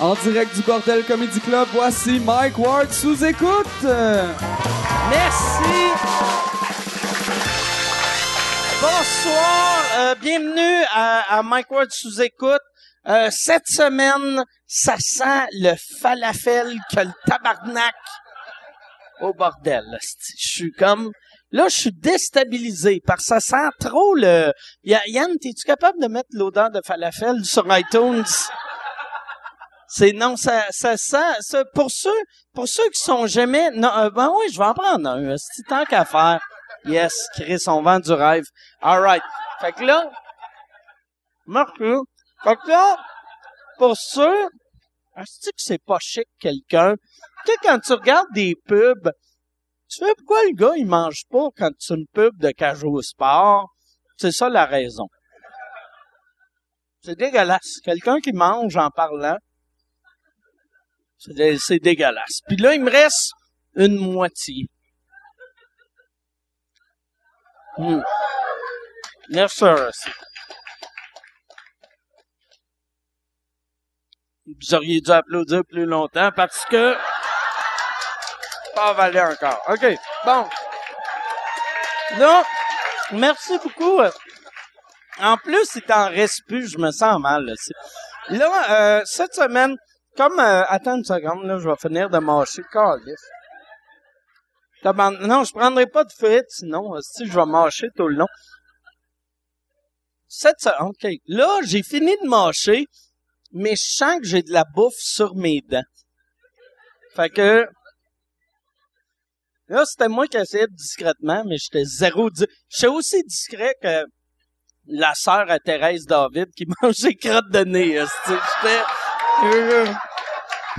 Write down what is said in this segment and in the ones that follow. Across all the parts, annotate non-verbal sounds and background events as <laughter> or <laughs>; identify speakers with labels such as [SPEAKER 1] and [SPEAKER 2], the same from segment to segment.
[SPEAKER 1] En direct du Bordel Comedy Club, voici Mike Ward sous écoute.
[SPEAKER 2] Merci. Bonsoir. euh, bienvenue à, à Mike Ward sous écoute. Euh, cette semaine, ça sent le falafel que le tabarnak au bordel. là, c'ti. Je suis comme... Là, je suis déstabilisé parce que ça sent trop le... Ya- Yann, es-tu capable de mettre l'odeur de falafel sur iTunes? C'est non, ça, ça sent. ça- pour ceux, pour ceux qui sont jamais, non, euh, ben oui, je vais en prendre un. euh, C'est tant qu'à faire. Yes, Chris, on vend du rêve. All right. Fait que là, Marc, là, fait que là, pour ceux, est-ce que c'est pas chic quelqu'un? Tu sais, quand tu regardes des pubs, tu sais pourquoi le gars il mange pas quand c'est une pub de Cajou Sport? C'est ça la raison. C'est dégueulasse. Quelqu'un qui mange en parlant. C'est dé- C'est dégueulasse. Puis là, il me reste une moitié. Hmm. Yes, sir. c'est- Vous auriez dû applaudir plus longtemps parce que... Pas avalé encore. OK, bon. Là, merci beaucoup. En plus, il t'en reste plus. Je me sens mal. Là, C'est- Là, euh, cette semaine, comme... euh, attends une seconde, là, je vais finir de mâcher. Calisse. Tabarn- Non, je prendrai pas de frites, sinon, euh, si je vais mâcher tout le long. Cette se- OK. Là, j'ai fini de mâcher, mais je sens que j'ai de la bouffe sur mes dents. Fait que... Là, c'était moi qui essayais discrètement, mais j'étais zéro... Di... J'étais aussi discret que la sœur à Thérèse David qui <laughs> mange des crottes de nez. euh, esti. J'étais...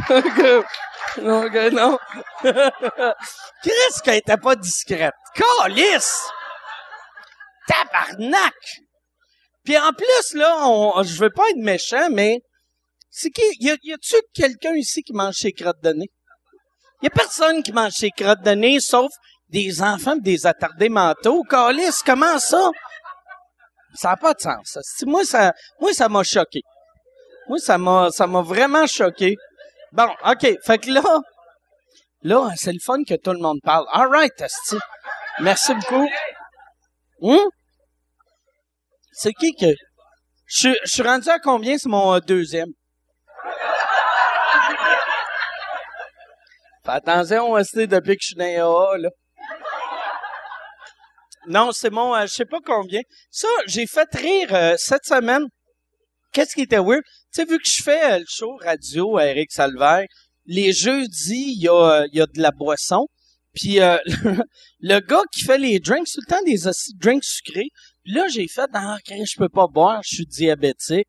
[SPEAKER 2] Ok. <laughs> Non, ok, non. Chris, qu'elle était pas discrète. Calice! Tabarnak! Puis en plus, là, on, je veux pas être méchant, mais c'est qui? Y, a, y a-tu quelqu'un ici qui mange ses crottes de nez? Y a personne qui mange ses crottes de nez, sauf des enfants pis des attardés mentaux. Calice, comment ça? Ça n'a pas de sens. ça. Si Moi, ça, moi, ça m'a choqué. Moi, ça m'a, ça m'a vraiment choqué. Bon, OK. Fait que là, là, hein, c'est le fun que tout le monde parle. All right, asti. Merci beaucoup. Hum? C'est qui que... Je suis- je suis rendu à combien? C'est mon euh, deuxième. Fais attention, asti, depuis que je suis dans les AA, là. Non, c'est mon... euh, je sais pas combien. Ça, j'ai fait rire euh, cette semaine. Qu'est-ce qui était weird? Tu sais, vu que je fais euh, le show radio à Eric Salvaire, les jeudis, il y a, euh, il y a de la boisson. Puis euh, <laughs> le gars qui fait les drinks, tout le temps des hosties de drinks sucrés. Puis là, j'ai fait « Ah, crème, je peux pas boire, je suis diabétique. »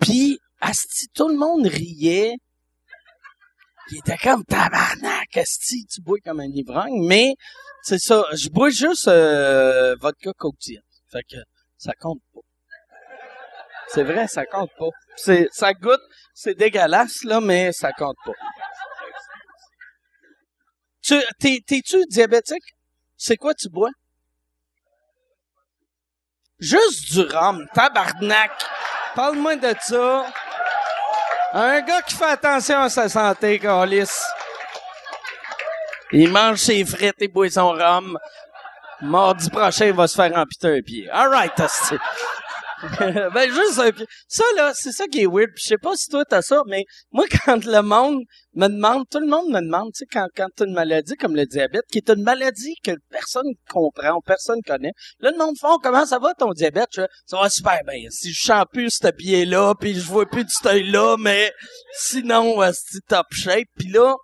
[SPEAKER 2] Puis, asti, tout le monde riait. Il était comme « Tabarnak, asti, tu bois comme un ivrogne. » Mais, c'est ça, je bois juste euh, vodka coke Diet. Fait que ça compte pas. C'est vrai, ça compte pas. C'est, ça goûte, c'est dégueulasse, là, mais ça compte pas. Tu, t'es, t'es-tu diabétique? C'est quoi tu bois? Juste du rhum, tabarnak! Parle-moi de ça. Un gars qui fait attention à sa santé, Carlis. Il mange ses frites et boit son rhum. Mardi prochain, il va se faire amputer un pied. All right, hostie. <laughs> ben juste un pied. Ça là, c'est ça qui est weird. Puis Je sais pas si toi t'as ça, mais moi <laughs> quand le monde me demande, tout le monde me demande, tu sais quand quand t'as une maladie comme le diabète, qui est une maladie que personne comprend, ou personne connaît. Là le monde font comment ça va ton diabète Je fais, Ça va super bien. Si je sens plus ce pied là, puis je vois plus de cet œil là, mais sinon euh, c'est top shape. Puis là,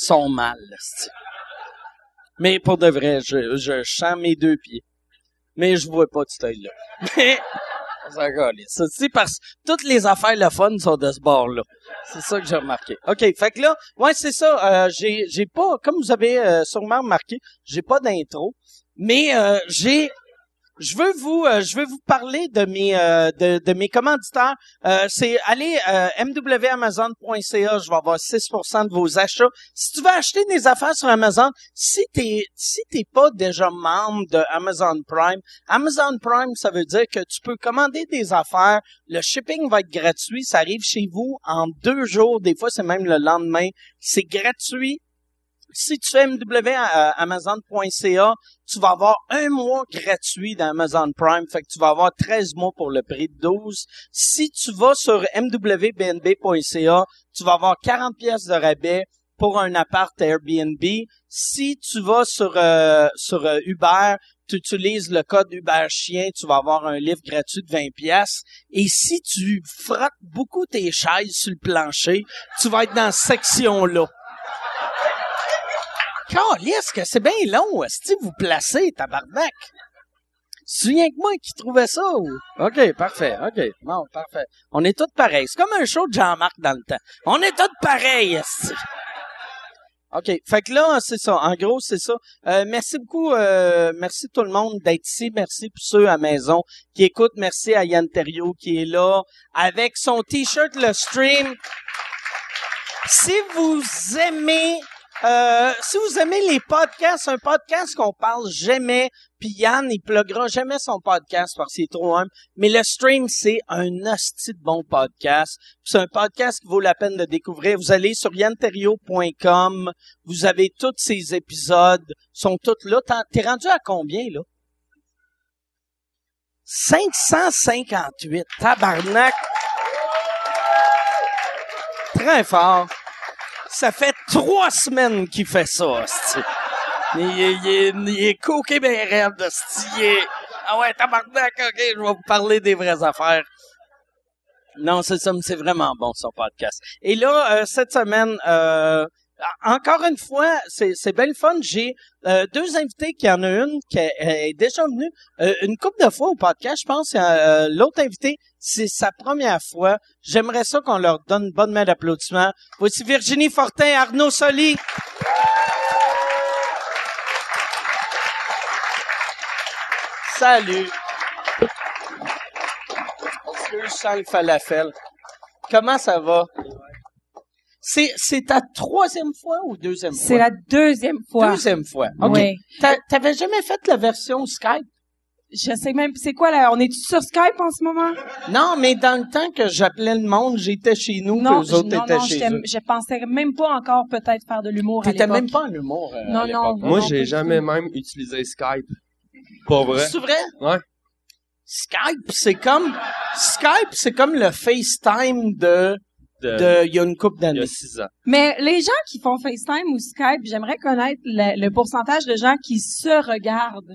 [SPEAKER 2] ils sont mal. esti. Mais pour de vrai, je, je sens mes deux pieds. Mais je vois pas de cet œil là. <laughs> Mais ça calisse. Ça, c'est parce que toutes les affaires le fun sont de ce bord-là. C'est ça que j'ai remarqué. OK, fait que là, ouais, c'est ça. euh, j'ai, j'ai pas, comme vous avez euh, sûrement remarqué, j'ai pas d'intro, mais euh, j'ai je veux vous, euh, je veux vous parler de mes, euh, de, de mes commanditaires. Euh, c'est allez euh, mwamazon.ca, je vais avoir 6% de vos achats. Si tu veux acheter des affaires sur Amazon, si t'es, si t'es pas déjà membre de Amazon Prime, Amazon Prime, ça veut dire que tu peux commander des affaires. Le shipping va être gratuit, ça arrive chez vous en deux jours. Des fois, c'est même le lendemain. C'est gratuit. Si tu fais euh, mwamazon.ca, tu vas avoir un mois gratuit d'Amazon Prime. Fait que tu vas avoir 13 mois pour le prix de 12. Si tu vas sur mwbnb.ca, tu vas avoir 40 pièces de rabais pour un appart Airbnb. Si tu vas sur, euh, sur euh, Uber, tu utilises le code Uber Chien, tu vas avoir un livre gratuit de 20 pièces. Et si tu frottes beaucoup tes chaises sur le plancher, tu vas être dans cette section-là. Calisse que c'est bien long, si vous placez, tabarnak. C'est rien que moi qui trouvais ça, ou? OK, parfait, OK. Bon, parfait. On est tous pareils. C'est comme un show de Jean-Marc dans le temps. On est tous pareils, esti. OK. Fait que là, c'est ça. En gros, c'est ça. Euh, merci beaucoup. euh, merci tout le monde d'être ici. Merci pour ceux à maison qui écoutent. Merci à Yann Terriot qui est là avec son T-shirt, le stream. Si vous aimez... euh, si vous aimez les podcasts, un podcast qu'on parle jamais, puis Yann, il pluggera jamais son podcast parce qu'il est trop humble, mais le stream, c'est un hostie de bon podcast. Puis C'est un podcast qui vaut la peine de découvrir. Vous allez sur yanterio.com, vous avez tous ces épisodes, sont tous là. T'en- T'es rendu à combien, là? 558, tabarnak! Très fort. Ça fait trois semaines qu'il fait ça, hostie. Il, est- il, est- il est coqué bien raide, hostie. Il est- Ah ouais, tabarnak, ok, je vais vous parler des vraies affaires. Non, c'est ça, mais c'est vraiment bon, son podcast. Et là, euh, cette semaine, euh, encore une fois, c'est c'est bien le fun. J'ai euh, deux invités, qui en a une qui est, est déjà venue euh, une couple de fois au podcast, je pense. Euh, L'autre invité, c'est sa première fois. J'aimerais ça qu'on leur donne une bonne main d'applaudissement. Voici Virginie Fortin et Arnaud Soli. Salut. Excuse, sans le falafel. Comment ça va? C'est, c'est ta troisième fois ou deuxième fois?
[SPEAKER 3] C'est la deuxième fois.
[SPEAKER 2] Deuxième fois. OK.
[SPEAKER 3] Oui.
[SPEAKER 2] T'a- T'avais jamais fait la version Skype?
[SPEAKER 3] Je sais même, c'est quoi là? On est sur Skype en ce moment?
[SPEAKER 2] Non, mais dans le temps que j'appelais le monde, j'étais chez nous,
[SPEAKER 3] Non,
[SPEAKER 2] que
[SPEAKER 3] je-
[SPEAKER 2] eux autres
[SPEAKER 3] non,
[SPEAKER 2] étaient
[SPEAKER 3] non,
[SPEAKER 2] chez
[SPEAKER 3] j'étais-
[SPEAKER 2] eux.
[SPEAKER 3] je pensais même pas encore peut-être faire de l'humour à
[SPEAKER 2] T'étais
[SPEAKER 3] l'époque.
[SPEAKER 2] même pas en humour. euh,
[SPEAKER 3] Non,
[SPEAKER 2] à
[SPEAKER 3] non.
[SPEAKER 2] l'époque.
[SPEAKER 4] Moi,
[SPEAKER 3] non, pas
[SPEAKER 4] j'ai
[SPEAKER 3] du
[SPEAKER 4] jamais
[SPEAKER 3] tout.
[SPEAKER 4] même utilisé Skype. Pas vrai?
[SPEAKER 2] C'est vrai?
[SPEAKER 4] Ouais.
[SPEAKER 2] Skype, c'est comme Skype, c'est comme le FaceTime de
[SPEAKER 4] De-
[SPEAKER 2] de il y a une coupe
[SPEAKER 4] Il y
[SPEAKER 2] d'années.
[SPEAKER 4] a six ans.
[SPEAKER 3] Mais les gens qui font FaceTime ou Skype, j'aimerais connaître le, le pourcentage de gens qui se regardent.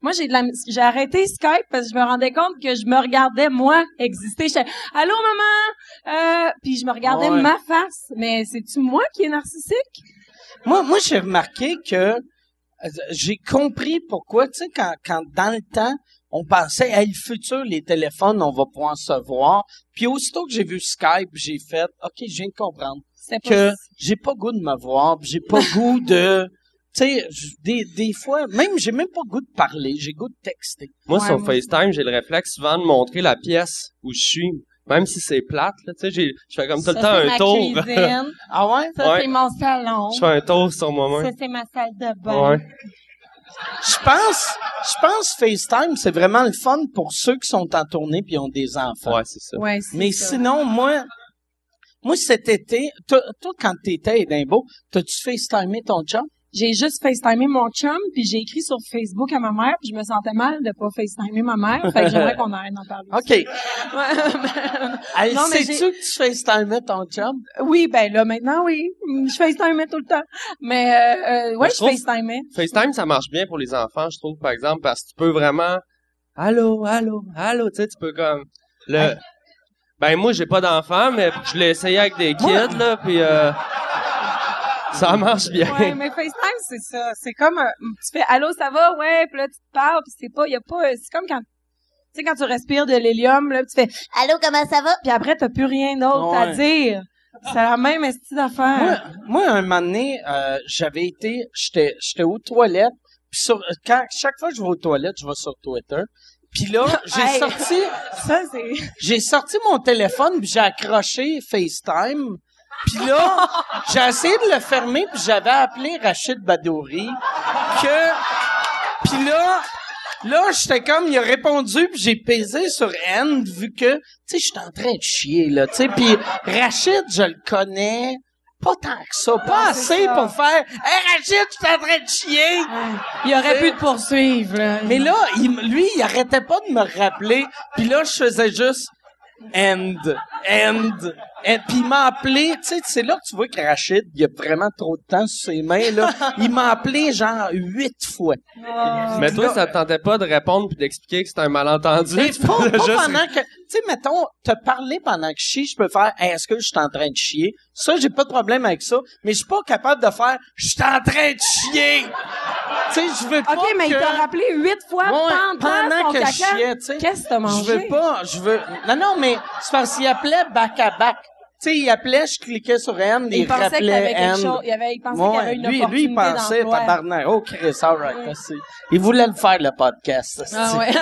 [SPEAKER 3] Moi, j'ai de la, j'ai arrêté Skype parce que je me rendais compte que je me regardais moi exister. J'étais, allô maman, Euh, puis je me regardais
[SPEAKER 2] Ouais.
[SPEAKER 3] ma face. Mais c'est tu moi qui est narcissique
[SPEAKER 2] Moi moi j'ai remarqué que euh, j'ai compris pourquoi tu sais quand quand dans le temps on pensait hey, le futur les téléphones on va pouvoir se voir. Puis aussitôt que j'ai vu Skype, j'ai fait OK, je viens de comprendre.
[SPEAKER 3] C'est pas
[SPEAKER 2] que j'ai pas goût de me voir, pis j'ai pas goût
[SPEAKER 3] <laughs>
[SPEAKER 2] de tu sais j- des des fois même j'ai même pas goût de parler, j'ai goût de texter.
[SPEAKER 4] Moi,
[SPEAKER 3] Ouais,
[SPEAKER 4] sur
[SPEAKER 3] moi
[SPEAKER 4] FaceTime, j'ai le réflexe souvent de montrer la pièce où je suis. Même si c'est plate, là, tu sais, j'ai- je fais comme tout le temps
[SPEAKER 3] Ça, c'est
[SPEAKER 4] un
[SPEAKER 3] ma
[SPEAKER 4] tour.
[SPEAKER 3] cuisine.
[SPEAKER 2] Ah ouais
[SPEAKER 3] Ça
[SPEAKER 4] Ouais.
[SPEAKER 3] c'est mon salon.
[SPEAKER 4] <laughs> je fais un tour sur
[SPEAKER 3] Ça
[SPEAKER 4] moi-même.
[SPEAKER 3] c'est ma salle de bain.
[SPEAKER 4] Ouais.
[SPEAKER 2] Je pense, je pense FaceTime, c'est vraiment le fun pour ceux qui sont en tournée puis ont des enfants.
[SPEAKER 4] Ouais, c'est ça.
[SPEAKER 3] Ouais, c'est
[SPEAKER 2] Mais
[SPEAKER 3] ça.
[SPEAKER 2] sinon, moi, moi cet été, toi, toi, quand t'étais à Edimbourg, t'as-tu FaceTimé ton chum?
[SPEAKER 3] J'ai juste FaceTimé mon chum, puis j'ai écrit sur Facebook à ma mère, puis je me sentais mal de pas FaceTimer ma mère, fait que j'aimerais qu'on arrête d'en parler.
[SPEAKER 2] OK.
[SPEAKER 3] Ouais.
[SPEAKER 2] Elle,
[SPEAKER 3] Non, mais
[SPEAKER 2] Sais-tu que tu FaceTimais ton chum?
[SPEAKER 3] <laughs> oui, ben là, maintenant, oui. Mm, Je FaceTimais tout le temps. Mais, euh, euh, ouais,
[SPEAKER 4] Mais je
[SPEAKER 3] je
[SPEAKER 4] trouve-
[SPEAKER 3] FaceTimais.
[SPEAKER 4] FaceTime, ça marche bien pour les enfants, je trouve, par exemple, parce que tu peux vraiment. Allô, allô, allô, tu sais, tu peux comme. Le... Ben, moi, j'ai pas d'enfants, mais je l'ai essayé avec des kids, là, puis euh, Ça marche bien.
[SPEAKER 2] <laughs>
[SPEAKER 3] Ouais, mais FaceTime, c'est ça. C'est comme, un- tu fais, allô, ça va? Ouais, puis là, tu te parles, puis c'est pas, y a pas, euh, c'est comme quand, tu sais, quand tu respires de l'hélium, là, puis tu fais,
[SPEAKER 5] Allô, comment ça va?
[SPEAKER 3] puis après, t'as plus rien d'autre à
[SPEAKER 2] Ouais.
[SPEAKER 3] dire. C'est la même estime d'affaires.
[SPEAKER 2] Moi, moi, un moment donné, euh, j'avais été, j'étais, j'étais aux toilettes, Puis sur, quand, chaque fois que je vais aux toilettes, je vais sur Twitter. Puis là, j'ai
[SPEAKER 3] Hey.
[SPEAKER 2] sorti,
[SPEAKER 3] Ça,
[SPEAKER 2] <laughs>
[SPEAKER 3] c'est...
[SPEAKER 2] j'ai sorti mon téléphone, puis j'ai accroché FaceTime. Puis là, j'ai essayé de le fermer, puis j'avais appelé Rachid Badouri. Que... Puis là, là, j'étais comme, il a répondu, puis j'ai pesé sur End, vu que, tu sais, j'étais en train de chier, là, tu sais. Puis Rachid, je le connais pas tant que ça, pas assez
[SPEAKER 3] ça.
[SPEAKER 2] pour faire « Hey, Rachid, je suis en train de chier! »
[SPEAKER 3] Il aurait pu te poursuivre, là.
[SPEAKER 2] Mais là, il m- lui, il arrêtait pas de me rappeler. Puis là, je faisais juste end, end. Et puis il m'a appelé, tu sais, c'est là que tu vois que Rachid, il a vraiment trop de temps sur ses mains <laughs> là. Il m'a appelé genre huit fois.
[SPEAKER 4] Mais toi, ça te tentait pas de répondre puis d'expliquer que c'était un malentendu.
[SPEAKER 2] Mais
[SPEAKER 4] Tu <laughs>
[SPEAKER 2] pas, <laughs>
[SPEAKER 4] faisais
[SPEAKER 2] pas
[SPEAKER 4] juste-
[SPEAKER 2] pendant que, tu sais, mettons, te parler pendant que je chie, je peux faire, Hey, est-ce que je suis en train de chier? Ça, j'ai pas de problème avec ça, mais je suis pas capable de faire, je suis en train de chier! tu sais, je veux pas
[SPEAKER 3] OK, mais il
[SPEAKER 2] que-
[SPEAKER 3] t'a rappelé huit fois
[SPEAKER 2] Ouais,
[SPEAKER 3] pendant,
[SPEAKER 2] pendant
[SPEAKER 3] son
[SPEAKER 2] que je
[SPEAKER 3] caca.
[SPEAKER 2] chiais, tu sais.
[SPEAKER 3] Qu'est-ce que t'as mangé?
[SPEAKER 2] Je veux pas, je veux. Non, non, mais c'est parce qu'il appelait back à back. Tu sais, il appelait, je cliquais sur N, il,
[SPEAKER 3] Il pensait qu'il y avait
[SPEAKER 2] rappelait
[SPEAKER 3] quelque
[SPEAKER 2] N.
[SPEAKER 3] chose. Il, avait, il pensait qu'il y avait
[SPEAKER 2] Ouais,
[SPEAKER 3] une
[SPEAKER 2] lui,
[SPEAKER 3] opportunité
[SPEAKER 2] lui, il pensait,
[SPEAKER 3] d'emploi.
[SPEAKER 2] tabarnak. Oh, Chris, alright, merci. Il voulait le faire, le podcast.
[SPEAKER 3] Ah
[SPEAKER 2] esti.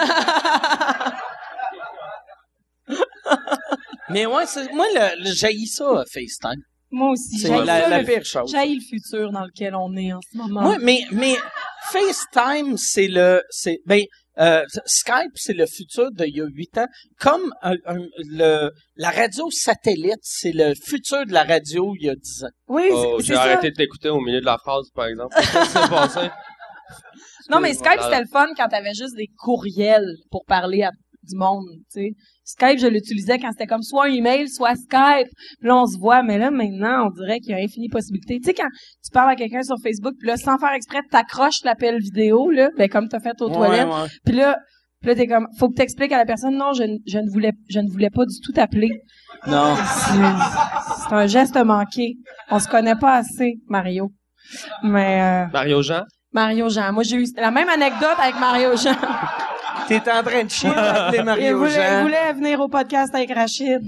[SPEAKER 3] ouais. <laughs>
[SPEAKER 2] Mais ouais, c'est- moi, le, le j'haïs ça, euh, FaceTime.
[SPEAKER 3] Moi aussi,
[SPEAKER 2] C'est
[SPEAKER 3] j'ai
[SPEAKER 2] la, la
[SPEAKER 3] le,
[SPEAKER 2] pire chose.
[SPEAKER 3] j'haïs le futur dans lequel on est en ce moment.
[SPEAKER 2] Ouais, mais, mais FaceTime, c'est le, c'est, ben, euh, Skype, c'est le futur d'il y a huit ans. Comme un- un- le, la radio satellite, c'est le futur de la radio il y a dix ans.
[SPEAKER 3] oui, c'est-
[SPEAKER 4] Oh,
[SPEAKER 3] c'est
[SPEAKER 4] j'ai
[SPEAKER 3] ça.
[SPEAKER 4] arrêté de t'écouter au milieu de la phrase, par exemple. Qu'est-ce qui s'est
[SPEAKER 2] <laughs>
[SPEAKER 4] passé?
[SPEAKER 3] Non, mais Skype,
[SPEAKER 4] Voilà.
[SPEAKER 3] c'était le fun quand t'avais juste des courriels pour parler à du monde, tu sais. Skype, je l'utilisais quand c'était comme soit un email, soit Skype. Puis là, on se voit, mais là, maintenant, on dirait qu'il y a infinie possibilité. Tu sais, quand tu parles à quelqu'un sur Facebook, puis là, sans faire exprès, t'accroches l'appel vidéo, là, ben, comme t'as fait aux toilettes. Puis là, puis là, t'es comme, faut que t'expliques à la personne, non, je, ne- je ne voulais, je ne voulais pas du tout t'appeler.
[SPEAKER 2] Non.
[SPEAKER 3] C'est c'est un geste manqué. On se connaît pas assez, Mario. Mais, euh,
[SPEAKER 4] Mario Jean?
[SPEAKER 3] Mario Jean. Moi, j'ai eu la même anecdote avec Mario Jean.
[SPEAKER 2] T'es en train de chier, les
[SPEAKER 3] il,
[SPEAKER 2] Mario
[SPEAKER 3] voulait, il
[SPEAKER 2] Jean.
[SPEAKER 3] voulait venir au podcast avec Rachid.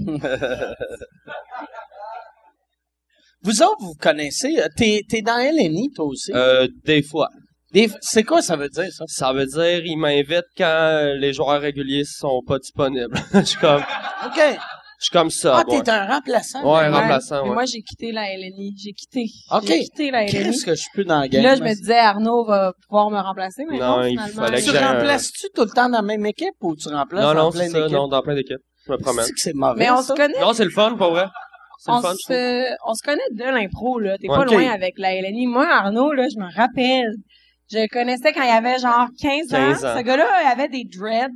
[SPEAKER 2] Vous autres, vous connaissez, euh, t'es, t'es dans LNI, toi aussi.
[SPEAKER 4] Euh, des fois.
[SPEAKER 2] Des- c'est quoi ça veut dire, ça?
[SPEAKER 4] Ça veut dire, il m'invite quand euh, les joueurs réguliers sont pas disponibles. <laughs> je suis comme,
[SPEAKER 2] OK.
[SPEAKER 4] je suis comme ça.
[SPEAKER 2] Ah,
[SPEAKER 4] moi.
[SPEAKER 2] t'es un remplaçant.
[SPEAKER 4] Ouais,
[SPEAKER 3] Ouais.
[SPEAKER 4] remplaçant,
[SPEAKER 3] Mais
[SPEAKER 4] ouais.
[SPEAKER 3] moi, j'ai quitté la LNI. J'ai quitté.
[SPEAKER 2] Ok.
[SPEAKER 3] J'ai quitté la LNI.
[SPEAKER 2] Qu'est-ce que je suis plus dans la
[SPEAKER 3] Puis
[SPEAKER 2] game? hein?
[SPEAKER 3] là, je me disais, Arnaud va pouvoir me remplacer, mais non,
[SPEAKER 4] Non, il
[SPEAKER 3] finalement.
[SPEAKER 4] fallait
[SPEAKER 2] Tu
[SPEAKER 4] que j'ai un-
[SPEAKER 2] remplaces-tu tout le temps dans la même équipe ou tu remplaces
[SPEAKER 4] Non,
[SPEAKER 2] dans
[SPEAKER 4] non,
[SPEAKER 2] plein
[SPEAKER 4] c'est ça,
[SPEAKER 2] d'équipes?
[SPEAKER 4] non, dans plein d'équipes. Je me promène.
[SPEAKER 2] C'est que c'est mauvais,
[SPEAKER 3] Mais on se
[SPEAKER 2] ça?
[SPEAKER 3] connaît.
[SPEAKER 4] Non, c'est le fun, pour vrai. C'est le
[SPEAKER 3] On
[SPEAKER 4] fun. je trouve.
[SPEAKER 3] se, on se connaît de l'impro, là. T'es
[SPEAKER 4] Ouais.
[SPEAKER 3] pas
[SPEAKER 2] Ok.
[SPEAKER 3] loin avec la LNI. Moi, Arnaud, là, je me rappelle. Je le connaissais quand il avait genre 15,
[SPEAKER 4] 15
[SPEAKER 3] ans.
[SPEAKER 4] ans.
[SPEAKER 3] Ce gars-là il avait des dreads.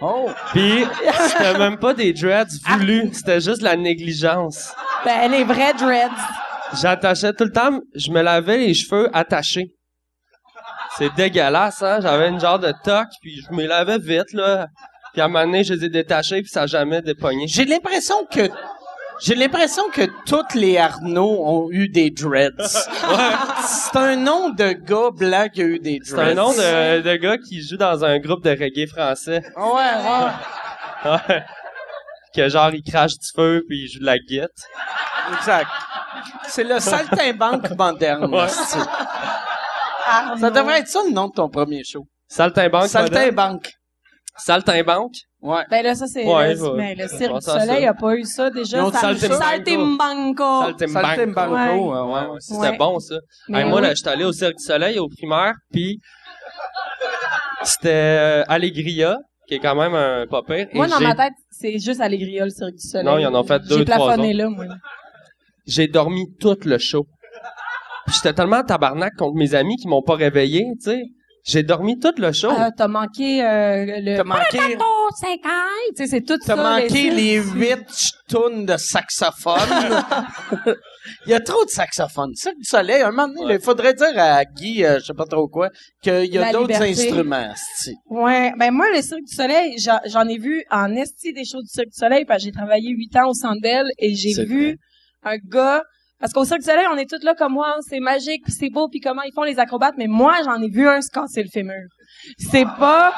[SPEAKER 2] Oh! <laughs>
[SPEAKER 4] Puis, c'était même pas des dreads
[SPEAKER 2] Ah.
[SPEAKER 4] voulus, c'était juste la négligence.
[SPEAKER 3] Ben, les vrais dreads.
[SPEAKER 4] J'attachais tout le temps, je me lavais les cheveux attachés. C'est dégueulasse, hein? J'avais une genre de toque, puis je me lavais vite, là. Puis à un moment donné, je les ai détachés, puis ça a jamais dépogné.
[SPEAKER 2] J'ai l'impression que j'ai l'impression que toutes les Arnaud ont eu des
[SPEAKER 4] <laughs>
[SPEAKER 2] dreads. C'est un nom de gars blanc qui a eu des dreads.
[SPEAKER 4] C'est un nom de, de gars qui joue dans un groupe de reggae français.
[SPEAKER 2] Ouais, ouais.
[SPEAKER 4] Ouais. que genre, il crache du feu, puis il joue de la guette.
[SPEAKER 2] Exact. C'est le saltimbanque moderne.
[SPEAKER 4] Ouais.
[SPEAKER 2] c'est-
[SPEAKER 3] Arnaud.
[SPEAKER 2] Ça devrait être ça le nom de ton premier show.
[SPEAKER 4] Saltimbanque. madame.
[SPEAKER 2] Saltimbanque.
[SPEAKER 4] Saltimbanque.
[SPEAKER 2] Ouais.
[SPEAKER 3] Ben là, ça, c'est
[SPEAKER 4] Ouais,
[SPEAKER 3] le,
[SPEAKER 4] ouais.
[SPEAKER 3] ben, le Cirque
[SPEAKER 4] On
[SPEAKER 3] du
[SPEAKER 4] s'en
[SPEAKER 3] Soleil,
[SPEAKER 4] sort.
[SPEAKER 3] il a pas eu ça déjà.
[SPEAKER 4] Ils ont
[SPEAKER 3] ça-
[SPEAKER 4] Saltimbanco.
[SPEAKER 3] Saltimbanco.
[SPEAKER 4] Saltimbanque.
[SPEAKER 2] Saltimbanco.
[SPEAKER 3] Ouais.
[SPEAKER 2] euh,
[SPEAKER 4] Ouais,
[SPEAKER 2] ouais,
[SPEAKER 4] ouais,
[SPEAKER 2] ouais.
[SPEAKER 4] c'était
[SPEAKER 3] Ouais.
[SPEAKER 4] bon, ça.
[SPEAKER 3] Mais
[SPEAKER 4] Hey, moi,
[SPEAKER 3] oui.
[SPEAKER 4] là, j'étais allé au Cirque du Soleil au primaire, puis c'était euh, Allegria, qui est quand même un pas pire. et
[SPEAKER 3] Moi, dans
[SPEAKER 4] j'ai-
[SPEAKER 3] ma tête, c'est juste Allégria, le Cirque du Soleil.
[SPEAKER 4] Non, ils en ont fait
[SPEAKER 3] J'ai
[SPEAKER 4] deux, trois
[SPEAKER 3] plafonné
[SPEAKER 4] autres.
[SPEAKER 3] là, moi.
[SPEAKER 4] J'ai dormi tout le show. Puis j'étais tellement tabarnak contre mes amis qui m'ont pas réveillé, tu sais. J'ai dormi tout le show.
[SPEAKER 3] Ah, t'as manqué euh, le...
[SPEAKER 2] T'as manqué,
[SPEAKER 3] Oh, c'est quand? Tu sais, c'est tout
[SPEAKER 2] t'as
[SPEAKER 3] ça.
[SPEAKER 2] manqué les
[SPEAKER 3] six-
[SPEAKER 2] huit tonnes de
[SPEAKER 4] <laughs>
[SPEAKER 2] saxophones. Il y a trop de saxophones. Cirque du soleil, un moment donné, là, il faudrait dire à Guy, euh, je sais pas trop quoi, qu'il y
[SPEAKER 3] La
[SPEAKER 2] a d'autres
[SPEAKER 3] liberté.
[SPEAKER 2] instruments. asti.
[SPEAKER 3] Ouais, ben moi le Cirque du Soleil, j'en- j'en ai vu en esti des shows du Cirque du Soleil parce que j'ai travaillé huit ans au Centre Bell et j'ai
[SPEAKER 2] C'est
[SPEAKER 3] vu un gars parce qu'au Cirque du Soleil, on est tous là comme moi, hein, c'est magique, puis c'est beau, puis comment ils font les acrobates, mais moi j'en ai vu un se casser le fémur. C'est pas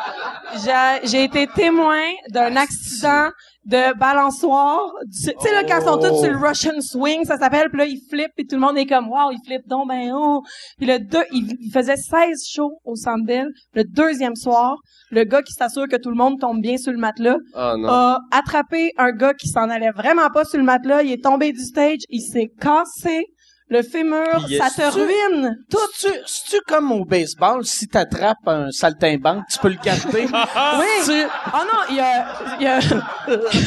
[SPEAKER 3] j'ai- j'ai été témoin d'un accident de balançoire. Du- Tu sais, là, quand ils sont tous sur le Russian Swing, ça s'appelle, puis là, ils flippent, puis tout le monde est comme, wow, ils flippent donc ben haut. Puis le deux, il, il faisait 16 shows au Centre Bell. Le deuxième soir, le gars qui s'assure que tout le monde tombe bien sur le matelas
[SPEAKER 4] Ah non.
[SPEAKER 3] a attrapé un gars qui s'en allait vraiment pas sur le matelas. Il est tombé du stage, il s'est cassé. Le fémur,
[SPEAKER 4] Il est
[SPEAKER 3] ça te
[SPEAKER 2] sûr.
[SPEAKER 3] ruine.
[SPEAKER 2] Toi, tu, tu comme au baseball, si t'attrapes un saltimbanque, tu peux le garder.
[SPEAKER 3] <laughs> Oui.
[SPEAKER 2] Tu-
[SPEAKER 3] Ah non, il a, il a- <laughs>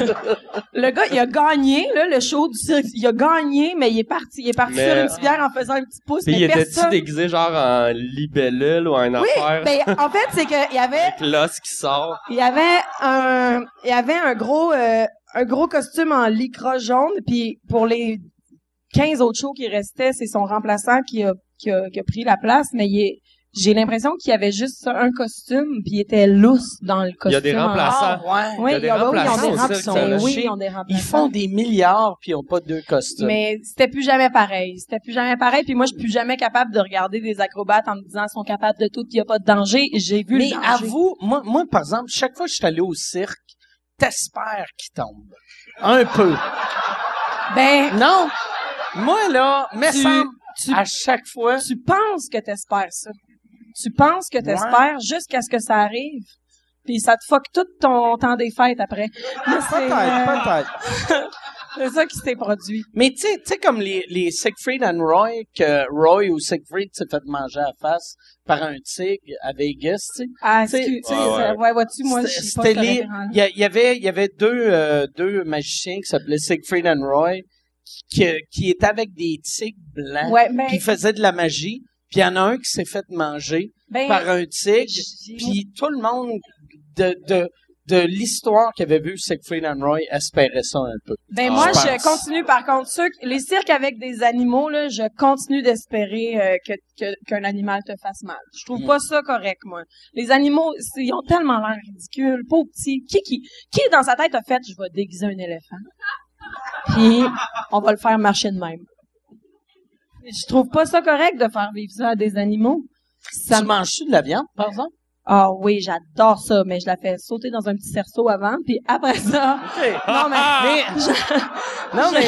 [SPEAKER 3] le gars, il a gagné là, le show du cirque. Il a gagné, mais il est parti, il est parti
[SPEAKER 4] Mais-
[SPEAKER 3] sur une civière en faisant un petit pouce.
[SPEAKER 4] Puis
[SPEAKER 3] mais
[SPEAKER 4] il était-tu
[SPEAKER 3] personne...
[SPEAKER 4] déguisé genre en libellule ou en
[SPEAKER 3] Oui,
[SPEAKER 4] affaire
[SPEAKER 3] ben en fait, c'est que il y avait,
[SPEAKER 4] avec l'os qui sort?
[SPEAKER 3] il y avait un, il y avait un gros, euh, un gros costume en lycra jaune. Puis pour les 15 autres shows qui restaient, c'est son remplaçant qui a, qui a, qui a pris la place, mais il est j'ai l'impression qu'il avait juste un costume, puis il était lousse dans le costume.
[SPEAKER 4] Il y a des
[SPEAKER 3] en-
[SPEAKER 2] Ah,
[SPEAKER 4] remplaçants.
[SPEAKER 2] ouais.
[SPEAKER 3] Oui,
[SPEAKER 4] Il y a des
[SPEAKER 3] ah bah oui, ils ont
[SPEAKER 4] remplaçants
[SPEAKER 3] des
[SPEAKER 4] au
[SPEAKER 3] remplaçants.
[SPEAKER 4] cirque, ça, là.
[SPEAKER 3] Oui, ils ont des remplaçants.
[SPEAKER 2] Ils font des milliards puis ils ont pas deux costumes.
[SPEAKER 3] Mais c'était plus jamais pareil. C'était plus jamais pareil. Puis moi, je suis plus jamais capable de regarder des acrobates en me disant ils sont capables de tout, il n'y a pas de danger. J'ai vu
[SPEAKER 2] Mais
[SPEAKER 3] le danger.
[SPEAKER 2] avoue, moi, moi, par exemple, chaque fois que je suis allé au cirque, t'espères qu'il tombe. Un
[SPEAKER 3] <laughs>
[SPEAKER 2] peu.
[SPEAKER 3] Ben,
[SPEAKER 2] Non! Moi, là, mais
[SPEAKER 3] Tu-
[SPEAKER 2] semble,
[SPEAKER 3] tu-
[SPEAKER 2] à chaque fois,
[SPEAKER 3] tu penses que t'espères ça. Tu penses que t'espères jusqu'à ce que ça arrive. Puis ça te fuck tout ton temps des fêtes après. Moi, c'est, euh,
[SPEAKER 2] Ah, peut-être.
[SPEAKER 3] c'est ça qui s'est produit.
[SPEAKER 2] Mais tu sais- tu sais, comme les, les Siegfried and Roy, que Roy ou Siegfried s'est fait manger à la face par un tigre à Vegas, tu sais.
[SPEAKER 3] Ah,
[SPEAKER 2] C'est-
[SPEAKER 3] excuse,
[SPEAKER 4] Ouais, ouais.
[SPEAKER 3] ça- ouais, vois-tu, moi, je
[SPEAKER 2] C'était-
[SPEAKER 3] suis pas
[SPEAKER 2] c'était
[SPEAKER 3] ce
[SPEAKER 2] les-
[SPEAKER 3] référent-là.
[SPEAKER 2] Il y, a- il y avait, il y avait deux, euh, deux magiciens qui s'appelaient Siegfried and Roy, qui, qui- qui étaient avec des tigres blancs,
[SPEAKER 3] Ouais, ben,
[SPEAKER 2] puis ils faisaient de la magie. Puis il y en a un qui s'est fait manger
[SPEAKER 3] ben,
[SPEAKER 2] par un tigre.
[SPEAKER 3] j'ai-
[SPEAKER 2] Puis tout le monde de, de, de l'histoire qu'il avait vu Siegfried and Roy espérait ça un peu.
[SPEAKER 3] Ben
[SPEAKER 4] Ah,
[SPEAKER 3] moi,
[SPEAKER 2] je
[SPEAKER 3] je,
[SPEAKER 2] pense.
[SPEAKER 3] continue. Par contre, ceux, qui- les cirques avec des animaux, là, je continue d'espérer euh, que que- qu'un animal te fasse mal. Je trouve
[SPEAKER 2] Mm.
[SPEAKER 3] pas ça correct, moi. Les animaux, c'est- ils ont tellement l'air ridicules, pauvres petits. Qui, qui, qui dans sa tête a fait, je vais déguiser un éléphant, puis on va le faire marcher de même. Je trouve pas ça correct de faire vivre ça à des animaux. Ça
[SPEAKER 2] tu
[SPEAKER 3] me-
[SPEAKER 2] manges-tu de la viande, par exemple?
[SPEAKER 3] Ah oui, j'adore ça, mais je la fais sauter dans un petit cerceau avant, puis
[SPEAKER 2] <laughs>
[SPEAKER 3] après ça. Non mais,
[SPEAKER 2] Mais- non,
[SPEAKER 3] <laughs>
[SPEAKER 2] mais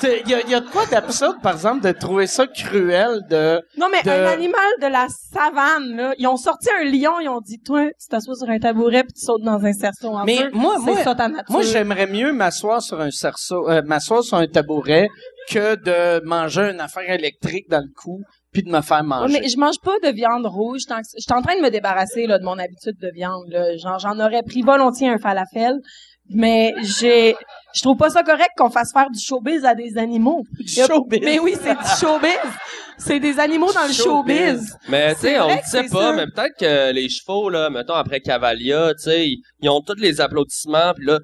[SPEAKER 2] tu- il y, a- il y a de quoi d'absurde, par exemple, de trouver ça cruel de...
[SPEAKER 3] Non, mais
[SPEAKER 2] de-
[SPEAKER 3] un animal de la savane, là, ils ont sorti un lion, ils ont dit, toi, tu t'assois sur un tabouret puis tu sautes dans un cerceau en
[SPEAKER 2] Mais
[SPEAKER 3] feu.
[SPEAKER 2] moi-
[SPEAKER 3] c'est
[SPEAKER 2] moi-
[SPEAKER 3] ça ta nature.
[SPEAKER 2] Moi, j'aimerais mieux m'asseoir sur un cerceau, euh, m'asseoir sur un tabouret que de manger une affaire électrique dans le cou puis de me faire
[SPEAKER 3] Ouais,
[SPEAKER 2] manger.
[SPEAKER 3] mais je mange pas de viande rouge. tant que- Je suis en train de me débarrasser là, de mon habitude de viande. Là. Genre, j'en aurais pris volontiers un falafel, mais j'ai, je trouve pas ça correct qu'on fasse faire du showbiz à des animaux.
[SPEAKER 2] Du
[SPEAKER 3] Y a-
[SPEAKER 2] showbiz.
[SPEAKER 3] Mais oui, c'est du showbiz. C'est des animaux dans le showbiz.
[SPEAKER 2] Showbiz.
[SPEAKER 4] Mais tu
[SPEAKER 3] C'est
[SPEAKER 4] sais, on
[SPEAKER 3] vrai
[SPEAKER 4] ne
[SPEAKER 3] que
[SPEAKER 4] sait
[SPEAKER 3] c'est
[SPEAKER 4] pas,
[SPEAKER 3] sûr.
[SPEAKER 4] mais peut-être que les chevaux, là, mettons, après Cavalia, tu sais, ils, ils ont tous les applaudissements, puis là,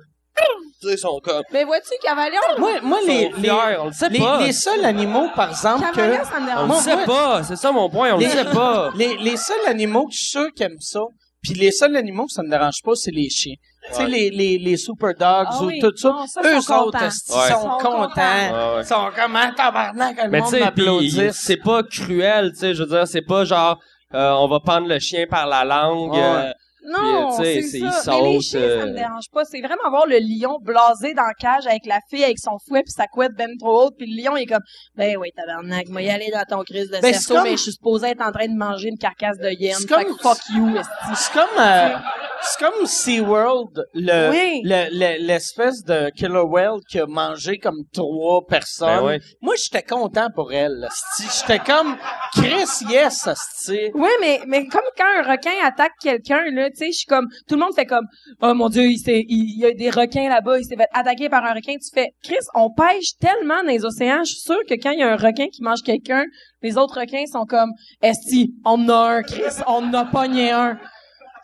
[SPEAKER 4] tu sais, ils sont comme...
[SPEAKER 3] Mais vois-tu, Cavalion?
[SPEAKER 2] Moi, moi
[SPEAKER 4] Ils sont
[SPEAKER 2] les, les,
[SPEAKER 4] fiers, on le sait
[SPEAKER 2] les-
[SPEAKER 4] pas.
[SPEAKER 2] les seuls animaux, par exemple, que...
[SPEAKER 3] Cavalion, ça me
[SPEAKER 4] On
[SPEAKER 3] dérange.
[SPEAKER 4] le
[SPEAKER 2] moi-
[SPEAKER 4] sait
[SPEAKER 2] moi-
[SPEAKER 4] pas, c'est ça mon point, on
[SPEAKER 2] Les-
[SPEAKER 4] le
[SPEAKER 2] <laughs>
[SPEAKER 4] sait pas.
[SPEAKER 2] Les, les seuls animaux que je suis sûr qui aiment ça, puis les seuls animaux que ça me dérange pas, c'est les chiens. Tu sais,
[SPEAKER 4] Ouais.
[SPEAKER 2] les, les, les super dogs
[SPEAKER 3] Ah
[SPEAKER 2] ou
[SPEAKER 3] oui,
[SPEAKER 2] tout ça,
[SPEAKER 3] non, ça,
[SPEAKER 2] eux
[SPEAKER 3] ils sont
[SPEAKER 2] autres,
[SPEAKER 3] contents.
[SPEAKER 2] hostie,
[SPEAKER 4] Ouais.
[SPEAKER 2] sont,
[SPEAKER 3] Ils sont
[SPEAKER 2] contents.
[SPEAKER 3] contents.
[SPEAKER 4] Ouais, ouais.
[SPEAKER 2] Ils sont comme, ah, tabarnak, le
[SPEAKER 4] Mais tu
[SPEAKER 2] monde
[SPEAKER 4] sais, puis
[SPEAKER 2] m'applaudit.
[SPEAKER 4] il- c'est pas cruel, tu sais, je veux dire, c'est pas genre, euh, on va pendre le chien par la langue.
[SPEAKER 2] Ouais.
[SPEAKER 4] euh,
[SPEAKER 3] Non,
[SPEAKER 4] Puis, euh, tu sais,
[SPEAKER 3] c'est
[SPEAKER 4] c'est-
[SPEAKER 3] ça.
[SPEAKER 4] il
[SPEAKER 3] mais les
[SPEAKER 4] saute,
[SPEAKER 3] chiens, ça
[SPEAKER 4] euh,
[SPEAKER 3] me dérange pas. C'est vraiment voir le lion blasé dans la cage avec la fille, avec son fouet, puis sa couette ben trop haute, puis le lion il est comme, ben oui, tabarnak, moi y aller dans ton crise de
[SPEAKER 2] Ben, c'est
[SPEAKER 3] cerceau,
[SPEAKER 2] comme-
[SPEAKER 3] mais je suis supposé être en train de manger une carcasse de hyène.
[SPEAKER 2] C'est
[SPEAKER 3] Fait
[SPEAKER 2] comme-
[SPEAKER 3] que fuck you, esti.
[SPEAKER 2] C'est comme, euh, c'est comme SeaWorld, le,
[SPEAKER 3] Oui.
[SPEAKER 2] le- le- l'espèce de killer whale qui a mangé comme trois personnes.
[SPEAKER 4] Ben ouais.
[SPEAKER 2] Moi, j'étais content pour elle. hostie. J'étais comme, Chris, yes, hostie.
[SPEAKER 3] Ouais, mais, mais comme quand un requin attaque quelqu'un, là, tu sais, je suis comme, tout le monde fait comme, oh mon dieu, il, s'est- il, il y a des requins là-bas, il s'est fait attaquer par un requin. Tu fais, Chris, on pêche tellement dans les océans, je suis sûre que quand il y a un requin qui mange quelqu'un, les autres requins sont comme, esti, on en a un, Chris, on en a pogné un.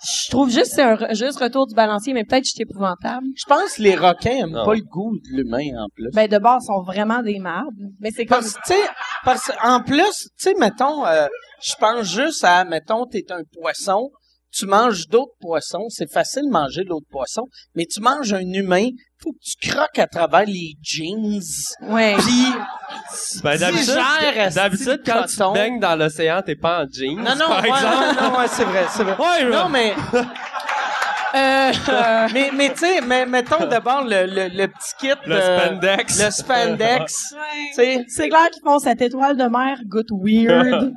[SPEAKER 3] Je trouve juste que c'est un re- juste retour du balancier, mais peut-être que je suis épouvantable.
[SPEAKER 2] Je pense que les requins aiment
[SPEAKER 4] Non.
[SPEAKER 2] pas le goût de l'humain, en plus.
[SPEAKER 3] Ben, de base, ils sont vraiment des mardes. Mais c'est comme,
[SPEAKER 2] Parce que, tu sais, parce en plus, tu sais, mettons, euh, je pense juste à, mettons, t'es un poisson, tu manges d'autres poissons, c'est facile de manger d'autres poissons, mais tu manges un humain, faut que tu croques à travers les jeans,
[SPEAKER 3] ouais.
[SPEAKER 4] <laughs>
[SPEAKER 2] puis
[SPEAKER 4] Ben, d'habitude,
[SPEAKER 2] digères, esti,
[SPEAKER 4] d'habitude, quand
[SPEAKER 2] le
[SPEAKER 4] tu
[SPEAKER 2] coton.
[SPEAKER 4] te baignes dans l'océan, t'es pas en jeans,
[SPEAKER 2] Non, non,
[SPEAKER 4] par
[SPEAKER 2] ouais,
[SPEAKER 4] exemple. <laughs>
[SPEAKER 2] non, non, ouais, c'est vrai, c'est vrai.
[SPEAKER 4] Ouais,
[SPEAKER 2] Non, mais
[SPEAKER 3] Euh, euh,
[SPEAKER 2] Mais, mais tu sais, mais, mettons d'abord le, le, le petit kit.
[SPEAKER 4] Le
[SPEAKER 2] euh,
[SPEAKER 4] spandex.
[SPEAKER 2] Le spandex.
[SPEAKER 4] <laughs>
[SPEAKER 2] tu sais,
[SPEAKER 3] c'est clair qu'ils font cette étoile de mer goûte
[SPEAKER 2] <laughs>
[SPEAKER 3] weird.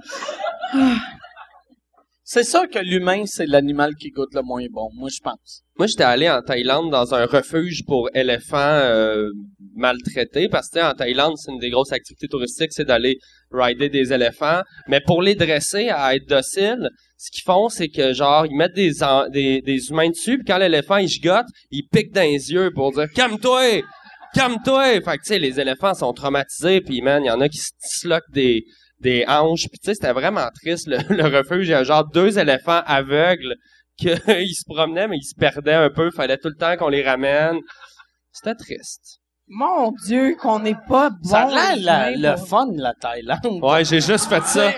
[SPEAKER 2] c'est sûr que l'humain, c'est l'animal qui goûte le moins bon, moi, je pense.
[SPEAKER 4] Moi, j'étais allé en Thaïlande dans un refuge pour éléphants euh, maltraités parce que tu sais, en Thaïlande, c'est une des grosses activités touristiques, c'est d'aller rider des éléphants. Mais pour les dresser à être dociles, ce qu'ils font, c'est que genre ils mettent des en- des, des humains dessus, puis quand l'éléphant il gigote, ils piquent dans les yeux pour dire calme-toi, calme-toi. Fait que tu sais, les éléphants sont traumatisés, puis man, il y en a qui se disloquent des des hanches. Puis tu sais, c'était vraiment triste le, <laughs> le refuge. Il y a genre deux éléphants aveugles qu'ils se promenaient, mais <laughs> ils se perdaient un peu. Fallait tout le temps qu'on les ramène. C'était triste.
[SPEAKER 3] Mon Dieu, qu'on n'est pas bon.
[SPEAKER 2] ça a l'air la-
[SPEAKER 3] humain
[SPEAKER 2] le
[SPEAKER 3] pour-
[SPEAKER 2] fun, la Thaïlande.
[SPEAKER 4] Ouais, j'ai juste fait ça.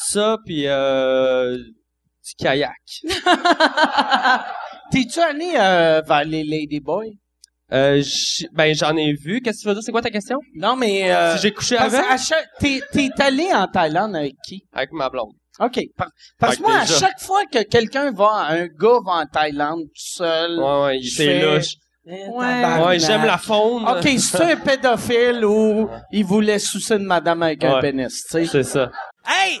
[SPEAKER 4] Ça, puis euh, du kayak.
[SPEAKER 2] T'es-tu allé euh, vers les Ladyboys?
[SPEAKER 4] Euh, j- ben, j'en ai vu. Qu'est-ce que tu veux dire? C'est quoi ta question?
[SPEAKER 2] Non, mais... euh,
[SPEAKER 4] si j'ai couché
[SPEAKER 2] parce
[SPEAKER 4] avec?
[SPEAKER 2] que à chaque- T'es t'es allé en Thaïlande avec qui?
[SPEAKER 4] Avec ma blonde.
[SPEAKER 2] OK. par- parce
[SPEAKER 4] Fait
[SPEAKER 2] que
[SPEAKER 4] que
[SPEAKER 2] moi, à
[SPEAKER 4] déjà-
[SPEAKER 2] chaque fois que quelqu'un va, un gars va en Thaïlande tout seul...
[SPEAKER 4] Ouais, ouais, il-
[SPEAKER 2] je
[SPEAKER 4] c'est
[SPEAKER 2] fais-
[SPEAKER 4] louche.
[SPEAKER 2] eh,
[SPEAKER 3] Ouais.
[SPEAKER 2] tabarnak.
[SPEAKER 4] Ouais, j'aime la faune.
[SPEAKER 2] OK, c'est un pédophile ou il voulait sucer une madame avec un
[SPEAKER 4] Ouais.
[SPEAKER 2] pénis, tu sais.
[SPEAKER 4] <laughs> C'est ça.
[SPEAKER 6] Hey,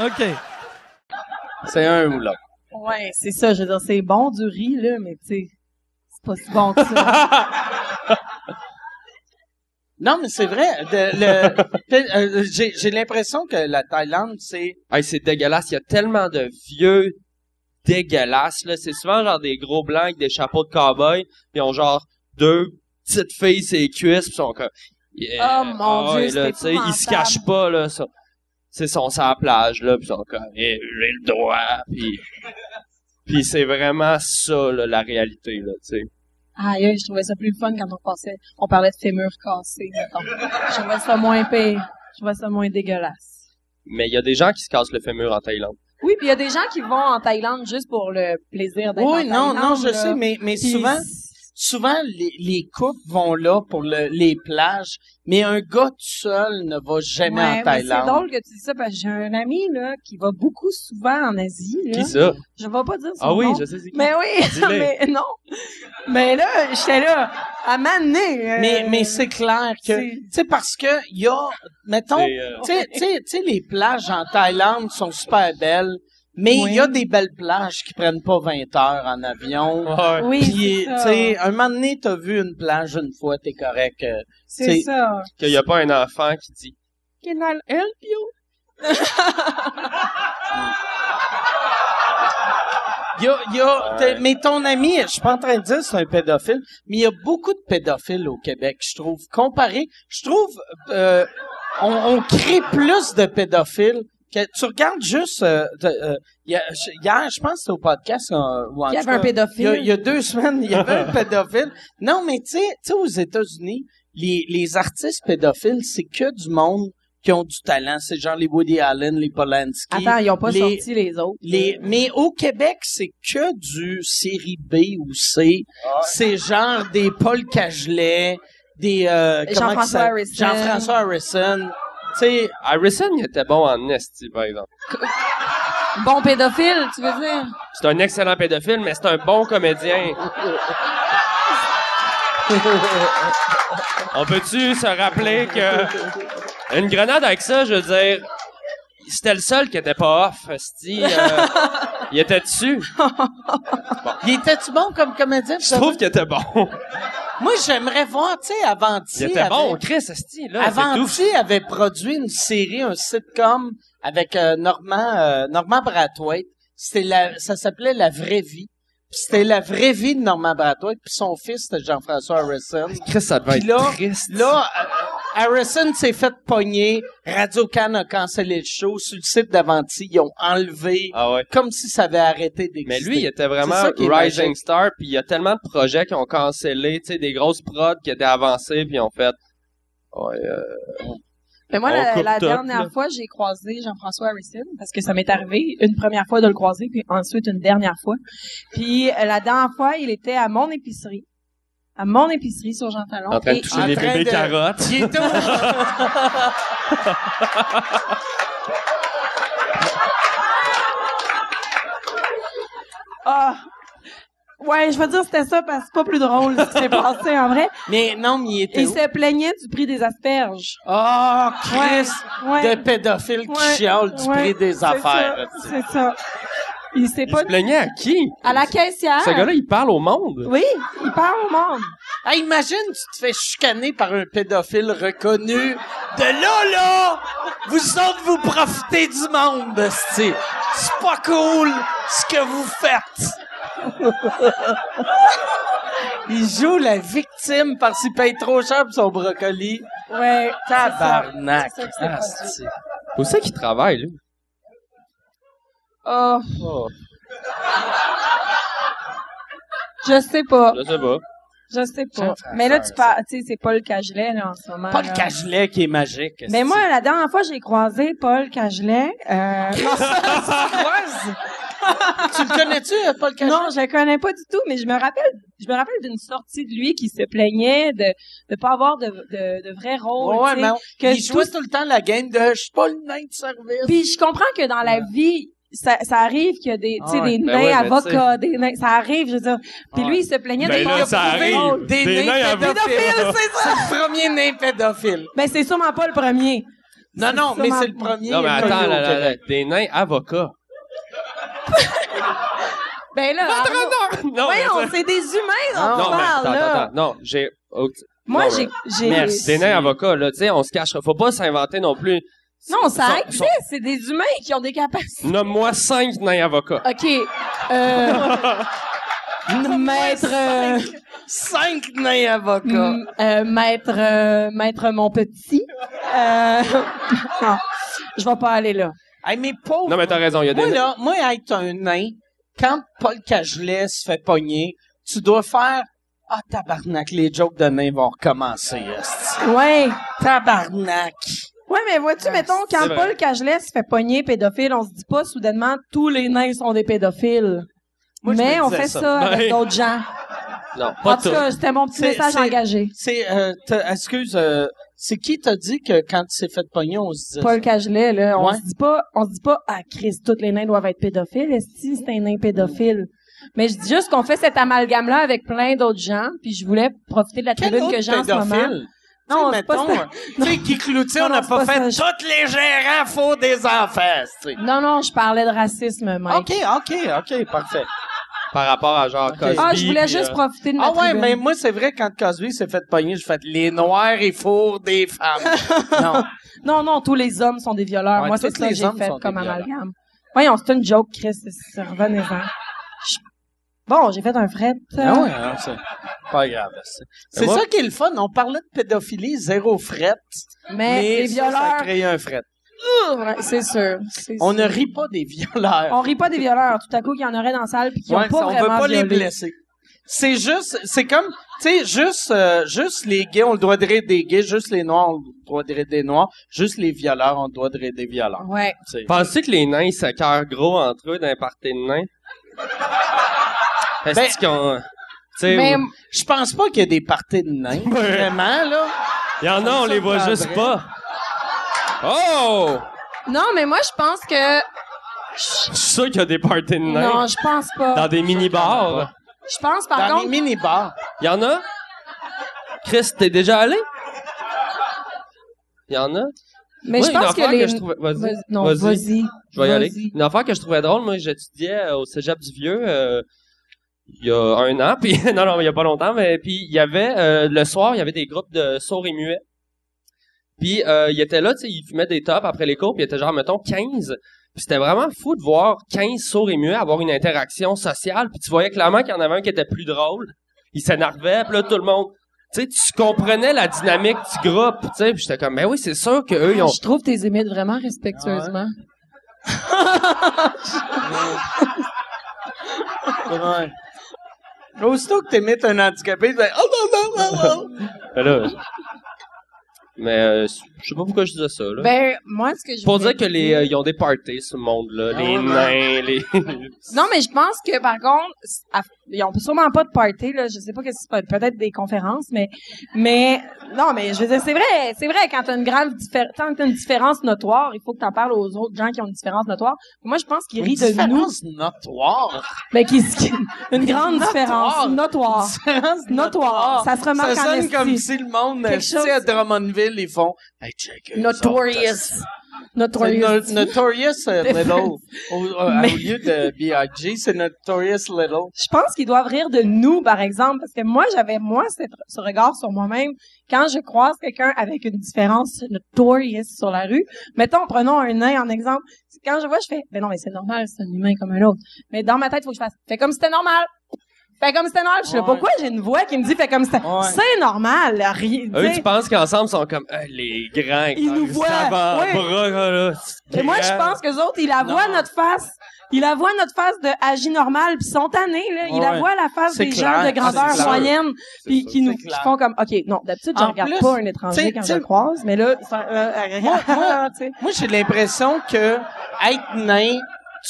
[SPEAKER 6] ha! OK.
[SPEAKER 4] C'est un ou l'autre.
[SPEAKER 3] Ouais, c'est ça. Je veux dire, c'est bon du riz, là, mais tu sais, c'est pas si bon que ça.
[SPEAKER 2] <laughs> Non, mais c'est vrai. de-
[SPEAKER 4] <laughs>
[SPEAKER 2] le- pe- euh, J'ai j'ai l'impression que la Thaïlande, c'est...
[SPEAKER 4] Hey, c'est dégueulasse. Il y a tellement de vieux dégueulasses, là. C'est souvent genre des gros blancs avec des chapeaux de cow-boy, puis ils ont genre deux petites filles sur les cuisses, puis ils sont comme... Yeah.
[SPEAKER 3] Oh, mon
[SPEAKER 4] Ah
[SPEAKER 3] Dieu,
[SPEAKER 4] ouais,
[SPEAKER 3] c'est
[SPEAKER 4] là, tu sais, Ils se
[SPEAKER 3] épouvantable.
[SPEAKER 4] cachent pas, là, ça. C'est sont sur la plage, là, puis ils sont comme... Eh, j'ai le droit, puis... Puis c'est vraiment ça, là, la réalité, là, tu sais.
[SPEAKER 3] Aïe, aïe, je trouvais ça plus fun quand on passait, on parlait de fémur cassé, mettons. Je trouvais ça moins pire. Je trouvais ça moins dégueulasse.
[SPEAKER 4] Mais il y a des gens qui se cassent le fémur en Thaïlande.
[SPEAKER 3] Oui, puis il y a des gens qui vont en Thaïlande juste pour le plaisir d'être en
[SPEAKER 2] Oui, non,
[SPEAKER 3] Thaïlande,
[SPEAKER 2] non, je
[SPEAKER 3] là.
[SPEAKER 2] sais, mais, mais
[SPEAKER 3] Puis
[SPEAKER 2] souvent, souvent les, les couples vont là pour le- les plages, mais un gars tout seul ne va jamais
[SPEAKER 3] Ouais,
[SPEAKER 2] en
[SPEAKER 3] mais
[SPEAKER 2] Thaïlande.
[SPEAKER 3] C'est drôle que tu dis ça parce que j'ai un ami là qui va beaucoup souvent en Asie. Là.
[SPEAKER 4] Qui ça?
[SPEAKER 3] Je vais pas dire son
[SPEAKER 4] Ah oui,
[SPEAKER 3] nom.
[SPEAKER 4] je sais c'est qui.
[SPEAKER 3] Mais oui, <laughs>
[SPEAKER 4] Dis-le.
[SPEAKER 3] mais non. Mais là, j'étais là à m'amener. euh,
[SPEAKER 2] Mais, mais c'est clair que,
[SPEAKER 3] c'est-
[SPEAKER 2] tu sais, parce que il y a, mettons,
[SPEAKER 4] C'est, euh,
[SPEAKER 2] tu sais- tu sais, tu sais, les plages en Thaïlande sont super belles, mais il y a des belles plages qui prennent pas 20 heures en avion.
[SPEAKER 4] Ouais.
[SPEAKER 3] Oui,
[SPEAKER 2] Puis, tu
[SPEAKER 3] c'est ça.
[SPEAKER 2] sais, un moment donné, t'as vu une plage une fois, t'es correct. euh,
[SPEAKER 3] C'est
[SPEAKER 2] c'est-
[SPEAKER 3] ça.
[SPEAKER 4] Qu'il n'y a pas un enfant qui dit...
[SPEAKER 3] Can I help you?
[SPEAKER 2] Il Y a, il y a, t'es- Mais ton ami, je suis pas en train de dire que c'est un pédophile, mais il y a beaucoup de pédophiles au Québec, je trouve. Comparé, je trouve, euh, on, on crée plus de pédophiles. Que, tu regardes juste, euh, de- euh, il y a- je- hier, je pense que c'était au podcast, euh, ou en
[SPEAKER 3] Il y
[SPEAKER 2] tout
[SPEAKER 3] avait un
[SPEAKER 2] cas,
[SPEAKER 3] pédophile.
[SPEAKER 2] il y, a, il y a deux semaines, il y avait un pédophile. Non, mais tu sais, tu sais, aux États-Unis, les, les artistes pédophiles, c'est que du monde qui ont du talent. C'est genre les Woody Allen, les Polanski.
[SPEAKER 3] Attends, ils ont pas
[SPEAKER 2] les-
[SPEAKER 3] sorti les autres.
[SPEAKER 2] les, mais au Québec, c'est que du série B ou C.
[SPEAKER 4] Ah.
[SPEAKER 2] C'est genre des Paul Cagelet, des euh, comment
[SPEAKER 3] Jean-François
[SPEAKER 2] que ça-
[SPEAKER 3] Harrison.
[SPEAKER 2] Jean-François Harrison. Tu sais,
[SPEAKER 4] Harrison, il était bon en esti, par exemple.
[SPEAKER 3] Bon pédophile, tu veux dire?
[SPEAKER 4] C'est un excellent pédophile, mais c'est un bon comédien. On peut-tu se rappeler que une grenade avec ça, je veux dire, c'était le seul qui était pas off, esti, euh,
[SPEAKER 2] <laughs>
[SPEAKER 4] il était dessus.
[SPEAKER 2] il était-tu bon comme comédien?
[SPEAKER 4] Je trouve qu'il était bon.
[SPEAKER 2] Moi, j'aimerais voir, tu sais, Avanti.
[SPEAKER 4] Il était
[SPEAKER 2] avait-
[SPEAKER 4] bon, Chris, esti, là, c'est tout.
[SPEAKER 2] Avanti avait produit une série, un sitcom avec euh, Normand, euh, Normand Brathwaite. C'était la, ça s'appelait La vraie vie. Puis C'était la vraie vie de Normand Brathwaite, puis son fils c'était Jean-François Harrison.
[SPEAKER 4] Chris, ça devait
[SPEAKER 2] Puis là,
[SPEAKER 4] être triste.
[SPEAKER 2] Là, euh, Harrison s'est fait pogner. Radio Can a cancellé le show. Sur le site d'Avanti, ils ont enlevé
[SPEAKER 4] Ah ouais.
[SPEAKER 2] comme si ça avait arrêté d'exister.
[SPEAKER 4] Mais lui, il était vraiment
[SPEAKER 2] C'est ça qui est
[SPEAKER 4] rising
[SPEAKER 2] magique.
[SPEAKER 4] star, puis il y a tellement de projets qui ont cancellé, tu sais, des grosses prods qui étaient avancées, puis ils ont fait... Ouais, euh,
[SPEAKER 3] Mais moi,
[SPEAKER 4] On
[SPEAKER 3] la,
[SPEAKER 4] coupe
[SPEAKER 3] la
[SPEAKER 4] top,
[SPEAKER 3] dernière
[SPEAKER 4] là.
[SPEAKER 3] fois, j'ai croisé Jean-François Harrison parce que ça m'est arrivé une première fois de le croiser, puis ensuite une dernière fois. Puis euh, la dernière fois, il était à mon épicerie, à mon épicerie sur Jean Talon.
[SPEAKER 4] en train de
[SPEAKER 3] Et-
[SPEAKER 4] toucher
[SPEAKER 2] en
[SPEAKER 4] les
[SPEAKER 2] train
[SPEAKER 4] bébés
[SPEAKER 2] de-
[SPEAKER 4] carottes.
[SPEAKER 2] Il était
[SPEAKER 4] <laughs>
[SPEAKER 2] au-
[SPEAKER 3] Ah! Ouais, je veux dire c'était ça parce que c'est pas plus drôle ce qui s'est passé en vrai.
[SPEAKER 2] Mais non, mais il était
[SPEAKER 3] Il
[SPEAKER 2] où?
[SPEAKER 3] se plaignait du prix des asperges.
[SPEAKER 2] Oh,
[SPEAKER 3] Ouais,
[SPEAKER 2] Chris!
[SPEAKER 3] ouais.
[SPEAKER 2] De pédophile qui
[SPEAKER 3] Ouais,
[SPEAKER 2] chiale du
[SPEAKER 3] ouais,
[SPEAKER 2] prix des
[SPEAKER 3] c'est
[SPEAKER 2] affaires.
[SPEAKER 3] ça, C'est ça. Il s'est
[SPEAKER 4] Il se
[SPEAKER 3] pas
[SPEAKER 4] plaignait à qui?
[SPEAKER 3] à la caissière.
[SPEAKER 4] Ce gars-là, il parle au monde.
[SPEAKER 3] Oui, il parle au monde.
[SPEAKER 2] Hey, imagine, tu te fais chicaner par un pédophile reconnu. De là, là, vous autres, vous profitez du monde, esti. C'est pas cool ce que vous
[SPEAKER 3] <laughs>
[SPEAKER 2] faites. Il joue la victime parce qu'il paye trop cher pour son brocoli.
[SPEAKER 3] Ouais. c'est ça.
[SPEAKER 2] Tabarnak. Ah,
[SPEAKER 3] C'est ça que c'est pas
[SPEAKER 2] asti.
[SPEAKER 4] Où c'est qu'il travaille, lui?
[SPEAKER 3] Ah,
[SPEAKER 4] Oh,
[SPEAKER 3] je sais pas.
[SPEAKER 4] je sais pas.
[SPEAKER 3] Je sais pas. Mais là, tu parles, tu sais, c'est Paul Cagelet, là, en ce moment.
[SPEAKER 2] Pas le
[SPEAKER 3] là.
[SPEAKER 2] cagelet qui est magique. esti.
[SPEAKER 3] Mais moi, la dernière fois, j'ai croisé Paul Cagelet. Euh...
[SPEAKER 2] <laughs> tu le connais-tu, euh, Paul Cagelet?
[SPEAKER 3] non, je le connais pas du tout, mais je me rappelle, je me rappelle d'une sortie de lui qui se plaignait de de pas avoir de de, de vrai rôle.
[SPEAKER 2] ouais,
[SPEAKER 3] tu
[SPEAKER 2] mais
[SPEAKER 3] sais,
[SPEAKER 2] on-
[SPEAKER 3] que
[SPEAKER 2] il jouait tout... le temps la game de « je suis pas le nain de service
[SPEAKER 3] Puis je comprends que dans la vie, ça, ça arrive qu'il y a des, tu sais,
[SPEAKER 2] Ah ouais,
[SPEAKER 3] des
[SPEAKER 4] ben
[SPEAKER 3] nains
[SPEAKER 4] ouais, mais
[SPEAKER 3] avocats, des nains, ça arrive, je veux dire. Puis
[SPEAKER 2] Ah
[SPEAKER 3] lui, il se plaignait
[SPEAKER 7] Ben
[SPEAKER 3] de pas
[SPEAKER 7] là, ça
[SPEAKER 3] avoir de
[SPEAKER 7] arrive.
[SPEAKER 3] rôle. ».
[SPEAKER 2] Des,
[SPEAKER 7] Des nains
[SPEAKER 2] nains pédophiles.
[SPEAKER 3] Pédophile, c'est ça!
[SPEAKER 2] C'est le premier nain pédophile.
[SPEAKER 3] Ben, c'est sûrement pas le premier.
[SPEAKER 2] Non, non, mais
[SPEAKER 3] sûrement-
[SPEAKER 2] c'est le premier.
[SPEAKER 4] Non, mais
[SPEAKER 2] connu
[SPEAKER 4] attends,
[SPEAKER 2] au
[SPEAKER 4] là, là,
[SPEAKER 2] Québec.
[SPEAKER 4] là, des nains avocats.
[SPEAKER 3] Ben là, Arnaud-
[SPEAKER 4] Ah, Non, mais
[SPEAKER 3] voyons,
[SPEAKER 4] ça-
[SPEAKER 3] c'est des humains dont
[SPEAKER 4] non,
[SPEAKER 3] on
[SPEAKER 4] mais
[SPEAKER 3] parle,
[SPEAKER 4] attends,
[SPEAKER 3] là.
[SPEAKER 4] attends, attends. Non, j'ai... oh, t-
[SPEAKER 3] Moi,
[SPEAKER 4] non,
[SPEAKER 3] j'ai,
[SPEAKER 4] mais-
[SPEAKER 3] j'ai...
[SPEAKER 2] Merci.
[SPEAKER 4] Des nains avocats, là, tu sais, on se cachera. Faut pas s'inventer non plus.
[SPEAKER 3] Non, ça
[SPEAKER 4] Sont-
[SPEAKER 3] existe, c'est des humains qui ont des capacités.
[SPEAKER 4] Nomme-moi cinq nains avocats.
[SPEAKER 3] OK, euh... maître... euh,
[SPEAKER 2] Cinq nains avocats.
[SPEAKER 3] mm, euh, maître... euh, maître mon petit. Euh... <laughs> non, je vais pas aller là.
[SPEAKER 2] Hey, mais pauvre.
[SPEAKER 4] Non, mais t'as raison, il y a des
[SPEAKER 2] moi, là, moi, être un nain, quand Paul Cagelet se fait pogner, tu dois faire Ah, tabarnak, les jokes de nains vont recommencer. esti.
[SPEAKER 3] Ouais.
[SPEAKER 2] Tabarnak.
[SPEAKER 3] Ouais, mais vois-tu, mettons, quand
[SPEAKER 4] c'est vrai.
[SPEAKER 3] Paul Cagelet se fait pogner pédophile, on se dit pas soudainement tous les nains sont des pédophiles.
[SPEAKER 2] Moi, je
[SPEAKER 3] mais
[SPEAKER 2] me
[SPEAKER 3] on
[SPEAKER 2] disais
[SPEAKER 3] fait
[SPEAKER 2] ça.
[SPEAKER 3] ça, avec
[SPEAKER 4] Ben,
[SPEAKER 3] d'autres gens.
[SPEAKER 4] Non,
[SPEAKER 3] En
[SPEAKER 4] pas
[SPEAKER 3] tout
[SPEAKER 4] tout.
[SPEAKER 3] cas, c'était mon petit
[SPEAKER 2] C'est-
[SPEAKER 3] message
[SPEAKER 2] c'est-
[SPEAKER 3] engagé.
[SPEAKER 2] C'est, euh, t'as- excuse, euh, c'est qui t'a dit que quand il s'est fait pogner, on se disait
[SPEAKER 3] Paul Cagelet, là, on
[SPEAKER 2] Ouais.
[SPEAKER 3] se dit pas, on se dit pas, ah, Christ, tous les nains doivent être pédophiles. Est-ce que c'est un nain pédophile? Mais je dis juste qu'on fait cet amalgame-là avec plein d'autres gens, puis je voulais profiter de la
[SPEAKER 2] Quel
[SPEAKER 3] tribune
[SPEAKER 2] autre
[SPEAKER 3] que j'ai en ce moment.
[SPEAKER 2] pédophile?
[SPEAKER 3] Non,
[SPEAKER 2] Non,
[SPEAKER 3] c'est pas
[SPEAKER 2] mettons,
[SPEAKER 3] ça.
[SPEAKER 2] tu sais, qui cloutier,
[SPEAKER 3] Non,
[SPEAKER 2] on n'a
[SPEAKER 3] non,
[SPEAKER 2] pas
[SPEAKER 3] c'est pas
[SPEAKER 2] fait
[SPEAKER 3] ça.
[SPEAKER 2] toutes les gérants faux des enfants, tu sais.
[SPEAKER 3] Non, non, je parlais de racisme, Mike.
[SPEAKER 2] OK, OK, OK, parfait.
[SPEAKER 4] Par rapport à genre Cosby.
[SPEAKER 3] Ah, je voulais
[SPEAKER 4] puis,
[SPEAKER 3] juste
[SPEAKER 4] euh,
[SPEAKER 3] profiter de ma
[SPEAKER 2] Ah ouais,
[SPEAKER 3] tribune.
[SPEAKER 2] mais moi, c'est vrai, quand Cosby s'est fait pogner, j'ai fait « Les Noirs, ils fourrent des
[SPEAKER 3] <laughs>
[SPEAKER 2] femmes. » Non.
[SPEAKER 3] Non, non, tous les hommes sont des violeurs.
[SPEAKER 2] Ouais,
[SPEAKER 3] Moi, c'est
[SPEAKER 2] tous
[SPEAKER 3] ça que
[SPEAKER 2] les
[SPEAKER 3] j'ai
[SPEAKER 2] hommes
[SPEAKER 3] fait
[SPEAKER 2] sont des
[SPEAKER 3] comme
[SPEAKER 2] violeurs.
[SPEAKER 3] amalgame. Voyons, c'est une joke, Chris. c'est- Revenez-en. Je- Bon, j'ai fait un fret. euh,
[SPEAKER 2] Ah ouais,
[SPEAKER 3] hein,
[SPEAKER 2] non, c'est pas grave. C'est, c'est
[SPEAKER 4] moi-
[SPEAKER 2] ça qui est le fun. On parlait de pédophilie, zéro fret.
[SPEAKER 3] mais les
[SPEAKER 2] ça, ça a
[SPEAKER 3] violeurs,
[SPEAKER 2] créé un fret.
[SPEAKER 3] ouais, c'est sûr. c'est
[SPEAKER 2] On
[SPEAKER 3] sûr.
[SPEAKER 2] ne rit pas des violeurs.
[SPEAKER 3] On rit pas des violeurs. Tout à coup, qu'il y en aurait dans la salle puis qu'ils ont
[SPEAKER 2] Ouais,
[SPEAKER 3] pas
[SPEAKER 2] ça, on
[SPEAKER 3] vraiment
[SPEAKER 2] veut pas les
[SPEAKER 3] violé.
[SPEAKER 2] blesser. C'est juste, c'est comme, tu sais, juste, euh, juste les gays, on le doit de rire des gays, juste les noirs, on le doit de rire des noirs, juste les violeurs, on le doit de rire des violeurs.
[SPEAKER 3] Ouais.
[SPEAKER 2] tu sais.
[SPEAKER 4] Pensez que les nains s'acquèrent gros entre eux d'un party de nains? Est-ce
[SPEAKER 2] Ben-
[SPEAKER 4] qu'on... Tu
[SPEAKER 2] Eh
[SPEAKER 4] sais,
[SPEAKER 3] Mais
[SPEAKER 4] où-
[SPEAKER 2] Je pense pas qu'il y a des parties de nains, vraiment, là.
[SPEAKER 4] il y en a, on
[SPEAKER 2] ça
[SPEAKER 4] les voit
[SPEAKER 2] me
[SPEAKER 4] juste
[SPEAKER 2] prendrait.
[SPEAKER 4] pas. Oh!
[SPEAKER 3] non, mais moi, je pense que
[SPEAKER 4] Je suis sûr qu'il y a des parties de nains.
[SPEAKER 3] non, je pense
[SPEAKER 4] Dans
[SPEAKER 3] pas.
[SPEAKER 4] des mini-bars.
[SPEAKER 3] Je pense par
[SPEAKER 2] Dans
[SPEAKER 3] contre.
[SPEAKER 2] les mini-bars.
[SPEAKER 4] Il y en a? Chris, t'es déjà allé? Il y en a?
[SPEAKER 3] Mais
[SPEAKER 4] Moi,
[SPEAKER 3] je
[SPEAKER 4] une
[SPEAKER 3] pense que
[SPEAKER 4] affaire
[SPEAKER 3] les.
[SPEAKER 4] je trouvais... Vas-y,
[SPEAKER 3] Vas- non,
[SPEAKER 4] vas-y.
[SPEAKER 3] vas-y.
[SPEAKER 4] Je vais y aller.
[SPEAKER 3] Vas-y.
[SPEAKER 4] Une affaire que je trouvais drôle, moi, j'étudiais euh, au cégep du Vieux euh, il y a un an, <laughs> puis non, non, il y a pas longtemps, mais puis il y avait, euh, le soir, il y avait des groupes de sourds et muets. Puis euh, ils étaient là, tu sais, ils fumaient des tops après les cours, puis ils étaient genre, mettons, 15. Puis c'était vraiment fou de voir 15 sourds et muets avoir une interaction sociale, puis tu voyais clairement qu'il y en avait un qui était plus drôle. Il s'énervait, puis là, tout le monde... Tu tu sais, tu comprenais la dynamique du groupe, tu sais, puis j'étais comme, ben oui, c'est sûr qu'eux, ils ont...
[SPEAKER 3] Ah, Je trouve tes émites vraiment respectueusement.
[SPEAKER 2] Ouais. Aussitôt que t'émites un handicapé, tu fais « Oh non, non,
[SPEAKER 3] <laughs>
[SPEAKER 2] non, non!
[SPEAKER 4] Ben là, mais euh, je sais pas pourquoi je disais ça, là.
[SPEAKER 3] Ben, moi, ce que je
[SPEAKER 4] Pour
[SPEAKER 3] voulais
[SPEAKER 4] dire que les, euh, ils ont des parties, ce monde-là.
[SPEAKER 3] Ah
[SPEAKER 4] les
[SPEAKER 3] <laughs>
[SPEAKER 4] nains, les...
[SPEAKER 3] Non, mais je pense que, par contre, c- à- ils ont sûrement pas de party, là. Je sais pas qu'est-ce que c'est, peut-être des conférences, mais, mais, non, mais je veux dire, c'est vrai, c'est vrai, quand t'as une grave différence, quand t'as une différence notoire, il faut que t'en parles aux autres gens qui ont une différence notoire. Moi, je pense qu'ils
[SPEAKER 2] Une
[SPEAKER 3] rient de nous.
[SPEAKER 2] différence notoire.
[SPEAKER 3] Mais qui, une grande différence notoire.
[SPEAKER 2] Différence
[SPEAKER 3] Notoire. Ça se remarque
[SPEAKER 2] Ça
[SPEAKER 3] en
[SPEAKER 2] sonne
[SPEAKER 3] esti.
[SPEAKER 2] comme si le monde,
[SPEAKER 3] Quelque
[SPEAKER 2] tu sais,
[SPEAKER 3] chose-
[SPEAKER 2] à Drummondville, ils font « Hey, check eux autres,
[SPEAKER 3] Notorious.
[SPEAKER 2] C'est
[SPEAKER 3] Notorious.
[SPEAKER 2] no- Notorious
[SPEAKER 3] <laughs>
[SPEAKER 2] euh, Little. Au, au-
[SPEAKER 3] Mais-
[SPEAKER 2] au lieu de B.I.G., c'est Notorious Little.
[SPEAKER 3] Je pense qu'ils doivent rire de nous, par exemple, parce que moi, j'avais, moi, cette- ce regard sur moi-même. Quand je croise quelqu'un avec une différence notorious sur la rue, mettons, prenons un nain en exemple. Quand je vois, je fais, ben non, mais c'est normal, c'est un humain comme un autre. Mais dans ma tête, il faut que je fasse, fais comme si c'était normal. Fais comme si c'était normal. Je sais pas
[SPEAKER 2] Ouais.
[SPEAKER 3] pourquoi j'ai une voix qui me dit, fais comme si c'était,
[SPEAKER 2] Ouais.
[SPEAKER 3] c'est normal, là, rien. tu
[SPEAKER 4] Eux,
[SPEAKER 3] sais.
[SPEAKER 4] Ah tu penses qu'ensemble, ils sont comme, Hey, les grands,
[SPEAKER 3] Ils nous voient, oui.
[SPEAKER 4] bras, là,
[SPEAKER 3] Et moi, je pense que les autres, ils la voient notre face. Ils la voient notre face de agis normal, puis ils sont tannés, là. Ils la
[SPEAKER 2] Ouais.
[SPEAKER 3] voient la face
[SPEAKER 2] C'est
[SPEAKER 3] des
[SPEAKER 2] clair.
[SPEAKER 3] gens de
[SPEAKER 2] Ah,
[SPEAKER 3] grandeur
[SPEAKER 2] c'est clair.
[SPEAKER 3] moyenne, puis
[SPEAKER 4] sûr.
[SPEAKER 3] qui nous
[SPEAKER 2] C'est clair.
[SPEAKER 3] qui font comme, OK, non, d'habitude, je
[SPEAKER 2] En
[SPEAKER 3] regarde
[SPEAKER 2] plus,
[SPEAKER 3] pas un
[SPEAKER 2] t'sais,
[SPEAKER 3] étranger quand je
[SPEAKER 2] t'sais-
[SPEAKER 3] le croise, mais là, c'est un- euh, <laughs>
[SPEAKER 2] Moi- moi-
[SPEAKER 3] tu sais.
[SPEAKER 2] Moi, j'ai l'impression que être nain,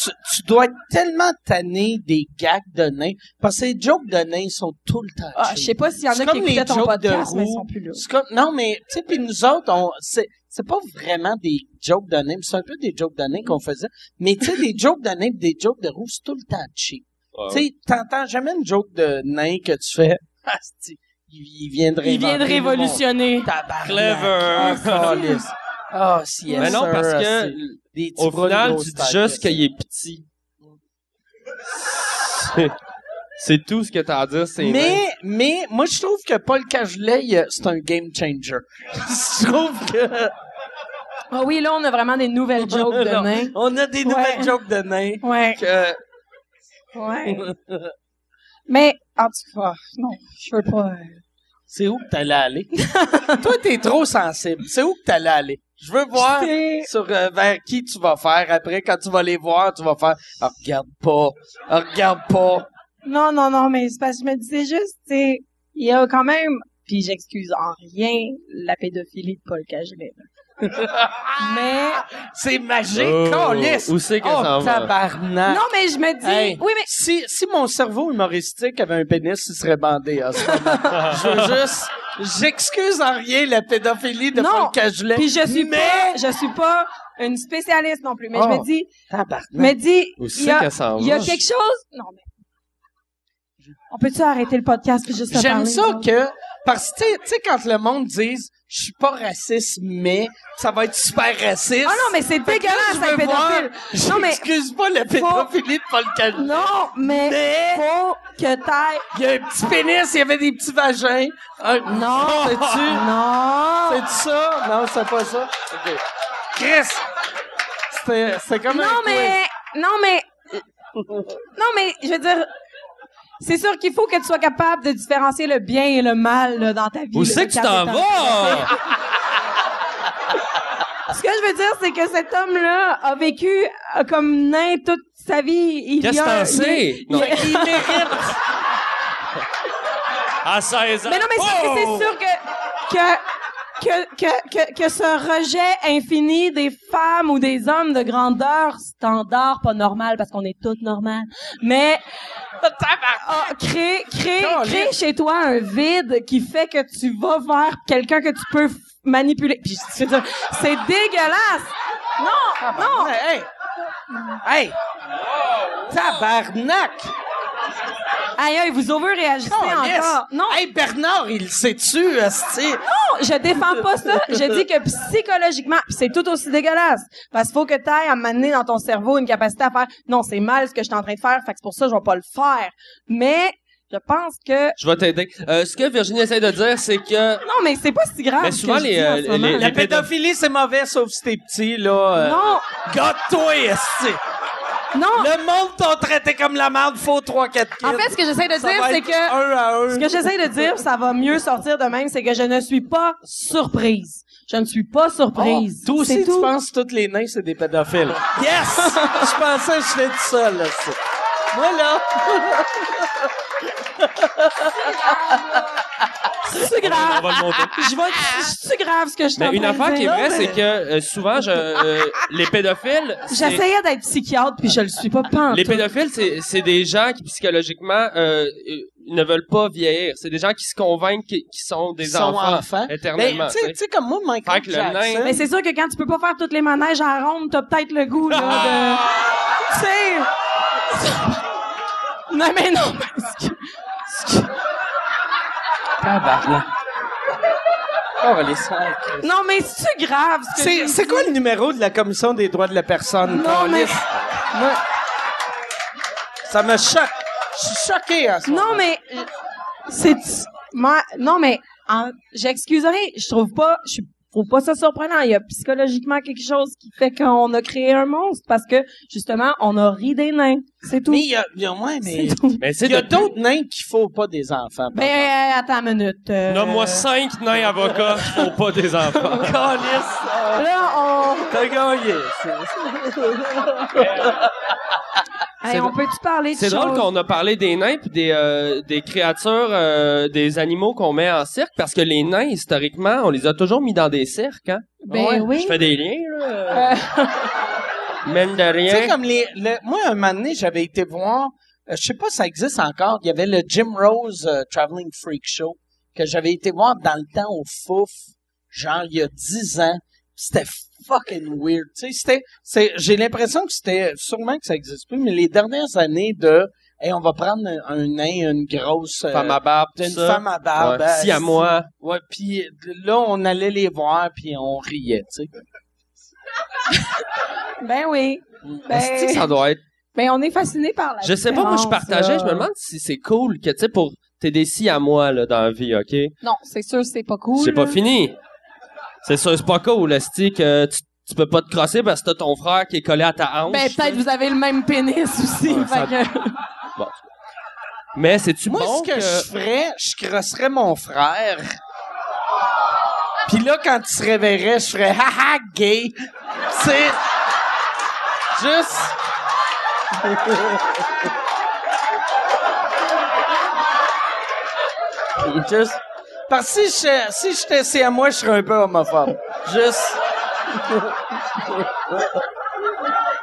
[SPEAKER 2] tu, tu dois être tellement tanné des gags de nains. Parce que les jokes de nains sont tout le temps.
[SPEAKER 3] Ah, je sais pas s'il y en
[SPEAKER 2] C'est
[SPEAKER 3] a qui
[SPEAKER 2] comme les
[SPEAKER 3] écoutaient ton
[SPEAKER 2] jokes de
[SPEAKER 3] podcast, mais ils
[SPEAKER 2] roux.
[SPEAKER 3] sont plus là.
[SPEAKER 2] C'est comme- non, mais, tu sais, puis nous autres, on, c'est, c'est pas vraiment des jokes de nains. C'est un peu des jokes de nains qu'on faisait. Mais, tu sais, des jokes de nains pis des jokes de roux, c'est tout le temps cheap. Tu sais, t'entends jamais une joke de nain que tu fais. <laughs> Asti, il, il vient de
[SPEAKER 3] Ils viennent
[SPEAKER 2] réinventer le monde.
[SPEAKER 3] révolutionner.
[SPEAKER 2] Tabarnak.
[SPEAKER 4] Clever.
[SPEAKER 2] Ah, câlisse. Ah, si, yes,
[SPEAKER 4] Mais non,
[SPEAKER 2] sir,
[SPEAKER 4] parce que,
[SPEAKER 2] asti. Des petits
[SPEAKER 4] au
[SPEAKER 2] bras, des
[SPEAKER 4] final,
[SPEAKER 2] grosses
[SPEAKER 4] tu dis
[SPEAKER 2] têtes,
[SPEAKER 4] juste
[SPEAKER 2] yes.
[SPEAKER 4] qu'il est petit. C'est- C'est tout ce que t'as à dire, c'est nain.
[SPEAKER 2] Mais, mais, moi, je trouve que Paul Cagelet, il, euh, c'est un game changer. je trouve que
[SPEAKER 3] Ah oui, là, on a vraiment des nouvelles jokes de
[SPEAKER 2] <laughs> Non.
[SPEAKER 3] nains.
[SPEAKER 2] on a des nouvelles
[SPEAKER 3] Ouais.
[SPEAKER 2] jokes de nains.
[SPEAKER 3] Ouais,
[SPEAKER 2] Que, <laughs>
[SPEAKER 3] ouais. mais, en tout cas, non, je veux pas. euh,
[SPEAKER 2] c'est où que t'allais aller? <laughs> Toi, t'es trop sensible. C'est où que t'allais aller? Je veux voir
[SPEAKER 3] C'est-
[SPEAKER 2] sur euh, vers qui tu vas faire. Après, quand tu vas les voir, tu vas faire Ah, regarde pas, Ah, regarde pas.
[SPEAKER 3] Non, non, non, mais c'est parce que je me disais juste, tu sais, il y a quand même, puis j'excuse en rien la pédophilie de Paul Cagelet. là. mais
[SPEAKER 2] C'est magique,
[SPEAKER 4] Oh,
[SPEAKER 2] câlisse.
[SPEAKER 4] Où c'est que
[SPEAKER 2] Oh,
[SPEAKER 4] ça en va?
[SPEAKER 2] tabarnak.
[SPEAKER 3] non, mais je me dis,
[SPEAKER 2] Hey.
[SPEAKER 3] oui, mais
[SPEAKER 2] Si, si mon cerveau humoristique avait un pénis, il serait bandé à ce
[SPEAKER 4] <laughs>
[SPEAKER 2] moment. je veux juste... J'excuse en rien la pédophilie de
[SPEAKER 3] Non,
[SPEAKER 2] Paul Cagelet.
[SPEAKER 3] puis je suis
[SPEAKER 2] mais...
[SPEAKER 3] pas, je suis pas une spécialiste non plus, mais je
[SPEAKER 2] Oh.
[SPEAKER 3] me dis,
[SPEAKER 2] Tabarnak.
[SPEAKER 3] je me dis,
[SPEAKER 4] Où
[SPEAKER 3] il
[SPEAKER 4] c'est
[SPEAKER 3] y a,
[SPEAKER 4] que ça en
[SPEAKER 3] il y a
[SPEAKER 4] va?
[SPEAKER 3] quelque chose, non mais. On peut-tu arrêter le podcast puis juste se
[SPEAKER 2] J'aime
[SPEAKER 3] parler,
[SPEAKER 2] ça
[SPEAKER 3] genre?
[SPEAKER 2] que... Parce que, tu sais- tu sais, quand le monde dit « Je suis pas raciste, mais... » Ça va être super raciste.
[SPEAKER 3] Ah non, mais c'est dégueulasse, un pédophile.
[SPEAKER 2] <laughs>
[SPEAKER 3] Non, mais-
[SPEAKER 2] J'excuse pas la pédophilie de Paul Cagelet.
[SPEAKER 3] Non, mais,
[SPEAKER 2] Mais-
[SPEAKER 3] faut que t'ailles.
[SPEAKER 2] Il y a un petit pénis, il y avait des petits vagins. Un-
[SPEAKER 3] Non.
[SPEAKER 2] <laughs> C'est-tu...
[SPEAKER 3] Non.
[SPEAKER 2] C'est ça? Non, c'est pas ça. OK. Chris! C'était c'était comme un
[SPEAKER 3] Non, mais, non, mais, non, mais, je veux dire, c'est sûr qu'il faut que tu sois capable de différencier le bien et le mal là, dans ta vie.
[SPEAKER 4] Où
[SPEAKER 3] là,
[SPEAKER 4] c'est que tu
[SPEAKER 3] quand
[SPEAKER 4] t'en
[SPEAKER 3] t'es en-
[SPEAKER 4] vas?
[SPEAKER 3] Ce que je veux dire, c'est que cet homme-là a vécu euh, comme nain toute sa vie. Il
[SPEAKER 4] Qu'est-ce
[SPEAKER 3] y a-
[SPEAKER 4] que t'en
[SPEAKER 3] il-
[SPEAKER 4] sais?
[SPEAKER 3] il-
[SPEAKER 4] Non.
[SPEAKER 3] il mérite.
[SPEAKER 4] À 16 ans.
[SPEAKER 3] Mais non, mais c'est- c'est sûr que, que, que, que, que, que ce rejet infini des femmes ou des hommes de grandeur standard, pas normal, parce qu'on est toutes normales, mais ah, crée, crée, crée chez toi un vide qui fait que tu vas vers quelqu'un que tu peux f- manipuler. Puis, je veux dire, c'est dégueulasse! Non, non!
[SPEAKER 2] Hey! Hey! Tabarnak!
[SPEAKER 3] Aïe, aïe, vous over réagissez
[SPEAKER 2] Oh, yes.
[SPEAKER 3] encore. Non,
[SPEAKER 2] Hey, Bernard, il le sait-tu, asti?
[SPEAKER 3] Non, je défends pas ça. Je dis que psychologiquement, pis c'est tout aussi dégueulasse. Parce qu'il faut que tu ailles amener dans ton cerveau une capacité à faire non, c'est mal ce que je suis en train de faire, fait que c'est pour ça que je vais pas le faire. Mais je pense que
[SPEAKER 4] Je vais t'aider. Euh, ce que Virginie essaie de dire, c'est que...
[SPEAKER 3] non, mais c'est pas si grave.
[SPEAKER 4] Mais
[SPEAKER 3] ce que
[SPEAKER 4] souvent,
[SPEAKER 3] je
[SPEAKER 4] les,
[SPEAKER 3] dis en
[SPEAKER 4] euh,
[SPEAKER 3] ce moment,
[SPEAKER 4] les- euh,
[SPEAKER 3] là.
[SPEAKER 2] La pédophilie, c'est mauvais, sauf si t'es petit, là.
[SPEAKER 3] Non,
[SPEAKER 2] Gâte-toi, asti!
[SPEAKER 3] Non,
[SPEAKER 2] Le monde t'a traité comme la merde, faut 3 4 kids.
[SPEAKER 3] en fait, ce que j'essaie de
[SPEAKER 2] Ça
[SPEAKER 3] dire,
[SPEAKER 2] va
[SPEAKER 3] c'est
[SPEAKER 2] être
[SPEAKER 3] que...
[SPEAKER 2] un à un.
[SPEAKER 3] Ce que j'essaie de dire, ça va mieux sortir de même, c'est que je ne suis pas surprise. Je ne suis pas
[SPEAKER 4] Oh,
[SPEAKER 3] surprise.
[SPEAKER 2] Toi aussi,
[SPEAKER 3] C'est
[SPEAKER 2] tu
[SPEAKER 3] tout.
[SPEAKER 2] penses que tous les nains, c'est des pédophiles.
[SPEAKER 3] <laughs>
[SPEAKER 2] Yes! je pensais que je faisais tout seul, là, ça. Moi, là,
[SPEAKER 3] C'est
[SPEAKER 4] On
[SPEAKER 3] grave.
[SPEAKER 4] va le monter.
[SPEAKER 3] Je vais, c'est grave ce que je suis en
[SPEAKER 4] Mais une
[SPEAKER 3] train de
[SPEAKER 4] affaire qui est
[SPEAKER 3] dire?
[SPEAKER 4] vraie, c'est que euh, souvent, je, euh, les
[SPEAKER 3] <laughs>
[SPEAKER 4] pédophiles... c'est-
[SPEAKER 3] J'essayais d'être psychiatre puis je le suis pas pantoute.
[SPEAKER 4] Les pédophiles, c'est c'est des gens qui psychologiquement euh, euh, ne veulent pas vieillir. C'est des gens qui se convainquent qu'ils qu'ils sont des
[SPEAKER 2] ils sont
[SPEAKER 4] enfants,
[SPEAKER 2] enfants.
[SPEAKER 4] éternellement.
[SPEAKER 2] Ben, tu sais-
[SPEAKER 4] tu
[SPEAKER 2] tu
[SPEAKER 4] sais.
[SPEAKER 2] sais, comme moi, Michael
[SPEAKER 4] Fait que le nain-
[SPEAKER 3] Mais c'est sûr que quand tu peux pas faire toutes les manèges à la ronde, t'as peut-être le goût
[SPEAKER 2] <laughs>
[SPEAKER 3] là de tu sais. Non mais non. parce que-
[SPEAKER 2] Oh, les sacs.
[SPEAKER 3] Non mais c'est grave ce que
[SPEAKER 2] C'est,
[SPEAKER 3] j'ai
[SPEAKER 2] c'est
[SPEAKER 3] dit?
[SPEAKER 2] quoi le numéro de la Commission des droits de la personne?
[SPEAKER 3] Non mais
[SPEAKER 2] Carlis? Moi, ça me choque. Je suis choqué à ce moment.
[SPEAKER 3] Non, mais euh, c'est moi. Non, mais en- j'excuserai. Je trouve pas. Je trouve pas ça surprenant. Il y a psychologiquement quelque chose qui fait qu'on a créé un monstre parce que justement, on a ri des nains. C'est tout.
[SPEAKER 2] Mais il y a, il y a- ouais, mais
[SPEAKER 3] C'est tout.
[SPEAKER 4] Mais c'est
[SPEAKER 2] il y a
[SPEAKER 4] de...
[SPEAKER 2] d'autres nains qui faut pas des enfants.
[SPEAKER 3] <laughs> Ben euh, attends une minute. euh,
[SPEAKER 4] Nomme-moi cinq nains avocats qui font pas des enfants.
[SPEAKER 2] Carlis,
[SPEAKER 3] Là, on.
[SPEAKER 2] euh, <laughs> t'as gagné. C'est-
[SPEAKER 3] Hey, on peut-tu parler de
[SPEAKER 4] C'est drôle
[SPEAKER 3] choses-
[SPEAKER 4] qu'on a parlé des nains puis des, euh, des créatures, euh, des animaux qu'on met en cirque parce que les nains, historiquement, on les a toujours mis dans des cirques. Hein?
[SPEAKER 3] Ben
[SPEAKER 4] Ouais,
[SPEAKER 3] oui. Euh.
[SPEAKER 4] Je fais des liens, là. Mène de rien.
[SPEAKER 2] Tu sais, comme les, le- moi, un moment donné, j'avais été voir, euh, je sais pas si ça existe encore, il y avait le Jim Rose euh, Traveling Freak Show que j'avais été voir dans le temps au Fouf, genre il y a 10 ans. C'était fucking weird. Tu sais, c'était, c'est, j'ai l'impression que c'était, sûrement que ça existe plus, mais les dernières années de, hey, on va prendre un, un nain, une grosse, euh,
[SPEAKER 4] Femme à barbe, tout
[SPEAKER 2] d'une
[SPEAKER 4] ça.
[SPEAKER 2] femme à barbe.
[SPEAKER 4] Ouais.
[SPEAKER 2] euh,
[SPEAKER 4] Si à moi.
[SPEAKER 2] Ouais, puis euh, là, on allait les voir, puis on riait, tu sais.
[SPEAKER 3] Ben oui. Ben,
[SPEAKER 4] Est-ce que ça doit être.
[SPEAKER 3] ben, on est fasciné par la. euh,
[SPEAKER 4] Je sais pas, moi je
[SPEAKER 3] différence,
[SPEAKER 4] partageais,
[SPEAKER 3] là.
[SPEAKER 4] je me demande si c'est cool que tu sais pour t'es des si à moi là dans la vie, OK
[SPEAKER 3] Non, c'est sûr, c'est pas cool.
[SPEAKER 4] C'est pas
[SPEAKER 3] là.
[SPEAKER 4] fini. C'est sûr c'est pas cool, esti que tu, tu peux pas te crosser parce que t'as ton frère qui est collé à ta hanche.
[SPEAKER 3] Ben peut-être vous avez le même pénis aussi.
[SPEAKER 4] Ouais,
[SPEAKER 3] fait
[SPEAKER 4] ça-
[SPEAKER 3] que-
[SPEAKER 4] Mais c'est-tu
[SPEAKER 2] Moi,
[SPEAKER 4] bon
[SPEAKER 2] ce que, je ferais, je crosserais mon frère. Puis là, quand il se réveillerait, je ferais « Haha, gay! » C'est... Juste... Juste... Parce que si je- si j'étais si à moi, je serais un peu homophobe. Juste...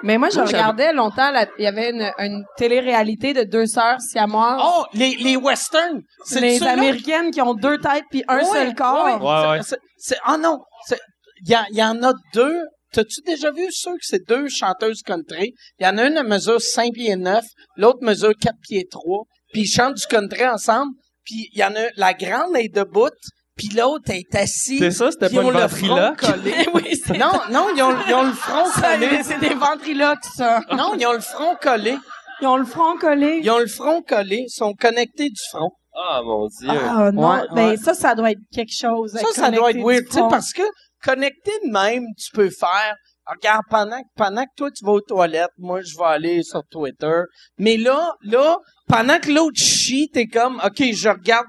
[SPEAKER 3] Mais moi, je
[SPEAKER 4] Moi, j'avais-
[SPEAKER 3] regardais longtemps, la- il y avait une, une télé-réalité de deux sœurs siamoises.
[SPEAKER 2] Oh, les, les westerns! C'est
[SPEAKER 3] les
[SPEAKER 2] ceux-là?
[SPEAKER 3] Américaines qui ont deux têtes puis un
[SPEAKER 2] Ouais,
[SPEAKER 3] seul corps.
[SPEAKER 2] ouais,
[SPEAKER 4] Ouais, ouais.
[SPEAKER 2] C'est- c'est- oh non, c'est- il y, a- il y en a deux. T'as-tu déjà vu ceux que c'est deux chanteuses country? Il y en a une mesure 5 pieds 9, l'autre mesure 4 pieds 3, puis ils chantent du country ensemble, puis il y en a la grande est debout, puis l'autre est assise.
[SPEAKER 4] C'est ça, c'était
[SPEAKER 2] puis
[SPEAKER 4] pas
[SPEAKER 2] ils ont
[SPEAKER 4] une
[SPEAKER 2] le front
[SPEAKER 4] ventriloque?
[SPEAKER 2] collé.
[SPEAKER 3] <laughs> oui, c'est
[SPEAKER 2] Non, non, ils ont, ils ont le front
[SPEAKER 3] <laughs> ça,
[SPEAKER 2] collé.
[SPEAKER 3] c'est des ventriloques, ça.
[SPEAKER 2] Non, ils ont le front collé.
[SPEAKER 3] Ils ont le front collé.
[SPEAKER 2] Ils ont le front collé, ils sont connectés du front.
[SPEAKER 4] Ah mon dieu.
[SPEAKER 3] Ah non,
[SPEAKER 2] Ouais,
[SPEAKER 3] ben
[SPEAKER 2] ouais.
[SPEAKER 3] ça, ça doit être quelque chose.
[SPEAKER 2] Ça, ça doit être
[SPEAKER 3] connecté
[SPEAKER 2] weird,
[SPEAKER 3] du
[SPEAKER 2] tu sais,
[SPEAKER 3] front.
[SPEAKER 2] parce que connecté de même, tu peux faire. Ah, Regarde, pendant, que- pendant que toi, tu vas aux toilettes, moi, je vais aller sur Twitter. Mais là, là, pendant que l'autre chie, t'es comme, OK, je regarde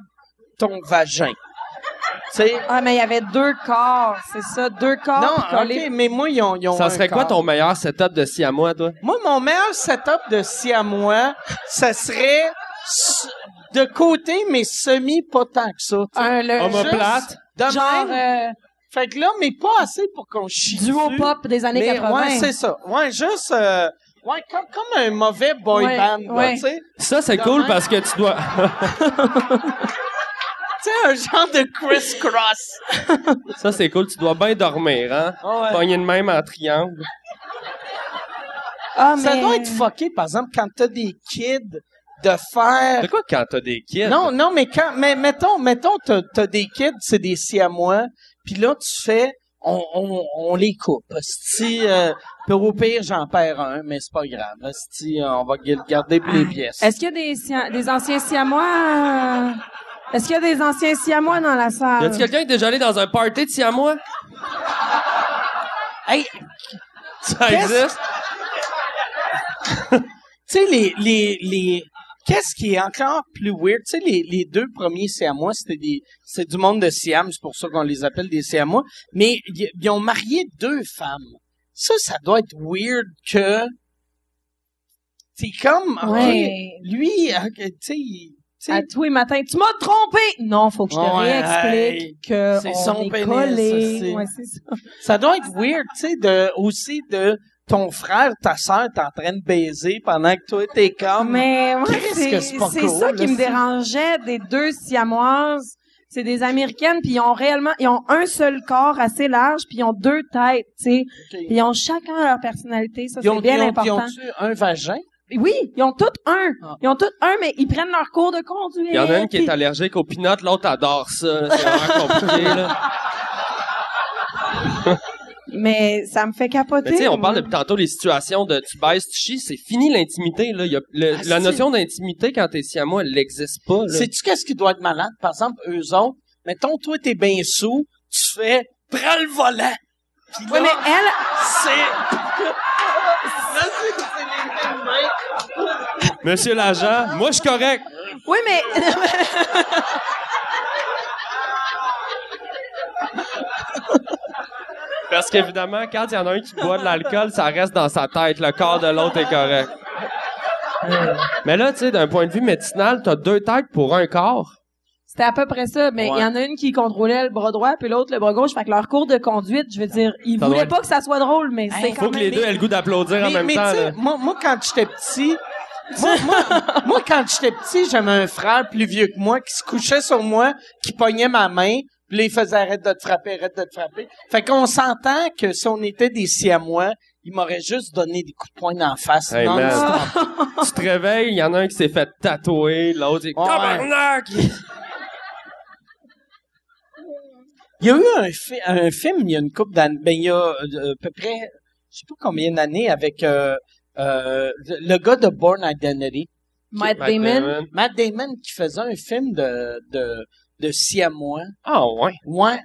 [SPEAKER 2] ton vagin. Tu sais?
[SPEAKER 3] Ah, mais il y avait deux corps, c'est ça, deux corps Ah, puis
[SPEAKER 2] Non,
[SPEAKER 3] collés.
[SPEAKER 2] OK, mais moi, ils ont, ils ont
[SPEAKER 4] Ça
[SPEAKER 2] un
[SPEAKER 4] serait quoi
[SPEAKER 2] corps.
[SPEAKER 4] ton meilleur setup de si à moi, toi
[SPEAKER 2] Moi, mon meilleur setup de si à moi, ça serait s- de côté, mais semi pas tant que ça. tu sais.
[SPEAKER 3] Un, le,
[SPEAKER 4] Omoplate.
[SPEAKER 2] De
[SPEAKER 3] genre
[SPEAKER 2] même.
[SPEAKER 3] euh,
[SPEAKER 2] Fait que là, mais pas assez pour qu'on chie
[SPEAKER 3] duo
[SPEAKER 2] dessus.
[SPEAKER 3] pop des années
[SPEAKER 2] Mais,
[SPEAKER 3] 80.
[SPEAKER 2] Ouais, c'est ça. Ouais, juste euh, ouais, comme, comme un mauvais boy
[SPEAKER 3] Ouais,
[SPEAKER 2] band, là,
[SPEAKER 3] ouais.
[SPEAKER 2] tu sais.
[SPEAKER 4] Ça c'est
[SPEAKER 2] De
[SPEAKER 4] cool
[SPEAKER 2] même.
[SPEAKER 4] parce que tu dois <laughs>
[SPEAKER 2] Tu sais, un genre de Chris Cross.
[SPEAKER 3] <laughs>
[SPEAKER 4] Ça c'est cool, tu dois bien dormir, hein.
[SPEAKER 2] Ah, Ouais.
[SPEAKER 4] Pogner de même en triangle.
[SPEAKER 3] Ah,
[SPEAKER 2] Ça
[SPEAKER 3] mais-
[SPEAKER 2] doit être fucké, par exemple, quand t'as des kids, de faire...
[SPEAKER 4] C'est quoi quand t'as des kids
[SPEAKER 2] Non, non, mais quand... Mais mettons, mettons, t'as t'as des kids, c'est des siamois, puis là, tu fais... On, on, on les coupe. Si, euh, puis au pire, j'en perds un, mais c'est pas grave. Si, on va le garder pour les pièces.
[SPEAKER 3] Ah, Est-ce qu'il y a des, sia- des anciens siamois? euh, Est-ce qu'il y a des anciens siamois dans la
[SPEAKER 4] Y
[SPEAKER 2] euh,
[SPEAKER 3] salle?
[SPEAKER 4] a-tu quelqu'un qui est déjà allé dans un party de si à moi
[SPEAKER 2] Hey,
[SPEAKER 4] Ça
[SPEAKER 2] Qu'est-ce-
[SPEAKER 4] existe
[SPEAKER 2] tu sais, les, les, les, qu'est-ce qui est encore plus weird? Tu sais, les, les deux premiers Siamois, c'était des, c'est du monde de Siam, c'est pour ça qu'on les appelle des Siamois. Mais y- ils ont marié deux femmes. Ça, ça doit être weird que, c'est comme, ok,
[SPEAKER 3] Ouais. Ah.
[SPEAKER 2] lui, ok, tu sais, il- tu sais,
[SPEAKER 3] À tous les matins, tu m'as trompé! Non, faut que je te
[SPEAKER 2] Ouais, hey,
[SPEAKER 3] réexplique que
[SPEAKER 2] c'est
[SPEAKER 3] on
[SPEAKER 2] son
[SPEAKER 3] est
[SPEAKER 2] pénis, ça,
[SPEAKER 3] collés.
[SPEAKER 2] c'est-
[SPEAKER 3] Ouais, c'est ça.
[SPEAKER 2] ça doit être weird, tu sais, de, aussi de, ton frère, ta sœur, t'es en train de baiser pendant que toi, t'es comme...
[SPEAKER 3] Mais moi,
[SPEAKER 2] Qu'est-ce
[SPEAKER 3] c'est
[SPEAKER 2] que c'est pas
[SPEAKER 3] c'est
[SPEAKER 2] cool,
[SPEAKER 3] ça qui
[SPEAKER 2] là,
[SPEAKER 3] me
[SPEAKER 2] c'est-
[SPEAKER 3] dérangeait des deux siamoises. C'est des américaines, puis ils ont réellement, ils ont un seul corps assez large, puis ils ont deux têtes, tu sais.
[SPEAKER 2] Ok.
[SPEAKER 3] Puis Ils ont chacun leur personnalité, ça
[SPEAKER 2] Ils ont-
[SPEAKER 3] c'est bien
[SPEAKER 2] ils ont- ils
[SPEAKER 3] important.
[SPEAKER 2] ont-tu un vagin?
[SPEAKER 3] Oui, ils ont toutes un.
[SPEAKER 2] Ah.
[SPEAKER 3] Ils ont toutes un, mais ils prennent leur cours de conduite.
[SPEAKER 4] Il y en a une qui
[SPEAKER 3] puis-
[SPEAKER 4] est allergique aux peanuts, l'autre adore ça. là.
[SPEAKER 2] <laughs>
[SPEAKER 4] C'est vraiment compliqué, là.
[SPEAKER 3] Mais ça me fait capoter.
[SPEAKER 4] Mais tu sais, on
[SPEAKER 3] moi.
[SPEAKER 4] parle depuis tantôt des situations de tu baisses, tu chies, c'est fini l'intimité, là. Il y a- le-
[SPEAKER 2] Ah,
[SPEAKER 4] la
[SPEAKER 2] si.
[SPEAKER 4] notion d'intimité quand t'es siamois, elle n'existe pas, là.
[SPEAKER 2] Sais-tu qu'est-ce qui doit être malade? Par exemple, eux autres, mettons, toi, t'es bien sous, tu fais « Prends le volant! » Puis
[SPEAKER 3] Ouais,
[SPEAKER 2] là,
[SPEAKER 3] mais elle,
[SPEAKER 2] c'est... <laughs> Là, c'est- c'est les mêmes mains.
[SPEAKER 4] Monsieur l'agent, moi, je suis correct.
[SPEAKER 3] oui, mais <laughs>
[SPEAKER 4] Parce qu'évidemment, quand il y en a un qui boit de l'alcool, ça reste dans sa tête. Le corps de l'autre est correct. Mais là, tu sais, d'un point de vue médicinal, t'as deux têtes pour un corps.
[SPEAKER 3] c'était à peu près ça. Mais il
[SPEAKER 2] Ouais.
[SPEAKER 3] y en a une qui contrôlait le bras droit, puis l'autre le bras gauche. Fait que leur cours de conduite, je veux dire, ils
[SPEAKER 4] Ça doit
[SPEAKER 3] voulaient
[SPEAKER 4] être-
[SPEAKER 3] pas que ça soit drôle, mais c'est
[SPEAKER 4] Faut
[SPEAKER 3] quand
[SPEAKER 4] que
[SPEAKER 3] même.
[SPEAKER 4] les deux aient le goût d'applaudir en
[SPEAKER 2] Mais,
[SPEAKER 4] même
[SPEAKER 2] mais
[SPEAKER 4] temps.
[SPEAKER 2] tu sais,
[SPEAKER 4] là.
[SPEAKER 2] moi, moi, quand j'étais petit... Moi, moi-
[SPEAKER 4] <laughs>
[SPEAKER 2] moi, quand j'étais petit, j'avais un frère plus vieux que moi qui se couchait sur moi, qui pognait ma main, puis là, il faisait « Arrête de te frapper, arrête de te frapper. » Fait qu'on s'entend que si on était des siamois, il m'aurait juste donné des coups de poing d'en face.
[SPEAKER 4] Hey,
[SPEAKER 2] non,
[SPEAKER 4] man.
[SPEAKER 2] non,
[SPEAKER 3] <laughs>
[SPEAKER 4] tu te réveilles, il y en a un qui s'est fait tatouer, l'autre est
[SPEAKER 2] Ouais.
[SPEAKER 4] Tabarnak!
[SPEAKER 2] Il y a eu un, fi- un film, il y a une couple d'années, ben, il y a euh, à peu près, je sais pas combien d'années, avec euh, euh, le gars de Born Identity,
[SPEAKER 3] Matt
[SPEAKER 4] Matt
[SPEAKER 3] Damon.
[SPEAKER 4] Damon.
[SPEAKER 2] Matt Damon, qui faisait un film de, de, de Siamois,
[SPEAKER 4] Ah ouais.
[SPEAKER 2] ouais,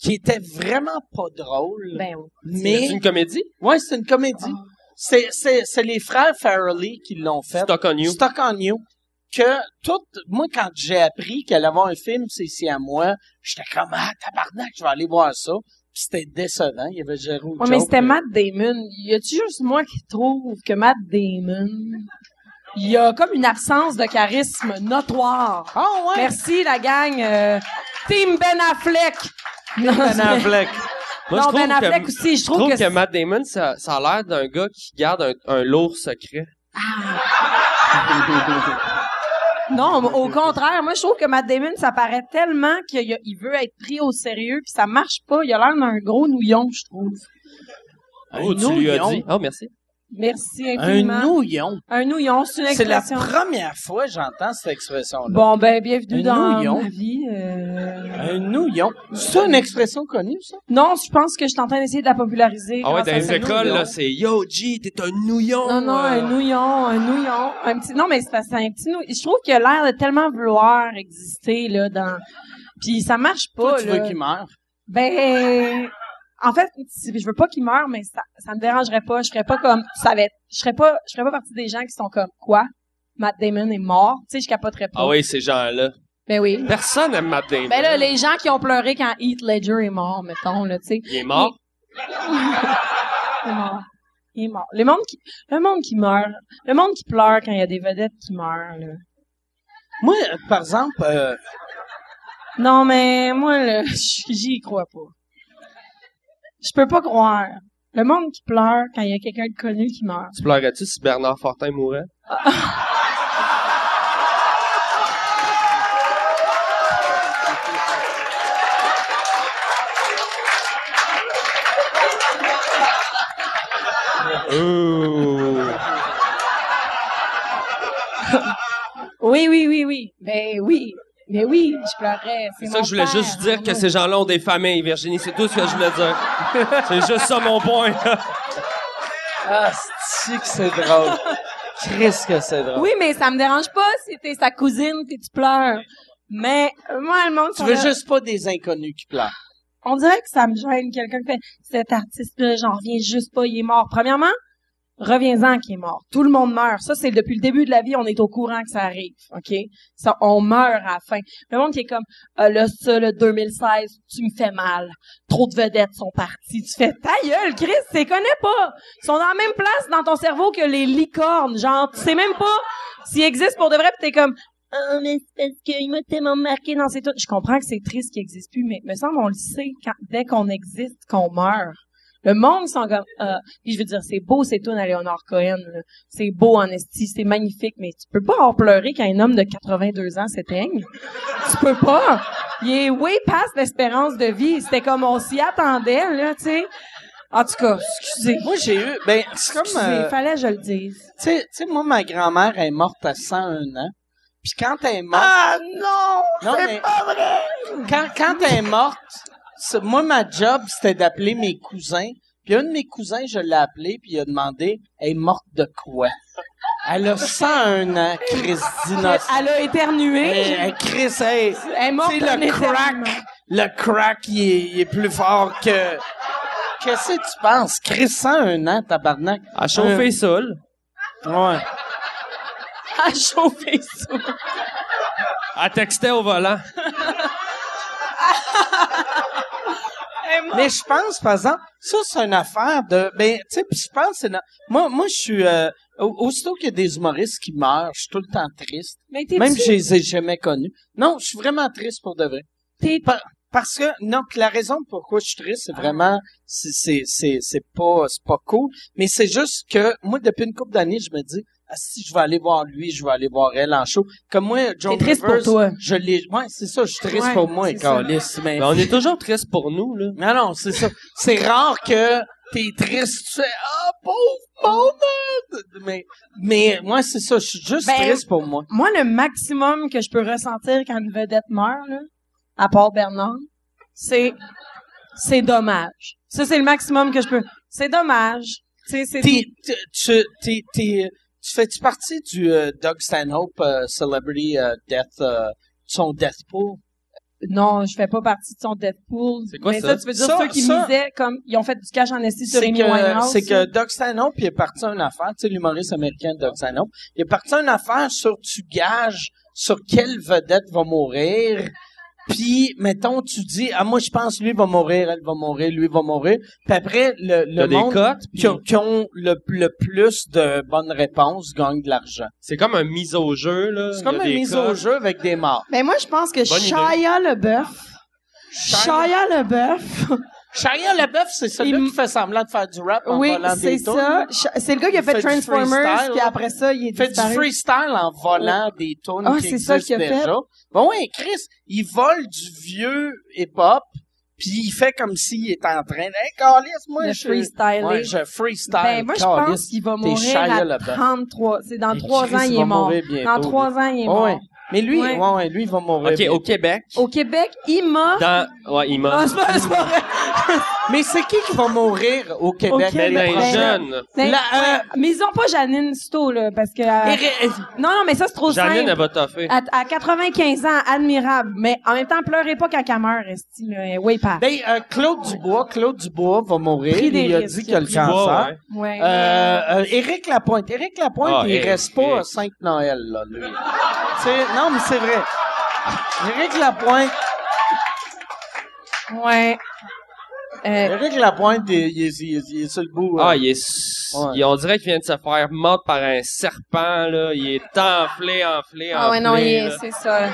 [SPEAKER 2] qui était vraiment pas drôle,
[SPEAKER 3] Ben oui.
[SPEAKER 4] C'est
[SPEAKER 2] mais
[SPEAKER 4] une Ah. comédie?
[SPEAKER 2] ouais, c'est une comédie. C'est, c'est, c'est les frères Farrelly qui l'ont fait.
[SPEAKER 4] Stock on you.
[SPEAKER 2] Stock on You. Que tout, moi, quand j'ai appris qu'elle allait avoir un film, c'est si à moi, j'étais comme, ah, tabarnak, je vais aller voir ça. Puis c'était décevant. Il y avait Jérôme.
[SPEAKER 3] Ouais, mais c'était Matt Damon. Y a-tu juste moi qui trouve que Matt Damon, il y a comme une absence de charisme notoire.
[SPEAKER 2] Ah, ouais.
[SPEAKER 3] Merci, la gang. euh, Team Ben Affleck. <laughs> Non,
[SPEAKER 2] Ben Affleck.
[SPEAKER 3] non,
[SPEAKER 4] Moi, je trouve
[SPEAKER 3] Ben Affleck
[SPEAKER 4] que,
[SPEAKER 3] aussi. Je
[SPEAKER 4] je
[SPEAKER 3] trouve,
[SPEAKER 4] trouve
[SPEAKER 3] que,
[SPEAKER 4] que
[SPEAKER 3] c'est-
[SPEAKER 4] Matt Damon, ça, ça a l'air d'un gars qui garde un, un lourd secret.
[SPEAKER 3] Non, mais au contraire. Moi, je trouve que Matt Damon, ça paraît tellement qu'il y a- il veut être pris au sérieux, puis ça marche pas. Il a l'air d'un gros nouillon, je trouve.
[SPEAKER 4] oh, tu lui as
[SPEAKER 2] nouillon.
[SPEAKER 4] dit. Oh, merci.
[SPEAKER 3] Merci
[SPEAKER 2] Un
[SPEAKER 3] infiniment.
[SPEAKER 2] nouillon.
[SPEAKER 3] Un nouillon, c'est une
[SPEAKER 2] C'est la
[SPEAKER 3] expression.
[SPEAKER 2] première fois que j'entends cette expression-là.
[SPEAKER 3] Bon, ben, bienvenue
[SPEAKER 2] Un
[SPEAKER 3] dans
[SPEAKER 2] nouillon.
[SPEAKER 3] ma vie. euh.
[SPEAKER 2] Un nouillon. C'est une expression connue, ça?
[SPEAKER 3] Non, je pense que je suis en train d'essayer de la populariser.
[SPEAKER 4] Ah ouais,
[SPEAKER 3] grâce
[SPEAKER 4] dans
[SPEAKER 3] à
[SPEAKER 4] les
[SPEAKER 3] ça.
[SPEAKER 4] écoles, là, c'est Yo, G, t'es un nouillon.
[SPEAKER 3] Non, non,
[SPEAKER 4] euh.
[SPEAKER 3] un nouillon, un nouillon, un petit. Non, mais c'est parce que c'est un petit nouillon. Je trouve qu'il a l'air de tellement vouloir exister là dans. Puis ça marche pas
[SPEAKER 2] Toi, tu veux
[SPEAKER 3] là.
[SPEAKER 2] qu'il meure.
[SPEAKER 3] Ben, en fait, si- je veux pas qu'il meure, mais ça, ça me dérangerait pas. Je serais pas comme ça va être. Je serais pas, je serais pas partie des gens qui sont comme quoi. Matt Damon est mort. Tu sais, je capoterais pas.
[SPEAKER 4] Ah oui, ces gens-là.
[SPEAKER 3] Ben oui.
[SPEAKER 4] Personne aime Matt Damon.
[SPEAKER 3] Ben là, les gens qui ont pleuré quand Heath Ledger est mort, mettons là, tu sais.
[SPEAKER 4] Il est mort.
[SPEAKER 3] Il est mort. Il est mort. Le monde qui, le monde qui meurt. Le monde qui pleure quand il y a des vedettes qui meurent, là.
[SPEAKER 2] Moi, euh, par exemple, euh,
[SPEAKER 3] Non, mais moi, là, <laughs> j'y crois pas. Je peux pas croire. Le monde qui pleure quand il y a quelqu'un de connu qui meurt.
[SPEAKER 4] Tu pleurais-tu si Bernard Fortin mourait? Ouh.
[SPEAKER 3] Oui, oui, oui, oui. Ben oui. Ben oui, je pleurais.
[SPEAKER 4] C'est ça que je voulais juste dire que ces gens-là ont des familles, Virginie. C'est tout ce que je voulais dire. <laughs> C'est juste ça mon point.
[SPEAKER 2] ah, c'est que c'est drôle.
[SPEAKER 3] <laughs>
[SPEAKER 2] Chris que c'est drôle.
[SPEAKER 3] Oui, mais ça me dérange pas si t'es sa cousine puis tu pleures. Mais moi, le monde...
[SPEAKER 2] Tu
[SPEAKER 3] sont
[SPEAKER 2] veux
[SPEAKER 3] là-
[SPEAKER 2] juste pas des inconnus qui pleurent.
[SPEAKER 3] On dirait que ça me gêne quelqu'un qui fait cet artiste-là, j'en reviens juste pas, il est mort. Premièrement, reviens-en qui est mort. Tout le monde meurt. Ça, c'est depuis le début de la vie, on est au courant que ça arrive, OK? Ça, on meurt à la fin. Le monde qui est comme, euh, là, ça, le 2016, tu me fais mal. Trop de vedettes sont parties. Tu fais, ta gueule, Chris, tu les connais pas. Ils sont dans la même place dans ton cerveau que les licornes. Genre, tu sais même pas s'ils existent pour de vrai, pis t'es comme, ah, mais c'est parce qu'il m'a tellement marqué dans ses trucs. Je comprends que c'est triste qu'il existe plus, mais me semble on le sait quand, dès qu'on existe qu'on meurt. Le monde sont comme ah. Puis je veux dire, c'est beau ces tunes à Léonard Cohen. là. C'est beau en esti, c'est magnifique, mais tu peux pas en pleurer quand un homme de 82 ans s'éteigne. tu peux pas. Il est way past l'espérance de vie. C'était comme on s'y attendait, là, tu sais. En tout cas, excusez.
[SPEAKER 2] Moi, j'ai eu, ben, c'est comme,
[SPEAKER 3] Excusez,
[SPEAKER 2] euh,
[SPEAKER 3] fallait que je le dise.
[SPEAKER 2] tu sais- tu sais, moi, ma grand-mère elle est morte à 101 ans. Puis quand elle est morte.
[SPEAKER 8] Ah non!
[SPEAKER 2] Non, mais- Quand, quand elle est morte, c'est- moi, ma job, c'était d'appeler mes cousins. Puis un de mes cousins, je l'ai appelé, puis il a demandé Elle est morte de quoi Elle a 101 ans, Chris d'innocent.
[SPEAKER 3] Elle a éternué.
[SPEAKER 2] Hey, hey, Chris, hey,
[SPEAKER 3] Elle est morte
[SPEAKER 2] tu sais,
[SPEAKER 3] d'un
[SPEAKER 2] le
[SPEAKER 3] éternuement.
[SPEAKER 2] crack, le crack, il est, il est plus fort que. Qu'est-ce que tu penses? Chris, 101 an, tabarnak.
[SPEAKER 4] À chauffer ça, là.
[SPEAKER 2] Ouais.
[SPEAKER 3] à chauffer ça.
[SPEAKER 4] À texter au volant.
[SPEAKER 2] Mais je pense, par exemple, ça, c'est une affaire de. Ben, tu sais, puis je pense, que c'est. na- Moi, moi, je suis. euh, au- aussitôt qu'il y a des humoristes qui meurent, je suis tout le temps triste.
[SPEAKER 3] Mais
[SPEAKER 2] Même
[SPEAKER 3] t'es-tu-
[SPEAKER 2] si je les ai jamais connus. Non, je suis vraiment triste pour de vrai.
[SPEAKER 3] t'es-
[SPEAKER 2] Par- parce que non, puis la raison pourquoi je suis triste,
[SPEAKER 3] Ah.
[SPEAKER 2] c'est vraiment c'est c'est c'est c'est pas c'est pas cool, mais c'est juste que moi depuis une couple d'années, je me dis ah, si je vais aller voir lui, je vais aller voir elle en show. Comme moi, John
[SPEAKER 3] T'es triste pour
[SPEAKER 2] Rivers,
[SPEAKER 3] toi.
[SPEAKER 2] je l'ai ouais, c'est ça, je suis triste
[SPEAKER 3] Ouais,
[SPEAKER 2] pour moi,
[SPEAKER 3] c'est ça.
[SPEAKER 2] câlisse, mais
[SPEAKER 4] Mais Ben, on est toujours triste pour nous, là.
[SPEAKER 2] non non, c'est ça. C'est rare que t'es triste, tu fais ah pauvre monde. Mais mais moi c'est ça, je suis juste
[SPEAKER 3] Ben,
[SPEAKER 2] triste pour moi.
[SPEAKER 3] Moi, le maximum que je peux ressentir quand une vedette meurt, là, à part Bernard, c'est c'est dommage. Ça, c'est le maximum que je peux. C'est dommage. Tu sais, c'est
[SPEAKER 2] T'es- t'es- tu, t'es- t'es- tu fais-tu partie du euh, Doug Stanhope euh, Celebrity euh, Death, euh, son Death Pool?
[SPEAKER 3] tout. Non, je fais pas partie de son Deadpool.
[SPEAKER 4] C'est quoi
[SPEAKER 3] Mais
[SPEAKER 4] ça?
[SPEAKER 3] ça, tu veux dire
[SPEAKER 2] Ça,
[SPEAKER 3] ceux qui
[SPEAKER 2] ça-
[SPEAKER 3] misaient comme ils ont fait du cash en esti sur
[SPEAKER 2] C'est
[SPEAKER 3] Amy
[SPEAKER 2] que,
[SPEAKER 3] Winehouse.
[SPEAKER 2] c'est que
[SPEAKER 3] là.
[SPEAKER 2] Doug Stanhope il est parti à une affaire, tu sais, l'humoriste américain Doug Stanhope, il est parti à une affaire sur tu gages sur quelle vedette va mourir, puis, mettons, tu dis, ah, moi, je pense, lui va mourir, elle va mourir, lui va mourir, puis après, le,
[SPEAKER 4] Il y a
[SPEAKER 2] le
[SPEAKER 4] des
[SPEAKER 2] monde
[SPEAKER 4] cotes. puis
[SPEAKER 2] qui, ont- qui ont le, le plus de bonnes réponses gagne de l'argent.
[SPEAKER 4] C'est comme un mise au jeu, là.
[SPEAKER 2] C'est
[SPEAKER 4] Il y a
[SPEAKER 2] comme une
[SPEAKER 4] des
[SPEAKER 2] mise
[SPEAKER 4] cotes.
[SPEAKER 2] au jeu avec des morts.
[SPEAKER 8] Mais moi, je pense que
[SPEAKER 4] Bonne idée.
[SPEAKER 8] Shia LeBeouf,
[SPEAKER 2] Shia-
[SPEAKER 8] Shia LeBeouf,
[SPEAKER 2] Shia LaBeouf, c'est celui qui fait semblant de faire du rap en
[SPEAKER 8] oui,
[SPEAKER 2] volant des
[SPEAKER 8] c'est
[SPEAKER 2] tunes.
[SPEAKER 8] ça. Sh- C'est le gars qui a
[SPEAKER 2] Il
[SPEAKER 8] fait,
[SPEAKER 2] fait du
[SPEAKER 8] Transformers,
[SPEAKER 2] freestyle,
[SPEAKER 8] puis
[SPEAKER 2] là.
[SPEAKER 8] après ça, il est
[SPEAKER 2] Il fait du
[SPEAKER 8] disparu.
[SPEAKER 2] freestyle en volant des tunes
[SPEAKER 8] Ah,
[SPEAKER 2] qui
[SPEAKER 8] c'est ça
[SPEAKER 2] existent
[SPEAKER 8] qu'il a fait.
[SPEAKER 2] déjà. Bon, oui, Chris, il vole du vieux hip-hop, puis il fait comme s'il était en train de... Hey, calisse, moi,
[SPEAKER 3] Le
[SPEAKER 2] je...
[SPEAKER 3] freestyler.
[SPEAKER 2] Ouais, je freestyle,
[SPEAKER 3] Ben, moi, je
[SPEAKER 2] calisse.
[SPEAKER 3] pense qu'il va mourir
[SPEAKER 2] Shia
[SPEAKER 3] à
[SPEAKER 2] LaBeouf.
[SPEAKER 3] 33. C'est dans
[SPEAKER 2] Et
[SPEAKER 3] trois
[SPEAKER 2] Chris
[SPEAKER 3] ans, il
[SPEAKER 2] va
[SPEAKER 3] est mort.
[SPEAKER 2] mourir bientôt, Oh,
[SPEAKER 3] Dans trois ans, il est mort.
[SPEAKER 2] Ouais. Mais lui,
[SPEAKER 3] Ouais.
[SPEAKER 2] ouais, ouais, lui, il va mourir.
[SPEAKER 4] OK, au Québec.
[SPEAKER 3] Au Québec, il m'a... <laughs>
[SPEAKER 4] Dans... Ouais, il
[SPEAKER 3] Ah,
[SPEAKER 4] m'a...
[SPEAKER 3] c'est pas- c'est pas vrai.
[SPEAKER 2] Mais c'est qui qui va mourir au Québec?
[SPEAKER 3] Au Québec.
[SPEAKER 4] Ben,
[SPEAKER 3] Ben,
[SPEAKER 4] jeune.
[SPEAKER 3] Mais-
[SPEAKER 2] La- euh,
[SPEAKER 3] Mais ils ont pas Janine Sto, là, parce que... euh,
[SPEAKER 2] Éric-
[SPEAKER 3] Non, non, mais ça, c'est trop
[SPEAKER 4] Janine, elle
[SPEAKER 3] simple.
[SPEAKER 4] va toffer.
[SPEAKER 3] À, à 95 ans, admirable. Mais en même temps, pleurez pas quand elle meurt, esti, là. Elle est Way pas.
[SPEAKER 2] Ben, euh, Claude Dubois, Claude Dubois va mourir.
[SPEAKER 3] Pris des
[SPEAKER 2] Il a
[SPEAKER 3] risques,
[SPEAKER 2] dit
[SPEAKER 3] il
[SPEAKER 2] qu'il
[SPEAKER 3] a
[SPEAKER 2] a le
[SPEAKER 3] pris-
[SPEAKER 2] cancer.
[SPEAKER 4] Ouais.
[SPEAKER 3] Ouais.
[SPEAKER 2] Euh, euh, Éric Lapointe. Éric Lapointe,
[SPEAKER 4] Ah,
[SPEAKER 2] il
[SPEAKER 4] Éric,
[SPEAKER 2] reste pas
[SPEAKER 4] Éric.
[SPEAKER 2] à 5 Noël, là, lui. C'est- non, mais c'est vrai. Éric Lapointe,
[SPEAKER 3] Ouais. Euh,
[SPEAKER 2] Éric Lapointe, il, il est- il est- il est sur le bout.
[SPEAKER 4] Ah,
[SPEAKER 2] euh.
[SPEAKER 4] il est... s-
[SPEAKER 2] Ouais.
[SPEAKER 4] il- On dirait qu'il vient de se faire mordre par un serpent, là. Il est enflé, enflé, enflé.
[SPEAKER 3] ah ouais, non, il est-
[SPEAKER 4] là.
[SPEAKER 3] c'est ça.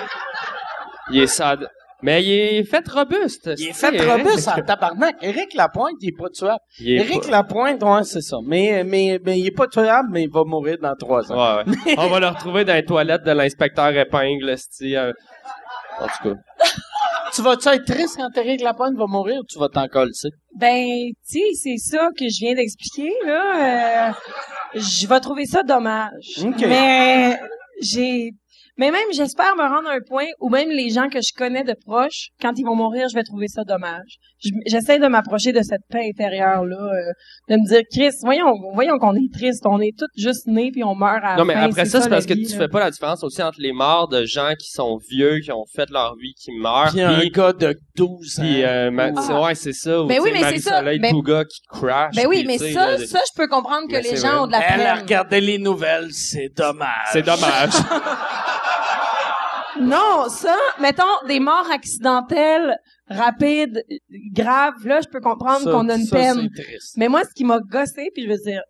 [SPEAKER 4] Il est sad. Mais il est fait robuste.
[SPEAKER 2] il est
[SPEAKER 4] c'est
[SPEAKER 2] fait
[SPEAKER 4] vrai.
[SPEAKER 2] robuste en tabarnak. Éric Lapointe, il est pas tuable.
[SPEAKER 4] Il est
[SPEAKER 2] Éric Lapointe, ouais, c'est ça. Mais, mais, mais il est pas tuable, mais il va mourir dans 3 ans.
[SPEAKER 4] pas- Ouais,
[SPEAKER 2] <laughs>
[SPEAKER 4] ouais. On va le retrouver dans les toilettes de l'inspecteur épingle, c'ti, euh. En tout cas. Ah.
[SPEAKER 2] Tu vas-tu être triste quand Éric Lapointe va mourir ou tu vas t'en coller?
[SPEAKER 3] Ben, tu sais, c'est ça que je viens d'expliquer, là. Euh, je vais trouver ça dommage.
[SPEAKER 2] Ok.
[SPEAKER 3] Mais j'ai... Mais même, j'espère me rendre à un point où même les gens que je connais de proche, quand ils vont mourir, je vais trouver ça dommage. Je- J'essaie de m'approcher de cette paix intérieure-là, euh, de me dire, Chris, voyons, voyons qu'on est triste, on est tous juste nés puis on meurt à la
[SPEAKER 4] Non, mais
[SPEAKER 3] fin,
[SPEAKER 4] après ça, c'est
[SPEAKER 3] ben, la
[SPEAKER 4] parce que
[SPEAKER 3] vie,
[SPEAKER 4] tu
[SPEAKER 3] là.
[SPEAKER 4] fais pas la différence aussi entre les morts de gens qui sont vieux, qui ont fait leur vie, qui meurent,
[SPEAKER 2] Puis un
[SPEAKER 4] puis...
[SPEAKER 2] gars de 12 ans.
[SPEAKER 4] euh, Puis, euh, ma-
[SPEAKER 3] Ah.
[SPEAKER 4] ouais, c'est ça. ou,
[SPEAKER 9] Ben
[SPEAKER 4] tu
[SPEAKER 9] oui,
[SPEAKER 4] sais,
[SPEAKER 9] mais c'est ça.
[SPEAKER 4] Marie-Soleil
[SPEAKER 9] Ben-
[SPEAKER 4] Pouga qui crash.
[SPEAKER 9] Ben oui,
[SPEAKER 4] puis,
[SPEAKER 9] mais
[SPEAKER 4] tu sais,
[SPEAKER 9] ça,
[SPEAKER 4] là,
[SPEAKER 9] ça, je peux comprendre que
[SPEAKER 4] Mais
[SPEAKER 9] les
[SPEAKER 4] c'est
[SPEAKER 9] gens
[SPEAKER 4] vrai.
[SPEAKER 9] ont de la
[SPEAKER 2] Elle a
[SPEAKER 9] peine.
[SPEAKER 2] regardé les nouvelles, c'est dommage.
[SPEAKER 4] C'est dommage.
[SPEAKER 3] Non, ça, mettons, des morts accidentelles, rapides, euh, graves, là, je peux comprendre qu'on a une
[SPEAKER 2] ça,
[SPEAKER 3] peine.
[SPEAKER 2] c'est triste.
[SPEAKER 3] Mais moi, ce qui m'a gossé, puis je veux dire,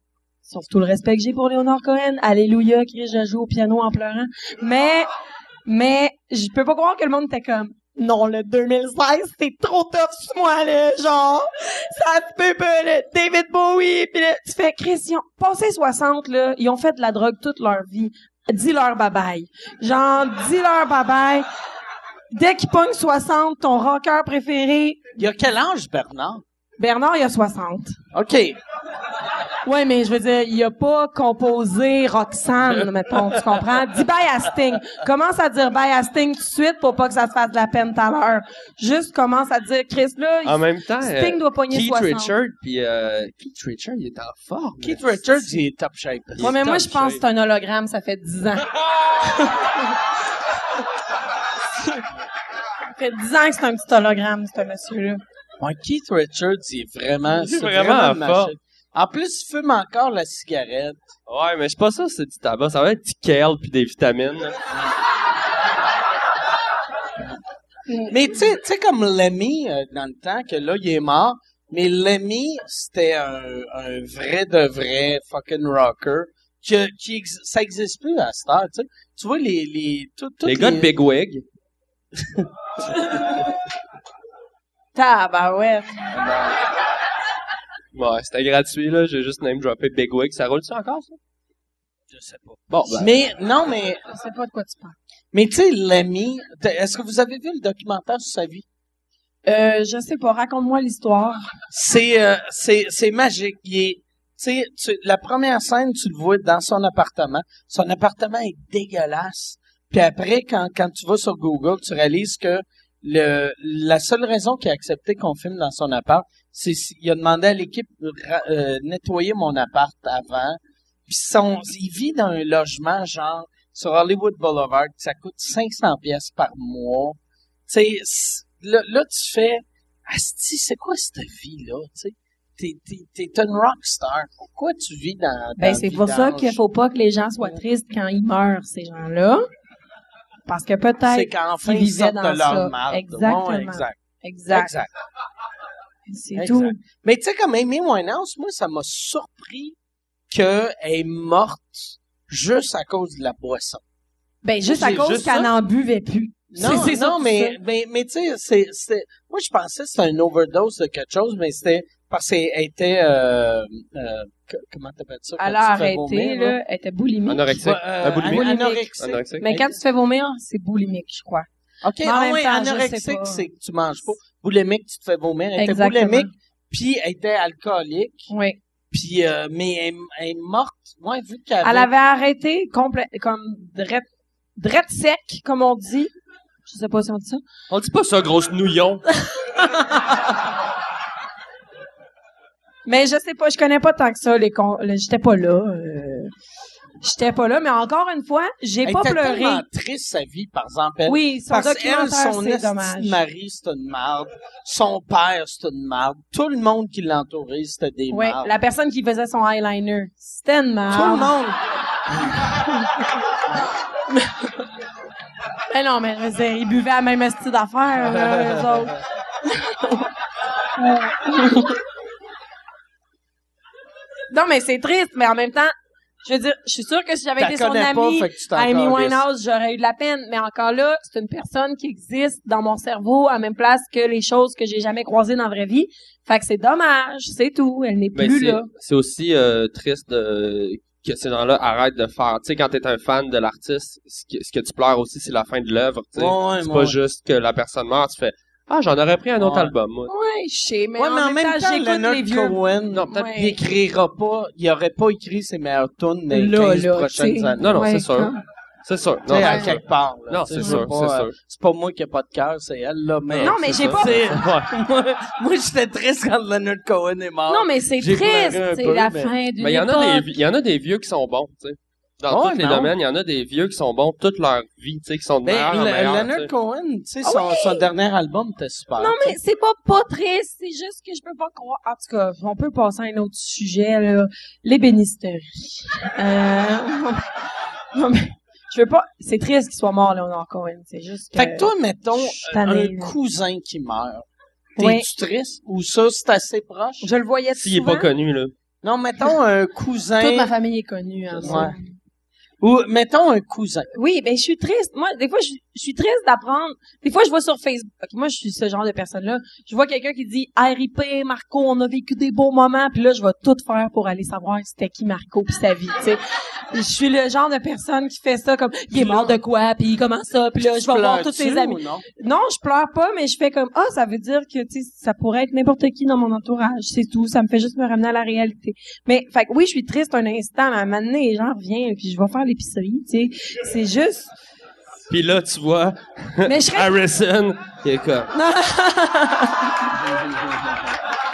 [SPEAKER 3] sauf tout le respect que j'ai pour Léonard Cohen, alléluia, Chris, je joue au piano en pleurant, mais, mais, je peux pas croire que le monde était comme, non, le 2016, c'est trop tough sur moi, là, genre, ça se peut pas, là, David Bowie, puis là, tu fais, Chris, ils ont passé 60, là, ils ont fait de la drogue toute leur vie, dis-leur bye-bye, genre, dis-leur bye-bye, dès qu'ils pognent 60, ton rocker préféré,
[SPEAKER 2] Il y a quel âge, Bernard?
[SPEAKER 3] Bernard, il a 60.
[SPEAKER 2] OK.
[SPEAKER 3] Ouais, mais je veux dire, il a pas composé Roxane, mettons, tu comprends? Dis bye à Sting. Commence à dire bye à Sting tout de suite pour pas que ça te fasse de la peine tout à l'heure. Juste commence à dire, Chris, là, il-
[SPEAKER 4] en même temps, euh,
[SPEAKER 3] Sting doit pogner
[SPEAKER 4] Keith
[SPEAKER 3] 60.
[SPEAKER 4] Richard, puis euh, Keith Richard, il est en forme.
[SPEAKER 2] Keith Richards, il est top shape.
[SPEAKER 3] Ouais, mais moi, je pense que c'est un hologramme, ça fait 10 ans. ça fait 10 ans que c'est un petit hologramme, ce monsieur-là.
[SPEAKER 2] Ouais, Keith Richards, il est vraiment,
[SPEAKER 4] Il est
[SPEAKER 2] c'est
[SPEAKER 4] vraiment
[SPEAKER 2] vraiment
[SPEAKER 4] en
[SPEAKER 2] une machine.
[SPEAKER 4] forme.
[SPEAKER 2] En plus, il fume encore la cigarette.
[SPEAKER 4] Ouais, mais je suis pas sûr que c'est du tabac. Ça va être du kale puis des vitamines. là.
[SPEAKER 2] Mais tu sais, tu sais, comme Lemmy, euh, dans le temps, que là, il est mort, mais Lemmy, c'était un, un vrai de vrai fucking rocker. Que, qui ex- ça existe plus à cette heure, tu sais. Tu vois, les... Les, tout- toutes
[SPEAKER 4] Les gars de Big Wig.
[SPEAKER 3] Tabarouette.
[SPEAKER 4] Ouais, c'était gratuit, là. J'ai juste name droppé Big Wig. Ça roule-tu encore, ça?
[SPEAKER 2] Je sais pas.
[SPEAKER 4] Bon, ben.
[SPEAKER 2] Mais, non, mais...
[SPEAKER 3] Je sais pas de quoi tu parles.
[SPEAKER 2] Mais tu sais, Lemmy... t- Est-ce que vous avez vu le documentaire sur sa vie?
[SPEAKER 3] Euh, je sais pas, raconte-moi l'histoire.
[SPEAKER 2] C'est euh, c'est c'est magique. Il est, tu sais, tu- la première scène, tu le vois dans son appartement. Son appartement est dégueulasse. Puis après, quand, quand tu vas sur Google, tu réalises que le la seule raison qu'il a accepté qu'on filme dans son appart, c'est qu'il a demandé à l'équipe de ra- euh, nettoyer mon appart avant. Puis son, il vit dans un logement genre sur Hollywood Boulevard, ça coûte 500 pièces par mois. Tu sais, c'est- là, là, tu fais Asti, c'est quoi cette vie-là? tu sais? T'es, t'es, t'es une rockstar. Pourquoi tu vis dans. dans
[SPEAKER 3] Ben,
[SPEAKER 2] le
[SPEAKER 3] c'est pour ça
[SPEAKER 2] vidange?
[SPEAKER 3] qu'il faut pas que les gens soient tristes quand ils meurent, ces gens-là. Parce que
[SPEAKER 2] C'est
[SPEAKER 3] peut-être.
[SPEAKER 2] qu'enfin,
[SPEAKER 3] qu'ils
[SPEAKER 2] ils
[SPEAKER 3] vivaient
[SPEAKER 2] sortent
[SPEAKER 3] dans
[SPEAKER 2] de
[SPEAKER 3] ça.
[SPEAKER 2] leur marde.
[SPEAKER 3] Exactement.
[SPEAKER 2] Ouais, exact.
[SPEAKER 3] Exact.
[SPEAKER 2] Exact.
[SPEAKER 3] C'est
[SPEAKER 2] exact.
[SPEAKER 3] tout.
[SPEAKER 2] Mais tu sais, comme Amy Winehouse, moi, ça m'a surpris qu'elle est morte juste à cause de la boisson.
[SPEAKER 3] Ben, juste à
[SPEAKER 2] C'est
[SPEAKER 3] cause
[SPEAKER 2] juste
[SPEAKER 3] qu'elle
[SPEAKER 2] ça?
[SPEAKER 3] n'en buvait plus.
[SPEAKER 2] Non,
[SPEAKER 3] <laughs> C'est- c'est ça,
[SPEAKER 2] non,
[SPEAKER 3] tout
[SPEAKER 2] mais,
[SPEAKER 3] ça.
[SPEAKER 2] mais, mais tu sais, c'est, c'est, moi, je pensais que c'était une overdose de quelque chose, mais c'était parce qu'elle était, euh, euh, que- comment t'appelles ça? quand
[SPEAKER 3] Elle
[SPEAKER 2] tu
[SPEAKER 3] a
[SPEAKER 2] te fais
[SPEAKER 3] arrêté,
[SPEAKER 2] vomir,
[SPEAKER 3] là. Elle était boulimique.
[SPEAKER 4] Anorexique.
[SPEAKER 2] Ouais, euh,
[SPEAKER 4] Un boulimique.
[SPEAKER 2] an-
[SPEAKER 3] Boulimique.
[SPEAKER 2] anorexique.
[SPEAKER 4] Anorexique.
[SPEAKER 3] Mais quand tu te fais vomir, c'est boulimique, je crois.
[SPEAKER 2] OK,
[SPEAKER 3] Mais en
[SPEAKER 2] ah
[SPEAKER 3] même
[SPEAKER 2] ouais,
[SPEAKER 3] temps, je sais pas.
[SPEAKER 2] anorexique, c'est que tu manges pas. Boulimique, tu te fais vomir. Elle était
[SPEAKER 3] Exactement.
[SPEAKER 2] boulimique, puis elle était alcoolique,
[SPEAKER 3] Oui.
[SPEAKER 2] puis euh, mais elle, elle est morte. Moi, vu qu'elle
[SPEAKER 3] Elle avait arrêté complè- comme drette, drette sec, comme on dit. Je sais pas si on dit ça.
[SPEAKER 4] On dit pas ça, grosse
[SPEAKER 3] <laughs>
[SPEAKER 4] nouillon.
[SPEAKER 3] Mais je sais pas, je connais pas tant que ça les con... le- j'étais pas là. euh, J'étais pas là, mais encore une fois, j'ai
[SPEAKER 2] elle
[SPEAKER 3] pas
[SPEAKER 2] était
[SPEAKER 3] pleuré.
[SPEAKER 2] tellement triste, sa vie, par exemple. Elle.
[SPEAKER 3] Oui, son
[SPEAKER 2] Parce qu'elle,
[SPEAKER 3] documentaire,
[SPEAKER 2] son
[SPEAKER 3] c'est
[SPEAKER 2] esti de
[SPEAKER 3] dommage.
[SPEAKER 2] mari, c'est une marde. Son père, c'est une marde. Tout le monde qui l'entourait, c'était des
[SPEAKER 3] Ouais,
[SPEAKER 2] mardes.
[SPEAKER 3] la personne qui faisait son eyeliner, c'était une
[SPEAKER 2] Tout le
[SPEAKER 3] marde.
[SPEAKER 2] monde.
[SPEAKER 3] Mais Ah, non, mais je veux dire, ils buvaient la même esti
[SPEAKER 2] <laughs>
[SPEAKER 3] d'affaires, là, eux autres. non, mais c'est triste, mais en même temps, je veux dire, je suis sûre que si j'avais
[SPEAKER 2] T'as
[SPEAKER 3] été son
[SPEAKER 2] connais pas,
[SPEAKER 3] amie,
[SPEAKER 2] fait que tu t'en
[SPEAKER 3] Amy
[SPEAKER 2] calisses.
[SPEAKER 3] Winehouse, j'aurais eu de la peine, mais encore là, c'est une personne qui existe dans mon cerveau à même place que les choses que j'ai jamais croisées dans la vraie vie. Fait que c'est dommage, c'est tout. Elle n'est
[SPEAKER 4] Ben,
[SPEAKER 3] plus
[SPEAKER 4] c'est-
[SPEAKER 3] là.
[SPEAKER 4] C'est aussi euh, triste euh, que ces gens-là arrêtent de faire. Tu sais, quand t'es un fan de l'artiste, ce que, ce que tu pleures aussi, c'est la fin de l'œuvre. tu sais.
[SPEAKER 2] Ouais, ouais,
[SPEAKER 4] c'est
[SPEAKER 2] ouais,
[SPEAKER 4] pas
[SPEAKER 2] ouais.
[SPEAKER 4] juste que la personne meurt, tu fais Ah, j'en aurais pris un autre
[SPEAKER 2] Ouais.
[SPEAKER 4] album, moi.
[SPEAKER 3] Ouais, je sais, mais,
[SPEAKER 2] Ouais,
[SPEAKER 3] en, même temps, j'écoute
[SPEAKER 2] Leonard
[SPEAKER 3] les vieux.
[SPEAKER 2] Cohen,
[SPEAKER 4] Non, peut-être
[SPEAKER 3] Ouais.
[SPEAKER 2] il écrira pas, il aurait pas écrit ses meilleures tunes dans les
[SPEAKER 3] Là,
[SPEAKER 2] 15
[SPEAKER 3] là, tu
[SPEAKER 2] prochaines
[SPEAKER 3] sais.
[SPEAKER 2] années.
[SPEAKER 4] Non, non,
[SPEAKER 3] Ouais,
[SPEAKER 4] c'est sûr.
[SPEAKER 3] comme-
[SPEAKER 4] C'est sûr.
[SPEAKER 2] Tu
[SPEAKER 4] Non,
[SPEAKER 2] sais,
[SPEAKER 4] c'est
[SPEAKER 2] à
[SPEAKER 4] sûr.
[SPEAKER 2] quelque part. là.
[SPEAKER 4] Non,
[SPEAKER 2] Tu sais,
[SPEAKER 4] c'est sûr,
[SPEAKER 2] pas,
[SPEAKER 4] c'est
[SPEAKER 2] euh,
[SPEAKER 4] sûr.
[SPEAKER 2] C'est pas moi qui ai pas de cœur, c'est elle, là, mais.
[SPEAKER 3] Non, mais j'ai pas-
[SPEAKER 2] C'est- <laughs> moi, moi, j'étais triste quand Leonard Cohen est mort.
[SPEAKER 3] Non, mais c'est
[SPEAKER 2] J'ai pleuré
[SPEAKER 3] triste,
[SPEAKER 2] un
[SPEAKER 3] c'est
[SPEAKER 2] peu,
[SPEAKER 3] la
[SPEAKER 2] mais-
[SPEAKER 3] fin d'une
[SPEAKER 4] Mais Ben, il y en a
[SPEAKER 3] époque.
[SPEAKER 4] des, il y en a des vieux qui sont bons, tu sais. Dans
[SPEAKER 2] Ouais,
[SPEAKER 4] tous les
[SPEAKER 2] non.
[SPEAKER 4] domaines, il y en a des vieux qui sont bons toute leur vie, tu sais, qui sont de
[SPEAKER 2] Mais Ben,
[SPEAKER 4] meilleurs en
[SPEAKER 2] Le-
[SPEAKER 4] meilleurs, tu
[SPEAKER 2] Leonard
[SPEAKER 4] sais.
[SPEAKER 2] Cohen, tu sais,
[SPEAKER 3] Ah
[SPEAKER 2] son,
[SPEAKER 3] oui!
[SPEAKER 2] son dernier album était super.
[SPEAKER 3] Non, mais c'est pas pas triste, c'est juste que je peux pas croire. En tout cas, on peut passer à un autre sujet, là. L'ébénisterie. Euh... <laughs> non, mais je veux pas... C'est triste qu'il soit mort, Léonard Cohen. C'est juste que...
[SPEAKER 2] Fait que toi, mettons,
[SPEAKER 3] je suis
[SPEAKER 2] euh, un
[SPEAKER 3] tannée, là.
[SPEAKER 2] cousin qui meurt. T'es-tu
[SPEAKER 3] Oui.
[SPEAKER 2] triste? Ou ça, c'est assez proche?
[SPEAKER 3] Je le voyais
[SPEAKER 4] S'il est
[SPEAKER 3] souvent.
[SPEAKER 4] pas connu, là.
[SPEAKER 2] Non, <laughs> mettons un
[SPEAKER 3] Toute ma
[SPEAKER 2] cousin.
[SPEAKER 3] famille est connue. hein, ça.
[SPEAKER 2] Ouais. Ou, mettons un cousin.
[SPEAKER 3] Oui, ben je suis triste. Moi, des fois, je, je suis triste d'apprendre. Des fois, je vois sur Facebook. ok, moi, je suis ce genre de personne-là. Je vois quelqu'un qui dit R.I.P. Marco, on a vécu des beaux moments. Puis là, je vais tout faire pour aller savoir c'était qui Marco puis sa vie. Tu sais, je suis le genre de personne qui fait ça comme il est mort de quoi puis comment ça. Puis là, je vais voir tous ses amis.
[SPEAKER 2] Non?
[SPEAKER 3] Non, je pleure pas, mais je fais comme ah, ça veut dire que tu sais, ça pourrait être n'importe qui dans mon entourage, c'est tout. Ça me fait juste me ramener à la réalité. Mais fait que oui, je suis triste un instant, mais à un moment donné, j'en reviens puis je vais faire l'épicerie, tu sais. C'est juste.
[SPEAKER 4] Puis là, tu vois,
[SPEAKER 3] Mais je
[SPEAKER 4] Ah.
[SPEAKER 3] serais
[SPEAKER 4] Harrison, il est comme... ben,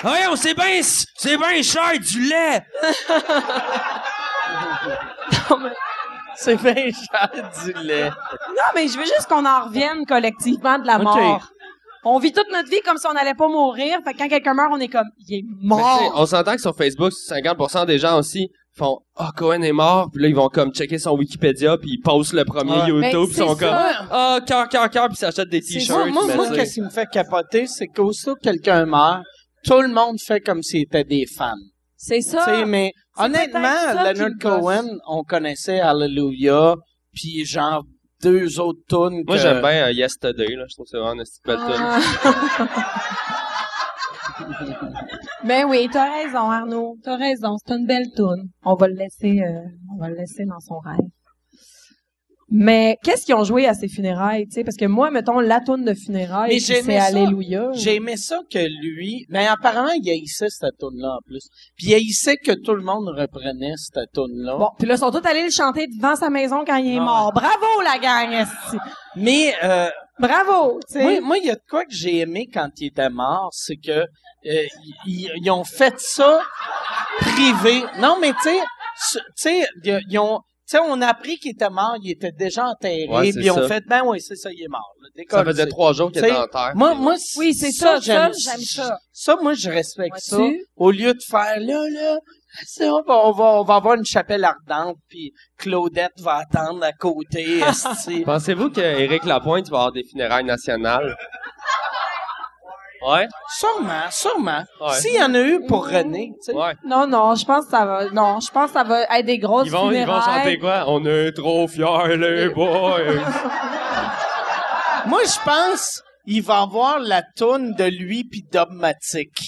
[SPEAKER 4] Ouais, on sait bien, c'est bien cher du lait!
[SPEAKER 2] C'est bien cher du lait.
[SPEAKER 3] non, mais je veux juste qu'on en revienne collectivement de la
[SPEAKER 2] Ok.
[SPEAKER 3] mort. On vit toute notre vie comme si on n'allait pas mourir. Fait que quand quelqu'un meurt, on est comme il est
[SPEAKER 4] Mais tu sais,
[SPEAKER 3] mort.
[SPEAKER 4] on s'entend que sur Facebook, 50% des gens aussi font « Ah, Cohen est mort », puis là, ils vont comme checker son Wikipédia, puis ils postent le premier
[SPEAKER 2] Ouais.
[SPEAKER 3] Mais Ben,
[SPEAKER 4] YouTube, puis
[SPEAKER 3] c'est
[SPEAKER 4] ils sont comme
[SPEAKER 3] ça.
[SPEAKER 4] « Ah, cœur, cœur, cœur », puis ils s'achètent des
[SPEAKER 2] C'est
[SPEAKER 4] t-shirts.
[SPEAKER 2] Moi, moi,
[SPEAKER 4] mais
[SPEAKER 2] moi,
[SPEAKER 4] tu sais.
[SPEAKER 2] qu'est-ce qui me fait capoter, c'est qu'aussitôt que quelqu'un meurt, tout le monde fait comme s'il était des fans.
[SPEAKER 3] C'est
[SPEAKER 2] Tu sais,
[SPEAKER 3] ça.
[SPEAKER 2] mais
[SPEAKER 3] c'est
[SPEAKER 2] honnêtement,
[SPEAKER 3] peut-être ça qui
[SPEAKER 2] Leonard
[SPEAKER 3] me gosse.
[SPEAKER 2] Cohen, on connaissait Hallelujah, puis genre deux autres tunes.
[SPEAKER 4] Moi,
[SPEAKER 2] que-
[SPEAKER 4] j'aime bien euh, Yesterday, là. Je trouve que c'est vraiment une petite belle tune.
[SPEAKER 3] Ah. ben oui, t'as raison, Arnaud. T'as raison. C'est une belle toune. On va le laisser, euh, on va le laisser dans son rêve. Mais qu'est-ce qu'ils ont joué à ses funérailles, tu sais? Parce que moi, mettons, la toune de funérailles,
[SPEAKER 2] Mais
[SPEAKER 3] puis
[SPEAKER 2] j'aimais
[SPEAKER 3] c'est
[SPEAKER 2] ça.
[SPEAKER 3] Alléluia.
[SPEAKER 2] J'aimais ça que lui, mais apparemment il haïssait cette tune là en plus. Puis il haïssait que tout le monde reprenait cette tune là.
[SPEAKER 3] Bon, puis là, ils sont tous allés le chanter devant sa maison quand il est
[SPEAKER 2] Ah.
[SPEAKER 3] mort. Bravo, la gang! esti.
[SPEAKER 2] Mais euh,
[SPEAKER 3] Bravo, tu sais.
[SPEAKER 2] moi, moi, il y a de quoi que j'ai aimé quand il était mort, c'est que euh, ils- ils ils ont fait ça privé. Non, mais tu sais, ce- tu sais, ils- ils ont, tu sais, on a appris qu'il était mort, il était déjà enterré,
[SPEAKER 4] Ouais, c'est
[SPEAKER 2] puis ils ont
[SPEAKER 4] ça.
[SPEAKER 2] fait, ben oui, c'est ça, il est mort. là.
[SPEAKER 4] Ça
[SPEAKER 2] Décolle,
[SPEAKER 4] faisait
[SPEAKER 2] c'est-
[SPEAKER 4] trois jours qu'il était
[SPEAKER 2] T'sais,
[SPEAKER 4] en terre.
[SPEAKER 2] Moi, moi,
[SPEAKER 3] Oui, c'est ça, ça, j'aime ça.
[SPEAKER 2] Ça, moi, je respecte ça.
[SPEAKER 3] Vois-tu?
[SPEAKER 2] Au lieu de faire là, là, ça, on va, on va, on va avoir une chapelle ardente, puis Claudette va attendre à côté. <laughs> esti.
[SPEAKER 4] Pensez-vous qu'Éric Lapointe va avoir des funérailles nationales? Ouais?
[SPEAKER 2] sûrement, sûrement.
[SPEAKER 4] Ouais.
[SPEAKER 2] S'il y en a eu pour René, tu sais.
[SPEAKER 4] Ouais.
[SPEAKER 3] Non, non, je pense que ça va. Non, je pense que ça va être des grosses
[SPEAKER 4] Ils vont, ils
[SPEAKER 3] funérailles.
[SPEAKER 4] vont chanter quoi? On est trop
[SPEAKER 3] <laughs>
[SPEAKER 4] fiers, les boys!
[SPEAKER 2] Moi, je pense, il va avoir la toune de lui puis Dogmatic. Tu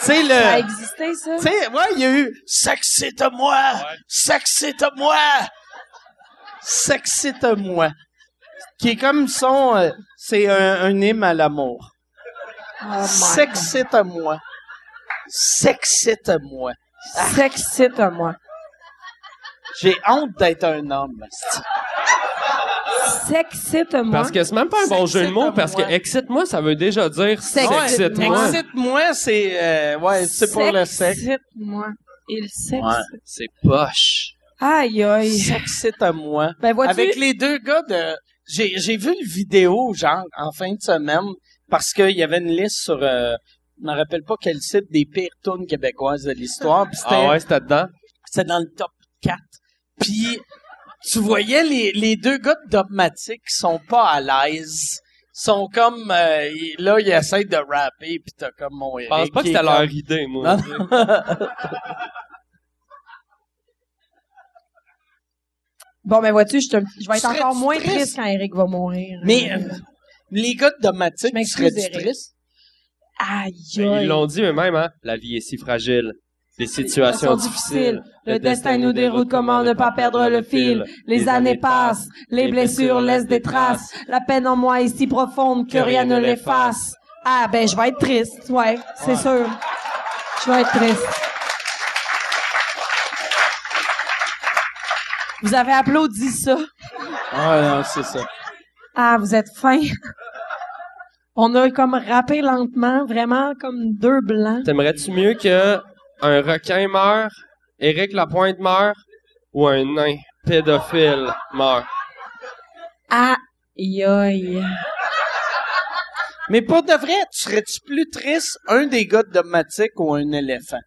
[SPEAKER 2] sais,
[SPEAKER 3] Ça a
[SPEAKER 2] le...
[SPEAKER 3] existé, ça?
[SPEAKER 2] Tu sais, ouais, il y a eu « Sexe, c'est à moi! Sexe, c'est à moi! Sexe, c'est à moi! » Qui est comme son... euh, c'est un, un hymne à l'amour.
[SPEAKER 3] Oh my
[SPEAKER 2] Sexe, c'est à moi! Sexe, c'est à moi!
[SPEAKER 3] Sexite à moi.
[SPEAKER 2] J'ai honte d'être un homme. esti.
[SPEAKER 3] Sexite à moi.
[SPEAKER 4] Parce que c'est même pas un bon jeu de mots, parce que
[SPEAKER 2] Sexcite-moi.
[SPEAKER 4] excite-moi, ça veut déjà dire
[SPEAKER 3] Sexcite-moi.
[SPEAKER 4] sexcite-moi.
[SPEAKER 2] Excite-moi, c'est... euh, ouais, c'est pour le sexe.
[SPEAKER 3] Sexite moi. Il sexe.
[SPEAKER 2] Ouais.
[SPEAKER 4] C'est poche.
[SPEAKER 3] Aïe, aïe.
[SPEAKER 2] Sexe, c'est à moi.
[SPEAKER 3] Ben, vois-tu?
[SPEAKER 2] Avec les deux gars de. J'ai, j'ai vu le vidéo, genre, en fin de semaine, parce qu'il y avait une liste sur. euh, je me rappelle pas quel site des pires tunes québécoises de l'histoire. Puis c'était,
[SPEAKER 4] Ah ouais, c'était dedans?
[SPEAKER 2] c'était dans le top 4. Puis tu voyais les, les deux gars de Dogmatic qui sont pas à l'aise. sont comme. euh, ils- là, ils essayent de rapper, puis t'as comme mon
[SPEAKER 4] Je pense
[SPEAKER 2] Eric
[SPEAKER 4] pas que
[SPEAKER 2] qui est
[SPEAKER 4] c'était
[SPEAKER 2] comme-
[SPEAKER 4] leur idée, moi.
[SPEAKER 2] Non,
[SPEAKER 3] Bon, ben, vois-tu, je, suis un petit- je vais être
[SPEAKER 2] Serais-tu
[SPEAKER 3] encore moins
[SPEAKER 2] triste?
[SPEAKER 3] triste quand Eric va mourir.
[SPEAKER 2] Mais euh, les gars de Dogmatic,
[SPEAKER 3] Je m'excuse,
[SPEAKER 2] seraient-tu
[SPEAKER 3] Eric.
[SPEAKER 2] tristes? ben,
[SPEAKER 3] aïe,
[SPEAKER 4] Mais
[SPEAKER 3] aïe.
[SPEAKER 4] <laughs> Ils l'ont dit eux-mêmes, hein? La vie est si fragile. Les
[SPEAKER 3] Situations
[SPEAKER 4] situations difficiles.
[SPEAKER 3] Le destin nous déroute, comment ne pas perdre le fil. Les années passent, les blessures laissent des traces. La peine en moi est si profonde que rien ne l'efface. Ah, ben, je vais être triste. Ouais, c'est sûr. Je vais être triste. Vous avez applaudi ça.
[SPEAKER 2] Ah, non, c'est ça.
[SPEAKER 3] Ah, vous êtes fin. <laughs> On a comme râpé lentement, vraiment comme deux blancs.
[SPEAKER 4] T'aimerais-tu mieux que un requin meure, Éric Lapointe meure, ou un nain pédophile meure?
[SPEAKER 3] Ah, yoï.
[SPEAKER 2] Mais pour de vrai, tu serais-tu plus triste un des gars de Dogmatique ou un éléphant?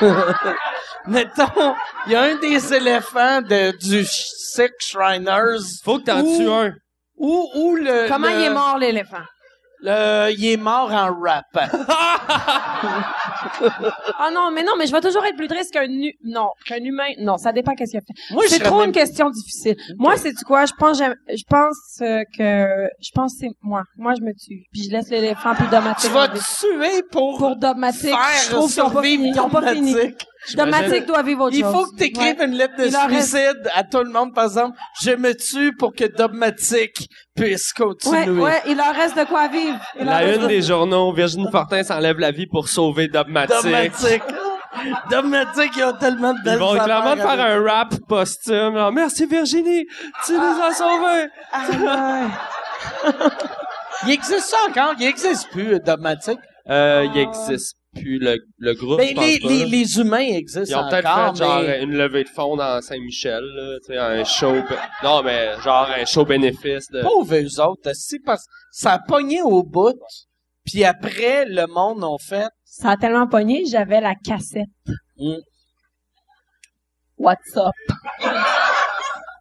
[SPEAKER 2] <laughs> Mettons, il y a un des éléphants de, du Sh- Sick Shriners.
[SPEAKER 4] Faut que t'en
[SPEAKER 2] Ouh.
[SPEAKER 4] tues un.
[SPEAKER 2] Ou, ou le.
[SPEAKER 3] Comment
[SPEAKER 2] le-
[SPEAKER 3] il est mort, l'éléphant?
[SPEAKER 2] le- il est mort en rappant.
[SPEAKER 3] <laughs> Ah non, mais non, mais je vais toujours être plus triste qu'un nu... non, qu'un humain. Non, ça dépend qu'est-ce qu'il a fait.
[SPEAKER 2] Moi, je
[SPEAKER 3] c'est
[SPEAKER 2] serais
[SPEAKER 3] trop
[SPEAKER 2] même-
[SPEAKER 3] une question difficile. Moi, c'est du quoi Je pense, j'aime- je pense euh, que je pense que c'est moi. Moi, je me tue. Puis je laisse l'éléphant puis
[SPEAKER 2] tu
[SPEAKER 3] Domatique.
[SPEAKER 2] vas tuer pour,
[SPEAKER 3] pour Domatique,
[SPEAKER 2] faire
[SPEAKER 3] je trouve qu'ils ont pas
[SPEAKER 2] survivre
[SPEAKER 3] fini. Ils ont pas fini.
[SPEAKER 2] Dogmatique.
[SPEAKER 3] Domatique doit vivre autre
[SPEAKER 2] Il
[SPEAKER 3] chose.
[SPEAKER 2] faut que tu écrives
[SPEAKER 3] Ouais.
[SPEAKER 2] une lettre de
[SPEAKER 3] Il en reste-
[SPEAKER 2] suicide à tout le monde, par exemple. Je me tue pour que Dogmatique puisse continuer.
[SPEAKER 3] Ouais, ouais, il leur reste de quoi vivre. Il leur
[SPEAKER 4] La
[SPEAKER 3] reste
[SPEAKER 4] une
[SPEAKER 3] de-
[SPEAKER 4] des journaux, Virginie Fortin s'enlève la vie pour sauver Dogmatic.
[SPEAKER 2] Dogmatique. Dogmatique, ils ont tellement de
[SPEAKER 4] Ils
[SPEAKER 2] belles
[SPEAKER 4] vont
[SPEAKER 2] affaires
[SPEAKER 4] clairement te
[SPEAKER 2] avec-
[SPEAKER 4] faire un rap posthume. genre, Merci Virginie, tu nous as sauvés.
[SPEAKER 2] Il existe ça encore? Il existe plus, euh, Dogmatique.
[SPEAKER 4] Euh, il existe plus le, le groupe.
[SPEAKER 2] Mais
[SPEAKER 4] je pense
[SPEAKER 2] Ben, les,
[SPEAKER 4] pas.
[SPEAKER 2] les, les humains
[SPEAKER 4] Ils
[SPEAKER 2] existent
[SPEAKER 4] ont peut-être
[SPEAKER 2] encore,
[SPEAKER 4] fait genre
[SPEAKER 2] mais...
[SPEAKER 4] une levée de fonds dans Saint-Michel, là, tu sais, un show. bé- Non, mais genre un show bénéfice de.
[SPEAKER 2] Pauvres eux autres, aussi, parce que ça a pogné au bout, puis après, le monde ont fait...
[SPEAKER 3] Ça a tellement pogné, j'avais la cassette.
[SPEAKER 2] Mm.
[SPEAKER 3] What's up? <laughs>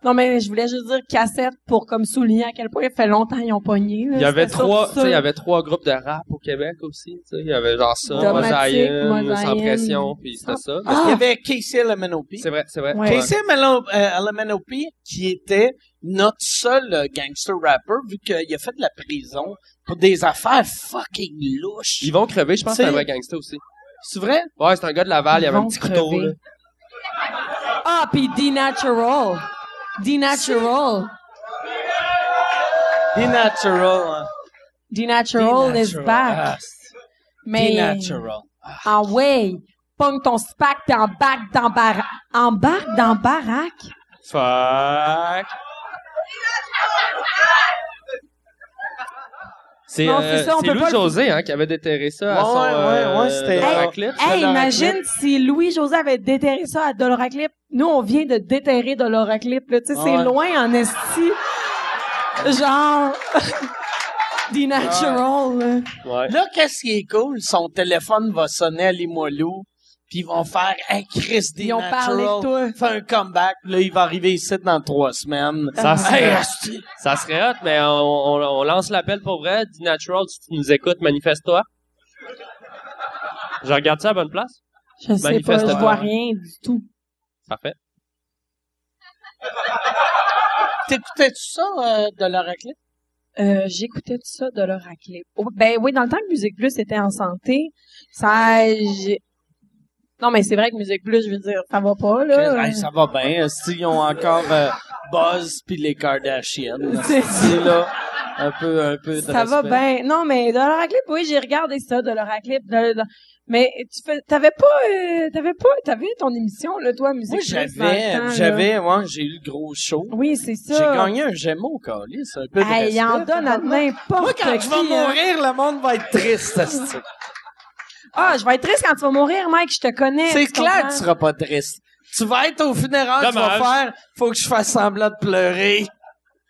[SPEAKER 3] non, mais je voulais juste dire cassette pour comme souligner à quel point il fait longtemps qu'ils ont pogné. là.
[SPEAKER 4] Il y avait
[SPEAKER 3] C'était
[SPEAKER 4] trois, tu
[SPEAKER 3] sur
[SPEAKER 4] sais, il y
[SPEAKER 3] ça.
[SPEAKER 4] avait trois groupes de rap au Québec aussi, tu sais. Il y avait genre ça,
[SPEAKER 3] Domatique,
[SPEAKER 4] Mosaïen, sans
[SPEAKER 3] Mosaïen.
[SPEAKER 4] pression, puis c'était ça.
[SPEAKER 2] Parce qu'il y avait Casey Lemanopi.
[SPEAKER 4] Ah! C'est vrai, c'est vrai.
[SPEAKER 3] Ouais.
[SPEAKER 2] Casey Melo- euh, Lemanopi, qui était notre seul euh, gangster rapper, vu qu'il a fait de la prison pour des affaires fucking louches.
[SPEAKER 4] Ils vont crever, je pense que c'est un
[SPEAKER 2] Tu sais-
[SPEAKER 4] vrai gangster aussi.
[SPEAKER 2] C'est vrai?
[SPEAKER 4] Ouais, c'est un gars de Laval, il y avait un
[SPEAKER 3] Ils
[SPEAKER 4] petit
[SPEAKER 3] vont
[SPEAKER 4] couteau,
[SPEAKER 3] crever.
[SPEAKER 4] là.
[SPEAKER 3] Ah, puis D-Natural. D-Natural.
[SPEAKER 2] The Natural. hein.
[SPEAKER 3] D-Natural is
[SPEAKER 2] Natural.
[SPEAKER 3] back.
[SPEAKER 2] Ah, c'est- The
[SPEAKER 3] Mais
[SPEAKER 2] Natural.
[SPEAKER 3] en way, pogne ton spack, t'es en bac dans baraque. En bac dans baraque?
[SPEAKER 4] Fuck. C'est
[SPEAKER 3] Non, c'est
[SPEAKER 4] euh,
[SPEAKER 3] ça, on
[SPEAKER 4] c'est
[SPEAKER 3] peut pas
[SPEAKER 4] Louis
[SPEAKER 3] le-
[SPEAKER 4] José hein, qui avait déterré ça à
[SPEAKER 2] Ouais,
[SPEAKER 4] son
[SPEAKER 2] ouais,
[SPEAKER 4] euh,
[SPEAKER 2] ouais, c'était-
[SPEAKER 4] dans la
[SPEAKER 3] Hey,
[SPEAKER 4] clip.
[SPEAKER 3] Hey,
[SPEAKER 2] Doloraclip.
[SPEAKER 3] imagine si Louis-José avait déterré ça à Doloraclip. Nous, on vient de déterrer Doloraclip, là. Tu sais, c'est
[SPEAKER 2] Ouais.
[SPEAKER 3] loin en esti. Genre... <laughs> The Natural, là.
[SPEAKER 4] Ouais.
[SPEAKER 2] Là, qu'est-ce qui est cool? Son téléphone va sonner à Limoilou, puis ils vont faire un Chris The
[SPEAKER 3] Ils ont parlé de
[SPEAKER 2] Natural.
[SPEAKER 3] toi.
[SPEAKER 2] Fait un comeback, là, il va arriver ici dans trois semaines.
[SPEAKER 4] Ça serait-
[SPEAKER 2] Hey, asti.
[SPEAKER 4] Ça serait hot, mais on, on- on lance l'appel pour vrai. Dis Natural, si tu nous écoutes, manifeste-toi. Je regarde ça à la bonne place.
[SPEAKER 3] Je sais pas, je
[SPEAKER 4] Manifestement.
[SPEAKER 3] vois rien du tout.
[SPEAKER 4] Parfait.
[SPEAKER 2] T'écoutais-tu ça, euh, de l'oracle?
[SPEAKER 3] Euh, j'écoutais tout ça de leur clip. Oh, ben oui, dans le temps que Musique Plus était en santé, ça... j'ai- Non, mais c'est vrai que Musique Plus, je veux dire, ça va pas, là.
[SPEAKER 2] Ben, Hey, ça va bien. Si ils ont encore euh, Buzz puis les Kardashians.
[SPEAKER 3] <laughs> C'est
[SPEAKER 2] C'est là. Un peu, un peu de
[SPEAKER 3] Ça va
[SPEAKER 2] respect.
[SPEAKER 3] bien. Non, mais Doloraclip, oui, j'ai regardé ça, Doloraclip. de- de- Mais tu fais, t'avais pas, euh, t'avais pas, t'avais ton émission, là, toi, musique.
[SPEAKER 2] Moi,
[SPEAKER 3] Plus, dans le temps,
[SPEAKER 2] j'avais,
[SPEAKER 3] là.
[SPEAKER 2] j'avais, ouais, j'ai eu le gros show.
[SPEAKER 3] Oui, c'est ça.
[SPEAKER 2] J'ai gagné un Gémeaux, Calis. Un peu de
[SPEAKER 3] Hey, il en
[SPEAKER 2] respect.
[SPEAKER 3] donne à n'importe
[SPEAKER 2] Moi, quand
[SPEAKER 3] qui.
[SPEAKER 2] je vais
[SPEAKER 3] hein.
[SPEAKER 2] mourir, le monde va être triste, asti.
[SPEAKER 3] Ah, je vais être triste quand tu vas mourir, Mike, je te connais.
[SPEAKER 2] C'est
[SPEAKER 3] tu
[SPEAKER 2] clair que tu
[SPEAKER 3] comprends?
[SPEAKER 2] seras pas triste. Tu vas être au funérail, tu vas
[SPEAKER 4] Dommage.
[SPEAKER 2] faire, faut que je fasse semblant de pleurer.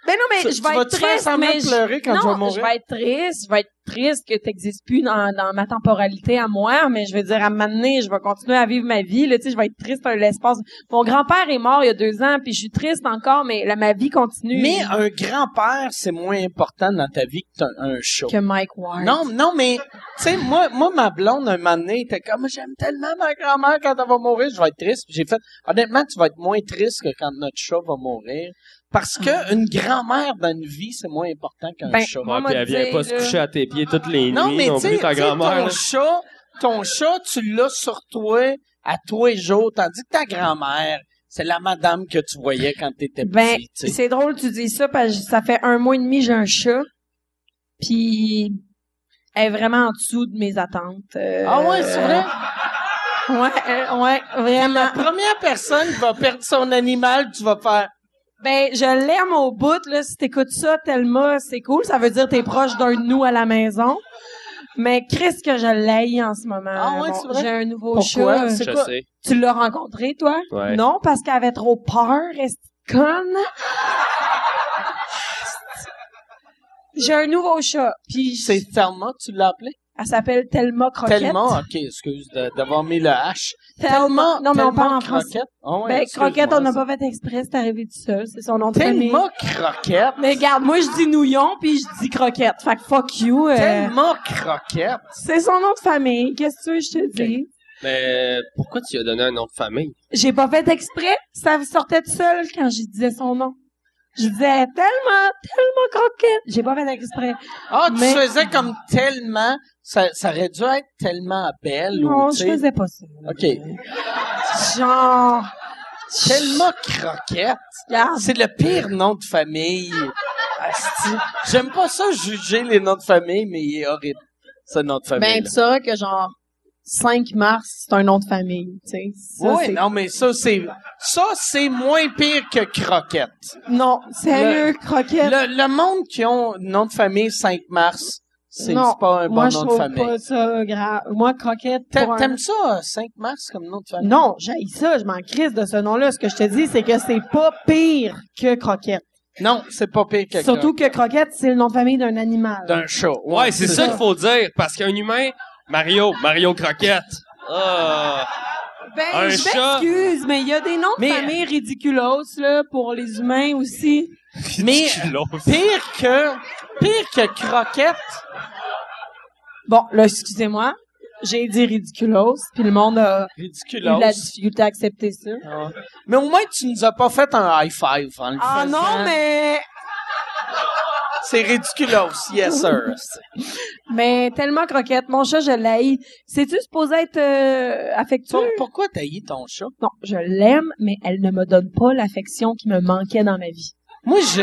[SPEAKER 3] Ben non, mais
[SPEAKER 2] Tu-
[SPEAKER 3] je
[SPEAKER 2] tu
[SPEAKER 3] vais être
[SPEAKER 2] vas-tu faire
[SPEAKER 3] triste,
[SPEAKER 2] semblant
[SPEAKER 3] mais
[SPEAKER 2] de
[SPEAKER 3] je-
[SPEAKER 2] pleurer quand
[SPEAKER 3] non,
[SPEAKER 2] tu vas mourir?
[SPEAKER 3] je vais être triste, je vais être triste que t'existes plus dans, dans ma temporalité à moi, mais je veux dire, à m'amener, je vais continuer à vivre ma vie, là, tu sais, je vais être triste dans l'espace. Mon grand-père est mort il y a deux ans, puis je suis triste encore, mais là, ma vie continue.
[SPEAKER 2] Mais euh, un grand-père, c'est moins important dans ta vie que t'as un show.
[SPEAKER 3] que Mike Ward.
[SPEAKER 2] Non, non, mais, tu sais, moi, moi, ma blonde, un moment donné, était comme, j'aime tellement ma grand-mère quand elle va mourir, je vais être triste. Puis J'ai fait, honnêtement, tu vas être moins triste que quand notre chat va mourir. Parce que une grand-mère dans une vie, c'est moins important qu'un
[SPEAKER 3] Ah. Ben,
[SPEAKER 2] chat.
[SPEAKER 3] Moi,
[SPEAKER 4] Ouais, puis elle
[SPEAKER 3] me
[SPEAKER 4] vient
[SPEAKER 3] dire,
[SPEAKER 4] pas se
[SPEAKER 3] là-
[SPEAKER 4] coucher à tes pieds toutes les
[SPEAKER 2] Non,
[SPEAKER 4] nuits
[SPEAKER 2] mais
[SPEAKER 4] non
[SPEAKER 2] tu sais,
[SPEAKER 4] plus, ta
[SPEAKER 2] tu sais,
[SPEAKER 4] grand-mère.
[SPEAKER 2] ton chat, ton chat, tu l'as sur toi à tous les jours, tandis que ta grand-mère, c'est la madame que tu voyais quand t'étais
[SPEAKER 3] Ben,
[SPEAKER 2] petit, tu sais.
[SPEAKER 3] c'est drôle que tu dis ça parce que ça fait un mois et demi j'ai un chat, puis elle est vraiment en dessous de mes attentes. Euh,
[SPEAKER 2] Ah ouais, c'est vrai?
[SPEAKER 3] Ouais, euh, ouais, vraiment.
[SPEAKER 2] La première personne qui va perdre son animal, tu vas faire
[SPEAKER 3] Ben, je l'aime au bout, là. Si t'écoutes ça, Thelma, c'est cool. Ça veut dire que t'es proche d'un de nous à la maison. Mais Chris, que je l'ai en ce moment.
[SPEAKER 2] Ah ouais,
[SPEAKER 3] Bon,
[SPEAKER 2] c'est vrai?
[SPEAKER 3] J'ai un nouveau
[SPEAKER 2] Pourquoi?
[SPEAKER 3] chat.
[SPEAKER 2] C'est
[SPEAKER 4] Je
[SPEAKER 2] quoi?
[SPEAKER 4] sais.
[SPEAKER 3] Tu l'as rencontré, toi?
[SPEAKER 4] Ouais.
[SPEAKER 3] Non, parce qu'elle avait trop peur, est conne. J'ai un nouveau chat, puis je-
[SPEAKER 2] C'est Thelma que tu l'as appelé?
[SPEAKER 3] elle s'appelle Thelma Croquette.
[SPEAKER 2] Thelma, hein? ok, excuse de- d'avoir mis le H.
[SPEAKER 3] Thelma- Non, mais on parle en français.
[SPEAKER 2] Croquette. Ah ouais,
[SPEAKER 3] Ben,
[SPEAKER 2] excuse-moi,
[SPEAKER 3] Croquette, on n'a
[SPEAKER 2] ça.
[SPEAKER 3] pas fait exprès, c'est arrivé tout seul. C'est son nom de famille.
[SPEAKER 2] Thelma Croquette.
[SPEAKER 3] Mais regarde, moi, je dis nouillon, puis je dis croquette. Fait que fuck you. euh,
[SPEAKER 2] Thelma Croquette.
[SPEAKER 3] C'est son nom de famille. Qu'est-ce que tu veux que je te dis?
[SPEAKER 4] Mais euh, pourquoi tu lui as donné un nom de famille?
[SPEAKER 3] J'ai pas fait exprès. Ça sortait tout seul quand je disais son nom. Je disais tellement, tellement croquette. J'ai pas fait exprès.
[SPEAKER 2] Ah, tu
[SPEAKER 3] Mais-
[SPEAKER 2] faisais comme tellement, ça, ça aurait dû être tellement belle
[SPEAKER 3] Non,
[SPEAKER 2] ou, tu
[SPEAKER 3] je
[SPEAKER 2] sais.
[SPEAKER 3] faisais pas ça.
[SPEAKER 2] OK.
[SPEAKER 3] Genre,
[SPEAKER 2] Tellement croquette.
[SPEAKER 3] regarde.
[SPEAKER 2] C'est le pire nom de famille. Asti. J'aime pas ça juger les noms de famille, mais il est horrible, ce nom de famille.
[SPEAKER 3] Ben, tu sauras que genre, 5 mars, c'est un nom de famille, tu sais. Ça,
[SPEAKER 2] oui,
[SPEAKER 3] c'est-
[SPEAKER 2] non, mais ça, c'est, ça, c'est moins pire que croquette.
[SPEAKER 3] Non, sérieux, croquette.
[SPEAKER 2] Le, le monde qui ont nom de famille 5 mars, c'est
[SPEAKER 3] Non,
[SPEAKER 2] c'est pas un bon
[SPEAKER 3] Moi, je
[SPEAKER 2] nom de
[SPEAKER 3] trouve
[SPEAKER 2] famille.
[SPEAKER 3] pas ça grave. Moi, croquette.
[SPEAKER 2] T'a-
[SPEAKER 3] pour un-
[SPEAKER 2] T'aimes ça, euh, 5 mars, comme nom de famille?
[SPEAKER 3] Non, j'ai ça, je m'en crisse de ce nom-là. Ce que je te dis, c'est que c'est pas pire que croquette.
[SPEAKER 2] Non, c'est pas pire que
[SPEAKER 3] Surtout que croquette, c'est le nom de famille d'un animal.
[SPEAKER 2] d'un show.
[SPEAKER 4] Ouais, c'est ça qu'il faut dire, parce qu'un humain, Mario,
[SPEAKER 2] <laughs>
[SPEAKER 4] Mario Croquette. Ah.
[SPEAKER 3] Ben,
[SPEAKER 4] Un
[SPEAKER 3] je
[SPEAKER 4] chat.
[SPEAKER 3] m'excuse, mais il y a des noms de
[SPEAKER 2] Mais-
[SPEAKER 3] famille ridiculos, là, pour les humains aussi.
[SPEAKER 2] Mais
[SPEAKER 4] culot.
[SPEAKER 2] pire que pire que croquette.
[SPEAKER 3] Bon, là, excusez-moi. J'ai dit ridiculos, puis le monde a eu
[SPEAKER 2] Ridiculose.
[SPEAKER 3] la difficulté à accepter ça.
[SPEAKER 2] Ah. Mais au moins tu nous as pas fait un high five en le
[SPEAKER 3] Ah
[SPEAKER 2] faisant.
[SPEAKER 3] non, mais...
[SPEAKER 2] c'est ridiculose, yes sir.
[SPEAKER 3] Mais tellement croquette. Mon chat, je l'ai. C'est-tu supposé être euh, affectueux?
[SPEAKER 2] Pour- pourquoi t'as eu ton chat
[SPEAKER 3] Non, je l'aime, mais elle ne me donne pas l'affection qui me manquait dans ma vie.
[SPEAKER 2] Moi je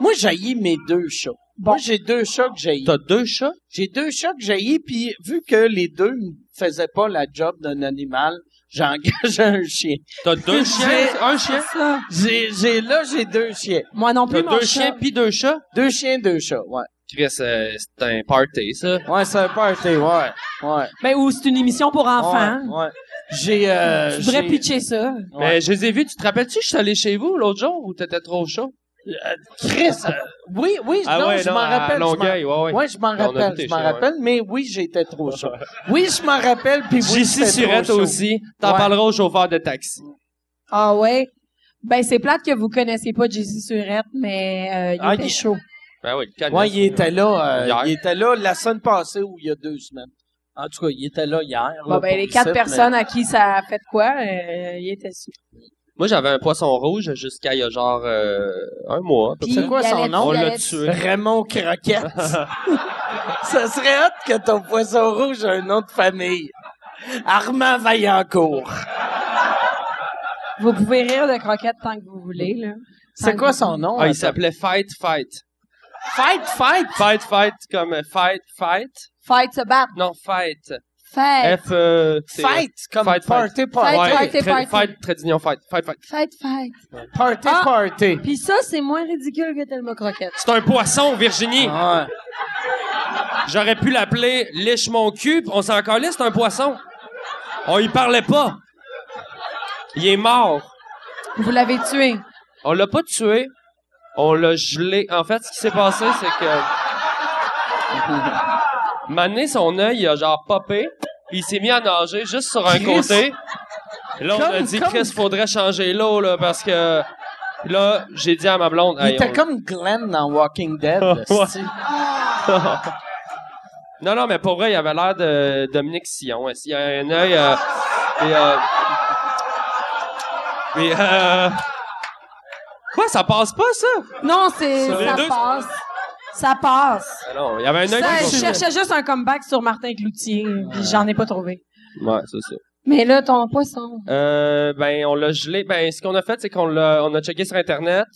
[SPEAKER 2] Moi j'ai mes deux chats.
[SPEAKER 3] Bon.
[SPEAKER 2] Moi j'ai deux chats que j'ai.
[SPEAKER 4] T'as deux chats?
[SPEAKER 2] J'ai deux chats que j'ai puis vu que les deux me faisaient pas la job d'un animal, j'ai engagé <laughs> un chien.
[SPEAKER 4] T'as deux chiens? Un chien?
[SPEAKER 3] Ça.
[SPEAKER 2] J'ai j'ai- là j'ai deux chiens.
[SPEAKER 3] Moi non
[SPEAKER 4] T'as
[SPEAKER 3] plus, mon
[SPEAKER 4] deux
[SPEAKER 3] chat.
[SPEAKER 4] chiens puis deux chats?
[SPEAKER 2] Deux chiens, deux chats, ouais.
[SPEAKER 4] Chris, euh, c'est un party, ça.
[SPEAKER 2] Ouais, c'est un party, ouais. Ouais.
[SPEAKER 3] Ben, ou c'est une émission pour enfants.
[SPEAKER 2] Ouais, ouais. J'ai. Euh,
[SPEAKER 3] Je voudrais
[SPEAKER 2] j'ai-
[SPEAKER 3] pitcher ça.
[SPEAKER 2] Ouais.
[SPEAKER 4] Mais je les ai vus, tu te rappelles-tu, je suis allé chez vous l'autre jour où t'étais trop chaud?
[SPEAKER 2] Euh, Chris. euh, oui, oui, non, je m'en
[SPEAKER 4] Ah à
[SPEAKER 2] rappelle. je m'en-
[SPEAKER 4] Longueuil, ouais, ouais.
[SPEAKER 2] Ouais, je m'en
[SPEAKER 4] Mais on a
[SPEAKER 2] rappelle,
[SPEAKER 4] goûté
[SPEAKER 2] je m'en
[SPEAKER 4] chez- ouais.
[SPEAKER 2] rappelle, mais oui, j'étais trop chaud. Oui, je m'en rappelle, puis oui,
[SPEAKER 4] JC
[SPEAKER 2] j'étais trop
[SPEAKER 4] Surette
[SPEAKER 2] chaud.
[SPEAKER 4] aussi. T'en
[SPEAKER 2] Ouais.
[SPEAKER 4] parleras au chauffeur de taxi.
[SPEAKER 3] Ah ouais? Ben, c'est plate que vous connaissiez pas JC Surette, mais euh, il
[SPEAKER 2] Ah,
[SPEAKER 3] était
[SPEAKER 2] il-
[SPEAKER 3] chaud.
[SPEAKER 4] Ben oui, le canon.
[SPEAKER 2] Ouais, il était là, euh,
[SPEAKER 4] Hier.
[SPEAKER 2] il était là la semaine passée ou il y a deux semaines. En tout cas, il était là hier. là,
[SPEAKER 3] Bon, ben,
[SPEAKER 2] pour
[SPEAKER 3] les
[SPEAKER 2] le
[SPEAKER 3] quatre
[SPEAKER 2] site,
[SPEAKER 3] personnes à qui ça a fait de quoi, euh, il était sous.
[SPEAKER 4] Moi, j'avais un poisson rouge jusqu'à il y a genre euh, un mois. à peu
[SPEAKER 3] Puis,
[SPEAKER 4] près.
[SPEAKER 2] c'est quoi
[SPEAKER 3] il
[SPEAKER 2] son
[SPEAKER 3] allait-
[SPEAKER 2] nom?
[SPEAKER 3] il
[SPEAKER 4] On l'a
[SPEAKER 3] allait-
[SPEAKER 4] tué.
[SPEAKER 2] mais- Raymond
[SPEAKER 4] <laughs>
[SPEAKER 2] Croquette. Ça serait hot que ton poisson rouge ait un nom de famille. Armand Vaillancourt.
[SPEAKER 3] Vous pouvez rire de croquettes tant que vous voulez, là.
[SPEAKER 2] C'est quoi son nom? euh,
[SPEAKER 4] Ah, il
[SPEAKER 2] attends?
[SPEAKER 4] s'appelait Fight Fight.
[SPEAKER 2] Fight, fight!
[SPEAKER 4] Fight Fight comme euh, Fight Fight.
[SPEAKER 3] Fight se battre.
[SPEAKER 4] Non, Fight.
[SPEAKER 3] Fight.
[SPEAKER 4] F. euh, c'est-
[SPEAKER 2] Fight, comme
[SPEAKER 4] Fight,
[SPEAKER 2] party,
[SPEAKER 3] Fight,
[SPEAKER 2] party.
[SPEAKER 4] Ouais,
[SPEAKER 3] Fight,
[SPEAKER 4] très-
[SPEAKER 3] Fight.
[SPEAKER 4] Fight, très d'union, Fight. Fight Fight.
[SPEAKER 3] Fight, fight.
[SPEAKER 2] Party,
[SPEAKER 3] Ah.
[SPEAKER 2] party.
[SPEAKER 3] Puis ça, c'est moins ridicule que Thelma Croquette.
[SPEAKER 4] C'est un poisson, Virginie.
[SPEAKER 2] Ouais.
[SPEAKER 4] J'aurais pu l'appeler Liche mon cul. On s'en calait, c'est un poisson. On y parlait pas. Il est mort.
[SPEAKER 3] Vous l'avez tué.
[SPEAKER 4] On l'a pas tué. On l'a gelé. En fait, ce qui s'est passé, c'est que.
[SPEAKER 2] <laughs>
[SPEAKER 4] Mané, son œil, il a genre popé. puis Il s'est mis à nager juste sur un
[SPEAKER 2] Chris.
[SPEAKER 4] côté. Et Là, on a
[SPEAKER 2] Comme-
[SPEAKER 4] dit,
[SPEAKER 2] comme-
[SPEAKER 4] Chris, faudrait changer l'eau, là, parce que. Là, j'ai dit à ma blonde.
[SPEAKER 2] Il
[SPEAKER 4] Hey,
[SPEAKER 2] était
[SPEAKER 4] on-
[SPEAKER 2] comme Glenn dans Walking
[SPEAKER 3] <laughs>
[SPEAKER 2] Dead.
[SPEAKER 4] Ouais.
[SPEAKER 2] esti.
[SPEAKER 4] Non, non, mais pour vrai, il avait l'air de Dominique Sillon. hein. Il a un œil. euh, et, euh, et, euh, Quoi, ça passe pas, ça?
[SPEAKER 3] Non, c'est,
[SPEAKER 4] Ça-
[SPEAKER 3] ça
[SPEAKER 4] les deux-
[SPEAKER 3] passe. Ça passe.
[SPEAKER 4] Ah non, il y avait un œil.
[SPEAKER 3] Ça,
[SPEAKER 4] qui-
[SPEAKER 3] je cherchais juste un comeback sur Martin Cloutier, puis j'en ai pas trouvé.
[SPEAKER 4] Ouais, c'est ça.
[SPEAKER 3] Mais là, ton poisson.
[SPEAKER 4] Euh, ben, on l'a gelé. Ben, ce qu'on a fait, c'est qu'on l'a, on a checké sur Internet.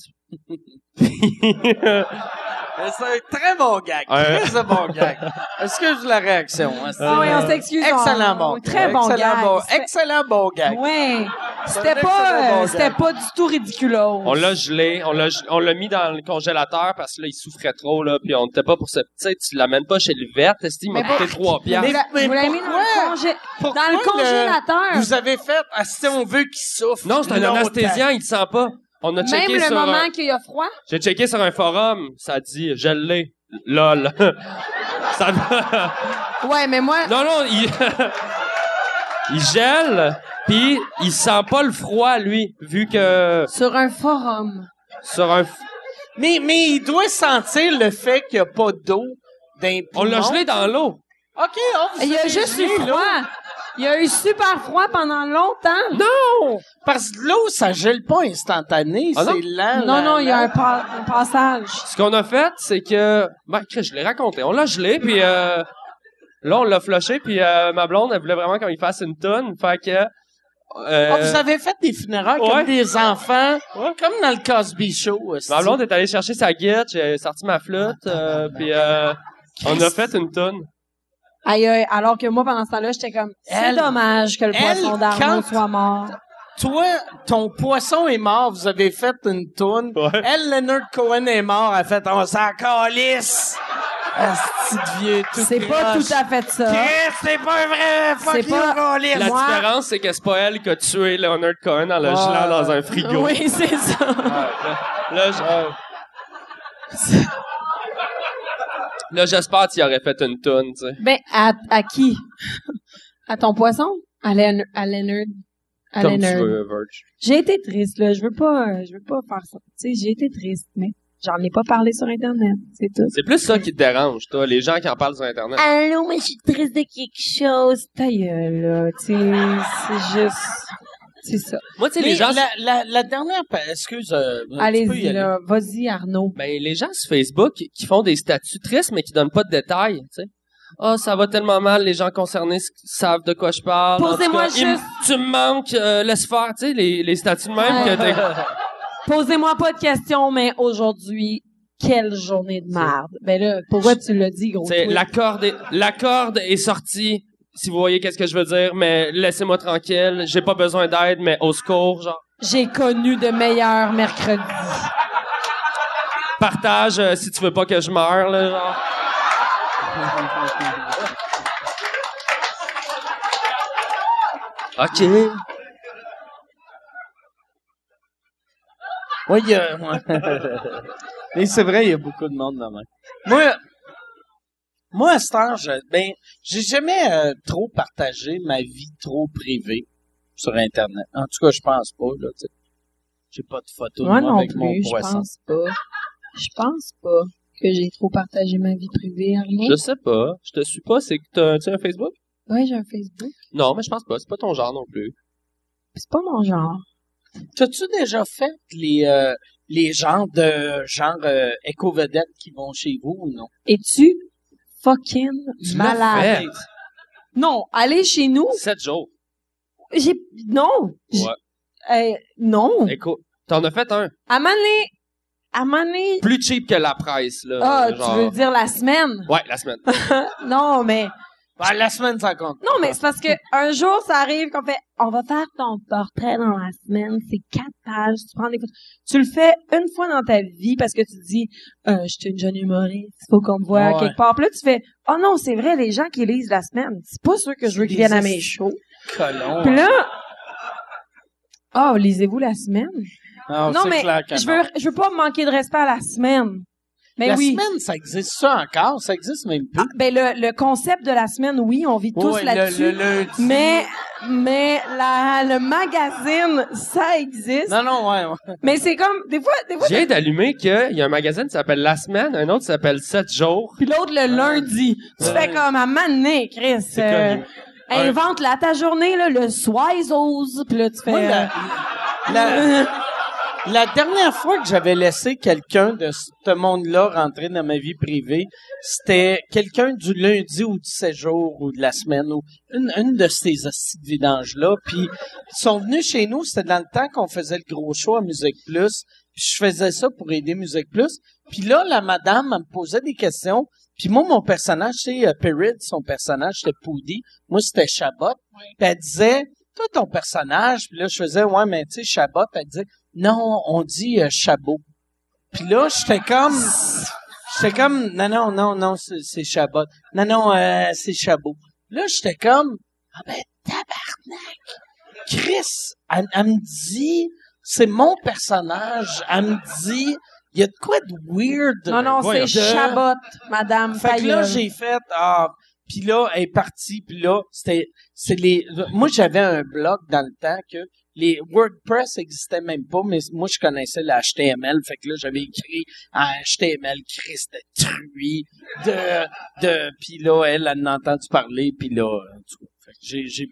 [SPEAKER 2] Mais C'est un très bon gag.
[SPEAKER 4] Ouais.
[SPEAKER 2] Très bon gag. Est-ce que j'ai la réaction? esti?
[SPEAKER 3] Ah oui, on s'excuse.
[SPEAKER 2] Excellent
[SPEAKER 3] on-
[SPEAKER 2] bon
[SPEAKER 3] Très bon
[SPEAKER 2] excellent
[SPEAKER 3] gag.
[SPEAKER 2] Bon,
[SPEAKER 3] C'est-
[SPEAKER 2] excellent bon gag.
[SPEAKER 3] Ouais. C'était
[SPEAKER 1] excellent
[SPEAKER 3] pas,
[SPEAKER 1] bon
[SPEAKER 3] euh, c'était
[SPEAKER 1] gag.
[SPEAKER 3] pas du tout ridiculose.
[SPEAKER 4] On l'a gelé, on l'a, on l'a mis dans le congélateur parce que là, il souffrait trop, là, puis on n'était pas pour ce petit, tu l'amènes pas chez le vert, est-ce qu'il m'a
[SPEAKER 3] Mais
[SPEAKER 4] coûté trois piastres?
[SPEAKER 3] Vous l'a-
[SPEAKER 2] mais
[SPEAKER 3] vous l'avez mis dans le,
[SPEAKER 2] pourquoi?
[SPEAKER 3] congé-
[SPEAKER 2] Pourquoi
[SPEAKER 3] dans le
[SPEAKER 2] le-
[SPEAKER 3] congélateur.
[SPEAKER 2] Vous avez fait, ah, si on veut qu'il souffre.
[SPEAKER 4] Non, c'est un
[SPEAKER 2] longtemps.
[SPEAKER 4] anesthésiant, il ne sent pas. On a
[SPEAKER 3] Même
[SPEAKER 4] checké
[SPEAKER 3] le
[SPEAKER 4] sur euh,
[SPEAKER 3] moment
[SPEAKER 4] un...
[SPEAKER 3] qu'il y a froid.
[SPEAKER 4] J'ai checké sur un forum, ça dit, je l'ai. Lol. <laughs> ça...
[SPEAKER 3] Ouais, mais moi,
[SPEAKER 4] non, non, il... <laughs> il gèle, puis il sent pas le froid, lui, vu que
[SPEAKER 3] sur un forum.
[SPEAKER 4] sur un...
[SPEAKER 2] Mais, mais il doit sentir le fait qu'il n'y a pas d'eau d'un
[SPEAKER 4] On l'a gelé dans l'eau.
[SPEAKER 2] OK, on vous
[SPEAKER 3] Il y a
[SPEAKER 2] avez
[SPEAKER 3] juste eu
[SPEAKER 2] gelé, là.
[SPEAKER 3] froid. Il y a eu super froid pendant longtemps.
[SPEAKER 2] Non! Parce que l'eau, ça gèle pas instantané.
[SPEAKER 4] Ah non?
[SPEAKER 2] c'est lent.
[SPEAKER 3] Non,
[SPEAKER 2] lent,
[SPEAKER 3] non, il y a
[SPEAKER 2] lent.
[SPEAKER 3] un, pa- un passage.
[SPEAKER 4] Ce qu'on a fait, c'est que... Ben, Chris, je l'ai raconté. On l'a gelé, puis euh, là, on l'a flushé, puis euh, ma blonde, elle voulait vraiment qu'on y fasse une tonne, fait que... euh,
[SPEAKER 2] Ah, vous avez fait des funérailles
[SPEAKER 4] Ouais.
[SPEAKER 2] comme des enfants,
[SPEAKER 4] Ouais.
[SPEAKER 2] comme dans le Cosby Show. aussi.
[SPEAKER 4] Ma blonde est allée chercher sa guette, j'ai sorti ma flûte, euh, puis euh, on a fait une tonne.
[SPEAKER 3] Aïe, aïe, alors que moi, pendant ce temps-là, j'étais comme, c'est
[SPEAKER 2] Elle-
[SPEAKER 3] dommage que le
[SPEAKER 2] elle,
[SPEAKER 3] poisson d'Arnaud
[SPEAKER 2] quand-
[SPEAKER 3] soit mort.
[SPEAKER 2] Toi, ton poisson est mort, vous avez fait une toune.
[SPEAKER 4] Ouais.
[SPEAKER 2] Elle, Leonard Cohen est mort, elle a fait « On s'en calisse! » Asti de vieux tout
[SPEAKER 3] C'est pas
[SPEAKER 2] croche.
[SPEAKER 3] tout à fait ça.
[SPEAKER 2] Chris, c'est pas un vrai fucking
[SPEAKER 3] C'est pas-
[SPEAKER 2] calisse!
[SPEAKER 4] La
[SPEAKER 3] Moi-
[SPEAKER 4] différence, c'est que c'est pas elle qui a tué Leonard Cohen en le gelant dans un frigo.
[SPEAKER 3] Oui, c'est ça.
[SPEAKER 4] Ouais, là, là, je- euh, Là, j'espère qu'il aurait fait une tonne, tu sais.
[SPEAKER 3] Ben, à, à qui? À ton poisson? À, Len- à Leonard? À
[SPEAKER 4] Comme tu
[SPEAKER 3] Leonard.
[SPEAKER 4] veux, euh, Verge.
[SPEAKER 3] J'ai été triste, là. Je veux pas, euh, je veux pas faire ça. Tu sais, j'ai été triste, mais j'en ai pas parlé sur Internet. C'est tout.
[SPEAKER 4] C'est plus ça qui te dérange, toi, les gens qui en parlent sur Internet.
[SPEAKER 3] Allô, mais je suis triste de quelque chose. Ta gueule, là. Tu sais, c'est juste, c'est ça.
[SPEAKER 4] Moi, tu sais,
[SPEAKER 2] Mais
[SPEAKER 4] les gens...
[SPEAKER 2] la, la, la dernière... pa- Excuse, euh, tu peux y
[SPEAKER 3] Allez-y,
[SPEAKER 2] aller.
[SPEAKER 3] là. Vas-y, Arnaud.
[SPEAKER 4] Ben, les gens sur Facebook qui font des statuts tristes, mais qui donnent pas de détails, tu sais. Ah, ça va tellement mal, les gens concernés s- savent de quoi je parle. En tout
[SPEAKER 3] Posez-moi
[SPEAKER 4] cas, il me-
[SPEAKER 3] juste-
[SPEAKER 4] Tu me manques, euh, laisse faire, tu sais, les, les statuts de même
[SPEAKER 3] Ouais.
[SPEAKER 4] que t'es-
[SPEAKER 3] Posez-moi pas de questions, mais aujourd'hui, quelle journée de merde. Ben là, pourquoi tu l'as dit, gros?
[SPEAKER 4] C'est
[SPEAKER 3] tweet?
[SPEAKER 4] la corde est, la corde est sortie. Si vous voyez qu'est-ce que je veux dire, mais laissez-moi tranquille. J'ai pas besoin d'aide, mais au secours, genre.
[SPEAKER 3] J'ai connu de meilleurs mercredis.
[SPEAKER 4] Partage euh, si tu veux pas que je meure, là, genre. OK.
[SPEAKER 2] Oui, euh, il y a- ouais. <laughs> Mais c'est vrai, il y a beaucoup de monde demain. Moi, moi, à cette heure, je, ben, j'ai jamais euh, trop partagé ma vie trop privée sur Internet. En tout cas, je pense pas, là, tu sais. J'ai pas de photo
[SPEAKER 3] Moi
[SPEAKER 2] de moi
[SPEAKER 3] non
[SPEAKER 2] avec mon
[SPEAKER 3] plus, je
[SPEAKER 2] poisson.
[SPEAKER 3] pense pas. Je pense pas que j'ai trop partagé ma vie privée, Arnaud.
[SPEAKER 4] Je sais pas. Je te suis pas. C'est que t'as- tu as un Facebook?
[SPEAKER 3] Ouais, j'ai un Facebook.
[SPEAKER 4] Non, mais je pense pas. C'est pas ton genre non plus.
[SPEAKER 3] C'est pas mon genre.
[SPEAKER 2] T'as-tu déjà fait les, euh, les genres de, genre, euh, éco-vedettes qui vont chez vous ou non?
[SPEAKER 3] Es-tu fucking
[SPEAKER 4] Tu l'as
[SPEAKER 3] malade?
[SPEAKER 4] fait.
[SPEAKER 3] Non, aller chez nous,
[SPEAKER 4] Sept jours.
[SPEAKER 3] j'ai... Non! J'- Euh, non!
[SPEAKER 4] Écoute, t'en as fait un.
[SPEAKER 3] À Mané... À Mané...
[SPEAKER 4] Plus cheap que la presse, là.
[SPEAKER 3] Ah,
[SPEAKER 4] Euh, genre.
[SPEAKER 3] tu veux dire la semaine?
[SPEAKER 4] Ouais, la semaine.
[SPEAKER 3] Non, mais...
[SPEAKER 2] Ben, la semaine, ça compte.
[SPEAKER 3] Non, mais c'est parce que un jour, ça arrive qu'on fait, on va faire ton portrait dans la semaine, c'est quatre pages, tu prends des photos. Tu le fais une fois dans ta vie parce que tu te dis, euh, je suis une jeune humoriste, faut qu'on me voit
[SPEAKER 2] Ouais.
[SPEAKER 3] quelque part. Puis là, tu fais, oh non, c'est vrai, les gens qui lisent la semaine, c'est pas sûr que je veux qu'ils viennent à mes shows.
[SPEAKER 2] Colon.
[SPEAKER 3] Puis là, oh, lisez-vous la semaine?
[SPEAKER 2] Ah,
[SPEAKER 3] non,
[SPEAKER 2] c'est
[SPEAKER 3] mais
[SPEAKER 2] clair que
[SPEAKER 3] je
[SPEAKER 2] non.
[SPEAKER 3] veux, je veux pas manquer de respect à la semaine. Mais
[SPEAKER 2] la
[SPEAKER 3] oui.
[SPEAKER 2] semaine, ça existe ça encore? Ça existe même plus?
[SPEAKER 3] Ah, ben le, le concept de la semaine, oui, on vit tous
[SPEAKER 2] Ouais, le-
[SPEAKER 3] là-dessus.
[SPEAKER 2] le lundi.
[SPEAKER 3] Mais, mais la, le magazine, ça existe.
[SPEAKER 2] Non, non, ouais, ouais.
[SPEAKER 3] Mais c'est comme, des fois, des fois,
[SPEAKER 4] Je viens d'allumer qu'il y a un magazine qui s'appelle La Semaine, un autre qui s'appelle 7 jours.
[SPEAKER 3] puis l'autre le lundi. Tu fais comme, à maner, Chris. euh,
[SPEAKER 4] comme-
[SPEAKER 3] invente la ta journée, là, le soisos, puis là, tu fais...
[SPEAKER 2] Moi, la, la- euh, <laughs> la dernière fois que j'avais laissé quelqu'un de ce monde-là rentrer dans ma vie privée, c'était quelqu'un du lundi ou du séjour ou de la semaine ou une, une de ces hosties de vidange-là. Puis ils sont venus chez nous, c'était dans le temps qu'on faisait le gros show à Musique Plus. Puis je faisais ça pour aider Musique Plus. Puis là, la madame, elle me posait des questions. Puis moi, mon personnage, c'est euh, Perrid, son personnage, c'était Poudy. Moi, c'était Chabot. Puis elle disait, toi, ton personnage, puis là, je faisais, ouais, mais tu sais, Chabot, elle disait, non, on dit euh, Chabot. Puis là, j'étais comme, j'étais comme, non, non, non, non, c'est c'est Chabot. Non, non, euh, c'est Chabot. Là, j'étais comme, ah ben, tabarnak! Chris, elle, elle me dit, c'est mon personnage, elle me dit, il y a de quoi de weird.
[SPEAKER 3] euh, Non, non,
[SPEAKER 10] Voyons.
[SPEAKER 3] c'est Chabot, madame.
[SPEAKER 2] Fait que là,
[SPEAKER 3] Fayolle.
[SPEAKER 2] j'ai fait, ah, puis là, elle est partie, puis là, c'était, c'est les, moi, j'avais un blog dans le temps que les WordPress existaient même pas, mais moi, je connaissais le HTML, fait que là, j'avais écrit en HTML, Christ de truie, de, de, puis là, elle, elle en a entendu parler, puis là, en tout cas, fait que j'ai, j'ai,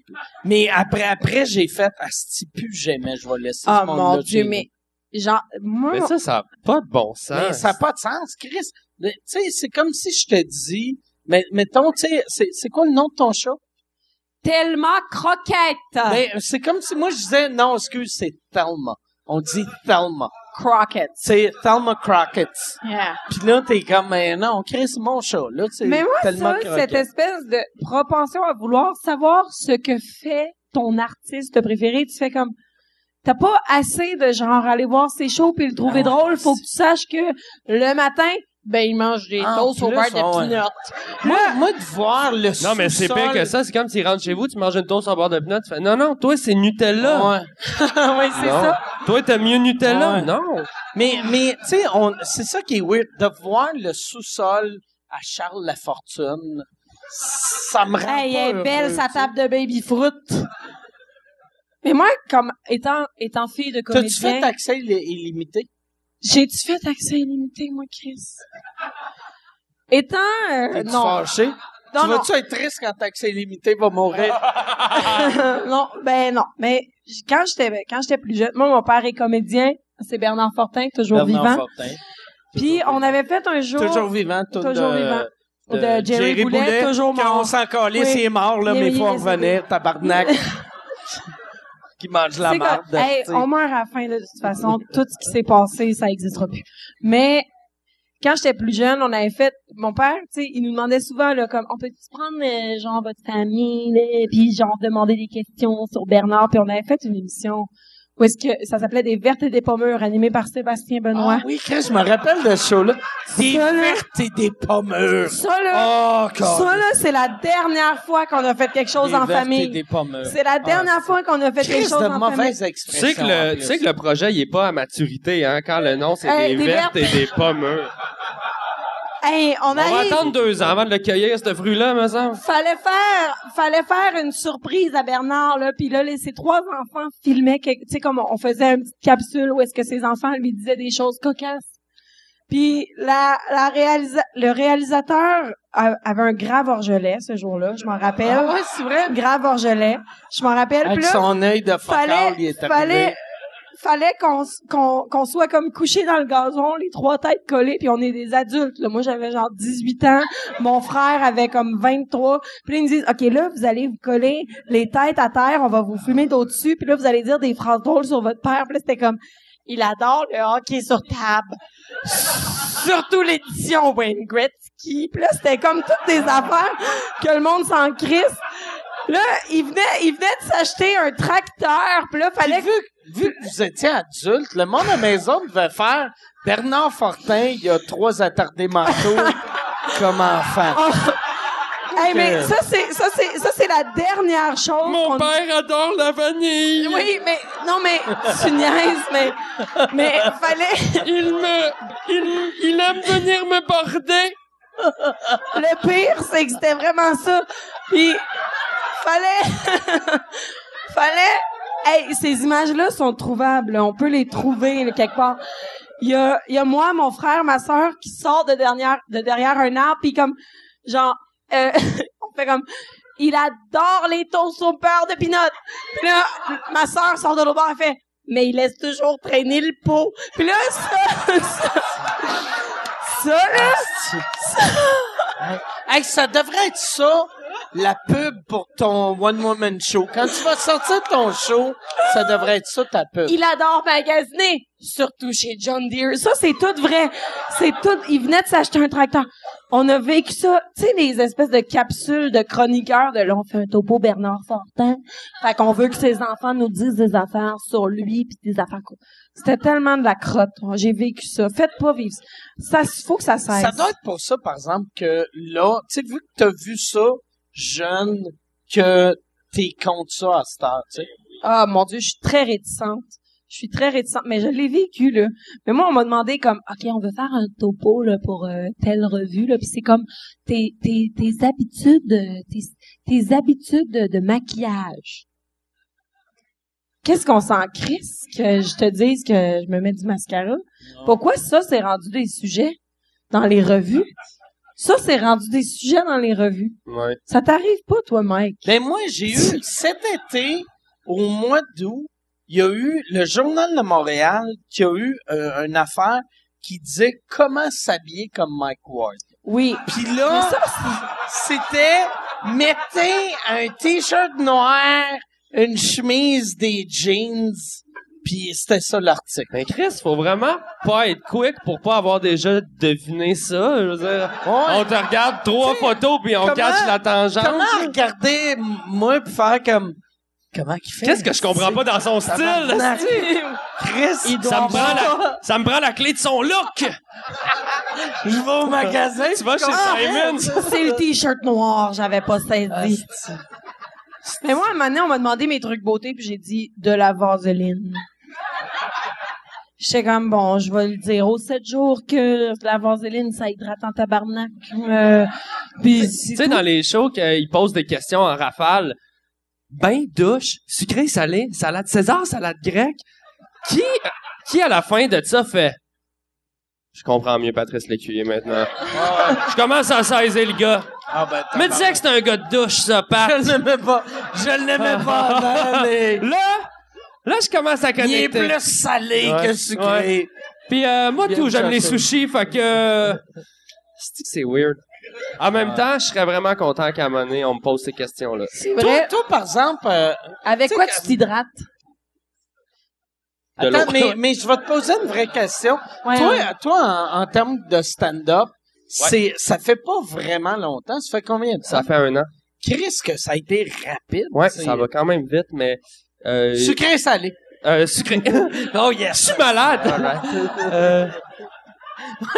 [SPEAKER 2] mais après, après, j'ai fait, asti, plus jamais, je vais laisser
[SPEAKER 3] Ah
[SPEAKER 2] ce monde-là Ben,
[SPEAKER 3] mon Dieu,
[SPEAKER 2] chez
[SPEAKER 3] mais genre, moi,
[SPEAKER 4] Mais ça, ça n'a pas de bon sens.
[SPEAKER 2] mais ça n'a pas de sens, Chris. Mais, Tu sais, c'est comme si je te dis, mais mettons, tu sais, c'est c'est quoi le nom de ton chat?
[SPEAKER 3] tellement croquette.
[SPEAKER 2] Ben, c'est comme si moi je disais, non, excuse, c'est Thelma. On dit Thelma.
[SPEAKER 3] Croquette.
[SPEAKER 2] C'est Thelma Crockett.
[SPEAKER 3] Yeah.
[SPEAKER 2] Puis là, t'es comme, mais non, Chris, mon chat, là, tu sais,
[SPEAKER 3] Mais moi,
[SPEAKER 2] Thelma
[SPEAKER 3] ça,
[SPEAKER 2] Crockett.
[SPEAKER 3] cette espèce de propension à vouloir savoir ce que fait ton artiste préféré, tu fais comme, t'as pas assez de genre aller voir ses shows puis le trouver
[SPEAKER 2] Ah ouais,
[SPEAKER 3] drôle. Faut que tu saches que le matin, ben il mange des
[SPEAKER 2] En
[SPEAKER 3] toasts au
[SPEAKER 2] plus,
[SPEAKER 3] beurre de
[SPEAKER 2] ah ouais.
[SPEAKER 3] peanuts.
[SPEAKER 2] Moi, moi, de voir le
[SPEAKER 4] Non, mais c'est pire que ça. C'est comme tu rentres chez vous, tu manges une toast en bord de pinot, tu fais non, non, toi, c'est Nutella.
[SPEAKER 2] Ouais.
[SPEAKER 3] <laughs>
[SPEAKER 2] oui, c'est
[SPEAKER 4] Non.
[SPEAKER 2] ça.
[SPEAKER 4] Toi, t'as mieux Nutella.
[SPEAKER 2] Ouais.
[SPEAKER 4] Non.
[SPEAKER 2] Mais, mais tu sais, on- c'est ça qui est weird. De voir le sous-sol à Charles Lafortune, ça me rend
[SPEAKER 3] Hey,
[SPEAKER 2] pas
[SPEAKER 3] elle est belle
[SPEAKER 2] heureux,
[SPEAKER 3] sa
[SPEAKER 2] tu sais.
[SPEAKER 3] table de baby fruit. Mais moi, comme étant étant fille de
[SPEAKER 2] T'as-tu
[SPEAKER 3] comédien,
[SPEAKER 2] fait accès illi- illimité?
[SPEAKER 3] j'ai-tu fait accès illimité, moi, Chris? Étant euh,
[SPEAKER 2] T'es-tu
[SPEAKER 3] non,
[SPEAKER 2] fâché?
[SPEAKER 3] non,
[SPEAKER 2] tu
[SPEAKER 3] non, Ah.
[SPEAKER 2] vas-tu être triste quand t'as accès illimité va mourir?
[SPEAKER 3] <laughs> non, ben non. Mais j- quand j'étais ben, quand j'étais plus jeune, moi, mon père est comédien, c'est Bernard Fortin, toujours
[SPEAKER 2] Bernard
[SPEAKER 3] vivant.
[SPEAKER 2] Fortin.
[SPEAKER 3] Puis on avait fait un jour.
[SPEAKER 2] Toujours vivant. tourne
[SPEAKER 3] Toujours
[SPEAKER 2] de,
[SPEAKER 3] vivant.
[SPEAKER 2] De,
[SPEAKER 3] De Jerry Boulet, toujours
[SPEAKER 2] Quand
[SPEAKER 3] mort.
[SPEAKER 2] on s'en calait,
[SPEAKER 3] Oui.
[SPEAKER 2] c'est mort, là,
[SPEAKER 3] Il est-
[SPEAKER 2] mais
[SPEAKER 3] il
[SPEAKER 2] faut
[SPEAKER 3] est
[SPEAKER 2] en revenir, tabarnak. <laughs> qui mange la
[SPEAKER 3] C'est
[SPEAKER 2] merde.
[SPEAKER 3] comme, hey,
[SPEAKER 2] tu sais.
[SPEAKER 3] on meurt à la fin là, de toute façon. Tout ce qui s'est passé, ça n'existera plus. Mais quand j'étais plus jeune, on avait fait. Mon père, tu sais, il nous demandait souvent là, comme, on peut prendre euh, genre votre famille, là, puis genre demander des questions sur Bernard. Puis on avait fait une émission où est-ce que ça s'appelait des vertes et des pommures, animée par Sébastien Benoît.
[SPEAKER 2] Ah oui, Chris, je me rappelle de ce show-là. Des
[SPEAKER 3] Ça, là.
[SPEAKER 2] vertes et des pommures.
[SPEAKER 3] Ça
[SPEAKER 2] Oh,
[SPEAKER 3] là,
[SPEAKER 2] God.
[SPEAKER 3] ça là, c'est la dernière fois qu'on a fait quelque chose
[SPEAKER 2] Des
[SPEAKER 3] en
[SPEAKER 2] vertes
[SPEAKER 3] famille.
[SPEAKER 2] et des pommures.
[SPEAKER 3] C'est la dernière fois qu'on a fait quelque
[SPEAKER 2] Chris
[SPEAKER 3] chose
[SPEAKER 2] de
[SPEAKER 3] en famille.
[SPEAKER 2] mauvaise
[SPEAKER 4] Tu
[SPEAKER 2] expression.
[SPEAKER 4] sais, que le,
[SPEAKER 2] en
[SPEAKER 4] tu
[SPEAKER 2] plus.
[SPEAKER 4] sais que le projet, il est pas à maturité, hein, quand le nom, c'est
[SPEAKER 3] Hey,
[SPEAKER 4] des
[SPEAKER 3] des
[SPEAKER 4] vertes et des pommes. hein.
[SPEAKER 3] Hey, on,
[SPEAKER 4] On va
[SPEAKER 3] arrive.
[SPEAKER 4] attendre deux ans avant de le cueillir, ce fruit-là, me semble.
[SPEAKER 3] fallait faire fallait faire une surprise à Bernard là puis là les- ses trois enfants filmaient quelque- tu sais comme on, on faisait une petite capsule où est-ce que ses enfants lui disaient des choses cocasses puis la, la réalisa- le réalisateur a- avait un grave orgelet ce jour-là je m'en rappelle
[SPEAKER 2] Ah ouais, c'est vrai. Ah,
[SPEAKER 3] grave orgelet je m'en rappelle
[SPEAKER 2] Avec
[SPEAKER 3] puis là,
[SPEAKER 2] son œil de focal, il
[SPEAKER 3] fallait
[SPEAKER 2] est arrivé.
[SPEAKER 3] fallait fallait qu'on s- qu'on qu'on soit comme couché dans le gazon les trois têtes collées puis on est des adultes là. moi j'avais genre 18 ans mon frère avait comme 23 puis là, ils me disent OK là vous allez vous coller les têtes à terre on va vous fumer d'au-dessus puis là vous allez dire des phrases drôles sur votre père puis là, c'était comme il adore le hockey sur table surtout l'édition Wayne Gretzky puis là c'était comme toutes des affaires que le monde s'en crisse Là, il venait, il venait de s'acheter un tracteur, puis là,
[SPEAKER 2] Puis
[SPEAKER 3] fallait
[SPEAKER 2] vu, vu que vous étiez adulte, le monde à la maison devait faire Bernard Fortin, il y a trois attardés mentaux comme enfant.
[SPEAKER 3] Hey, mais ça c'est ça c'est ça c'est la dernière chose.
[SPEAKER 4] Mon
[SPEAKER 3] qu'on-
[SPEAKER 4] père adore la vanille.
[SPEAKER 3] Oui, mais non mais tu niaises, mais mais fallait
[SPEAKER 4] Il me, il, il aime venir me border.
[SPEAKER 3] le pire c'est que c'était vraiment ça. Puis fallait <laughs> fallait Hey, ces images-là sont trouvables. là. On peut les trouver là, quelque part. Il y a, il y a moi, mon frère, ma sœur qui sort de derrière, de derrière un arbre, puis comme, genre, euh, <laughs> on fait comme, il adore les toasts au beurre de pinot. Puis là, ma sœur sort de l'autre bord, elle fait, mais il laisse toujours traîner le pot. Puis là, ça, <laughs> ça, ça, là,
[SPEAKER 2] Hey, ça devrait être ça, la pub pour ton One Woman Show. Quand tu vas sortir ton show, ça devrait être ça ta pub.
[SPEAKER 3] il adore magasiner, surtout chez John Deere. Ça, c'est tout vrai. C'est tout. Il venait de s'acheter un tracteur. on a vécu ça, tu sais, les espèces de capsules de chroniqueurs de là, on fait un topo Bernard Fortin. Fait qu'on veut que ses enfants nous disent des affaires sur lui puis des affaires quoi. C'était tellement de la crotte. J'ai vécu ça. Faites pas vivre ça. Ça, faut que ça cesse.
[SPEAKER 2] Ça doit être pour ça, par exemple, que là, tu sais, vu que t'as vu ça jeune, que t'es contre ça à cette heure, tu sais.
[SPEAKER 3] Ah mon dieu, je suis très réticente. Je suis très réticente, mais je l'ai vécu là. Mais moi, on m'a demandé comme, ok, on veut faire un topo là pour euh, telle revue là, puis c'est comme tes tes tes habitudes, euh, tes tes habitudes de, de maquillage. Qu'est-ce qu'on s'en crisse que je te dise que je me mets du mascara Pourquoi ça c'est rendu des sujets dans les revues Ça c'est rendu des sujets dans les revues.
[SPEAKER 4] Ouais.
[SPEAKER 3] Ça t'arrive pas toi, Mike
[SPEAKER 2] Ben moi, j'ai eu cet été, au mois d'août, il y a eu le Journal de Montréal qui a eu euh, une affaire qui disait comment s'habiller comme Mike Ward.
[SPEAKER 3] Oui.
[SPEAKER 2] Puis
[SPEAKER 3] Mais
[SPEAKER 2] là,
[SPEAKER 3] ça, c'est-
[SPEAKER 2] c'était mettez un t-shirt noir, une chemise, des jeans, puis c'était ça l'article.
[SPEAKER 4] Mais Ben, Chris, faut vraiment pas être quick pour pas avoir déjà deviné ça. Je veux dire, on te regarde trois photos puis on
[SPEAKER 2] comment-
[SPEAKER 4] cache la tangente.
[SPEAKER 2] Comment regarder m- moi puis faire comme comment qu'il fait
[SPEAKER 4] Qu'est-ce que je comprends pas dans son style?
[SPEAKER 2] Tabarnak.
[SPEAKER 4] Chris, ça me, prend la, ça me prend la clé de son look!
[SPEAKER 2] <laughs> Je vais au magasin.
[SPEAKER 4] Tu vas chez
[SPEAKER 2] Ah,
[SPEAKER 4] Simons?
[SPEAKER 3] C'est le t-shirt noir, j'avais pas saisi. Mais moi, à un moment donné, on m'a demandé mes trucs beauté, puis j'ai dit de la vaseline. J'étais comme, bon, je vais le dire aux 7 jours que de la vaseline, ça hydrate en tabarnak. Euh, puis
[SPEAKER 4] Tu sais, dans les shows qu'ils posent des questions en rafale, bain, douche, sucré, salé, salade César, salade grecque, qui, qui à la fin de ça fait « Je comprends mieux Patrice Lécuyer maintenant. Je commence à saisir le gars.
[SPEAKER 2] Ah ben,
[SPEAKER 4] Me disais que c'était un gars de douche, ça, Pat.
[SPEAKER 2] je l'aimais pas. Je l'aimais pas
[SPEAKER 4] <laughs>
[SPEAKER 2] avant, mais
[SPEAKER 4] Là, là, je commence à
[SPEAKER 2] il est
[SPEAKER 4] connecter.
[SPEAKER 2] plus salé
[SPEAKER 4] Ouais,
[SPEAKER 2] que sucré.
[SPEAKER 4] Puis euh, moi,
[SPEAKER 2] Bien
[SPEAKER 4] tout, j'aime les
[SPEAKER 2] chassé.
[SPEAKER 4] sushis, fait que... C'est-tu que C'est weird. En
[SPEAKER 2] Ah.
[SPEAKER 4] même temps, je serais vraiment content qu'à un moment donné, on me pose ces questions-là.
[SPEAKER 3] c'est
[SPEAKER 2] Toi,
[SPEAKER 3] vrai.
[SPEAKER 2] toi, par exemple, euh,
[SPEAKER 3] Avec
[SPEAKER 2] tu sais
[SPEAKER 3] quoi
[SPEAKER 2] que-
[SPEAKER 3] tu t'hydrates?
[SPEAKER 4] De
[SPEAKER 2] attends,
[SPEAKER 4] l'eau.
[SPEAKER 2] mais, mais je vais te poser une vraie question.
[SPEAKER 3] Ouais.
[SPEAKER 2] Toi, toi, en, en termes de stand-up, c'est, ça fait pas vraiment longtemps. Ça fait combien de temps?
[SPEAKER 4] Ça fait un an.
[SPEAKER 2] Chris, que ça a été rapide.
[SPEAKER 4] Ouais,
[SPEAKER 2] C'est-
[SPEAKER 4] ça va quand même vite, mais... Euh,
[SPEAKER 2] Sucré et
[SPEAKER 4] <laughs>
[SPEAKER 2] salé.
[SPEAKER 4] euh, sucré.
[SPEAKER 2] <laughs> Oh yes.
[SPEAKER 4] je suis malade! Euh,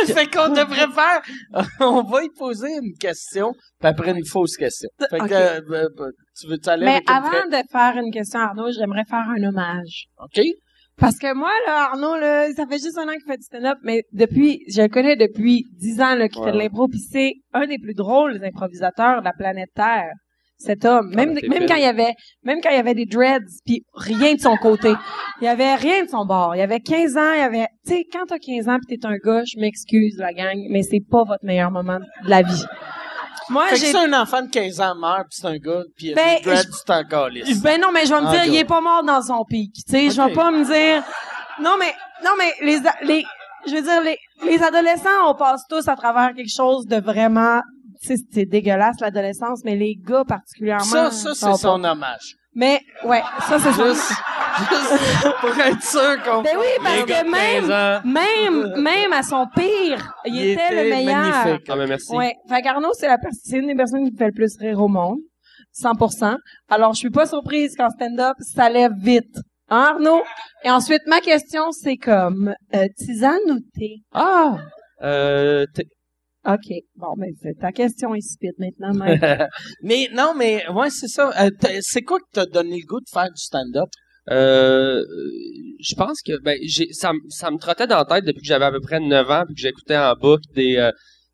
[SPEAKER 2] fait qu'on devrait faire. <laughs> On va y poser une question, puis après une fausse question. Fait que,
[SPEAKER 3] Ok.
[SPEAKER 2] euh, euh, euh, tu veux t'aller
[SPEAKER 3] Mais
[SPEAKER 2] avec une
[SPEAKER 3] avant
[SPEAKER 2] vraie-
[SPEAKER 3] de faire une question à Arnaud, j'aimerais faire un hommage.
[SPEAKER 2] Ok.
[SPEAKER 3] Parce que moi, là, Arnaud, là, ça fait juste un an qu'il fait du stand-up, mais depuis, je le connais depuis dix ans, là, qu'il fait de
[SPEAKER 4] Ouais.
[SPEAKER 3] l'impro, puis c'est un des plus drôles improvisateurs de la planète Terre. Cet homme, même,
[SPEAKER 4] ben, t'es
[SPEAKER 3] même
[SPEAKER 4] belle.
[SPEAKER 3] quand il y avait, même quand il y avait des dreads, puis rien de son côté. Il y avait rien de son bord. Il y avait 15 ans, il y avait, tu sais, quand t'as 15 ans pis t'es un gars, je m'excuse, la gang, mais c'est pas votre meilleur moment de la vie. Moi,
[SPEAKER 2] Fait que
[SPEAKER 3] j'ai
[SPEAKER 2] si un enfant de 15 ans meurt, puis c'est un gars, puis il a
[SPEAKER 3] Ben,
[SPEAKER 2] des dreads,
[SPEAKER 3] je-
[SPEAKER 2] c'est un câlisse.
[SPEAKER 3] Ben non, mais je vais me
[SPEAKER 2] Ah,
[SPEAKER 3] dire,
[SPEAKER 2] God.
[SPEAKER 3] il est pas mort dans son pic. Tu sais, je vais
[SPEAKER 2] Ok.
[SPEAKER 3] pas me dire. Non, mais, non, mais les, a- les, je veux dire, les, les adolescents, on passe tous à travers quelque chose de vraiment, tu sais, c'est dégueulasse, l'adolescence, mais les gars particulièrement.
[SPEAKER 2] Ça, ça,
[SPEAKER 3] sont
[SPEAKER 2] c'est son
[SPEAKER 3] pas-
[SPEAKER 2] hommage.
[SPEAKER 3] Mais, ouais, ça, c'est son.
[SPEAKER 2] Juste, <laughs> juste pour être sûr qu'on.
[SPEAKER 3] Ben oui, parce
[SPEAKER 4] les gars
[SPEAKER 3] que
[SPEAKER 4] de
[SPEAKER 3] même,
[SPEAKER 4] 15 ans.
[SPEAKER 3] même, même à son pire, il,
[SPEAKER 2] Il
[SPEAKER 3] était, le
[SPEAKER 2] était
[SPEAKER 3] meilleur.
[SPEAKER 2] magnifique.
[SPEAKER 4] Ah, mais merci.
[SPEAKER 3] Ouais. Fait qu'Arnaud, c'est la personne, c'est une des personnes qui me fait le plus rire au monde. 100%. Alors, je suis pas surprise qu'en stand-up, ça lève vite. Hein, Arnaud? Et ensuite, ma question, c'est comme, euh, tisane ou thé?
[SPEAKER 4] Ah! Euh, t'es-
[SPEAKER 3] OK. Bon, ben, c'est- ta question est stupide maintenant,
[SPEAKER 2] <laughs>
[SPEAKER 3] même.
[SPEAKER 2] Mais non, mais ouais, c'est ça. Euh, t'as- c'est quoi qui t'a donné le goût de faire du stand-up?
[SPEAKER 4] euh, je pense que ben, j'ai, ça, me- ça me trottait dans la tête depuis que j'avais à peu près 9 ans puis que j'écoutais en boucle des, euh,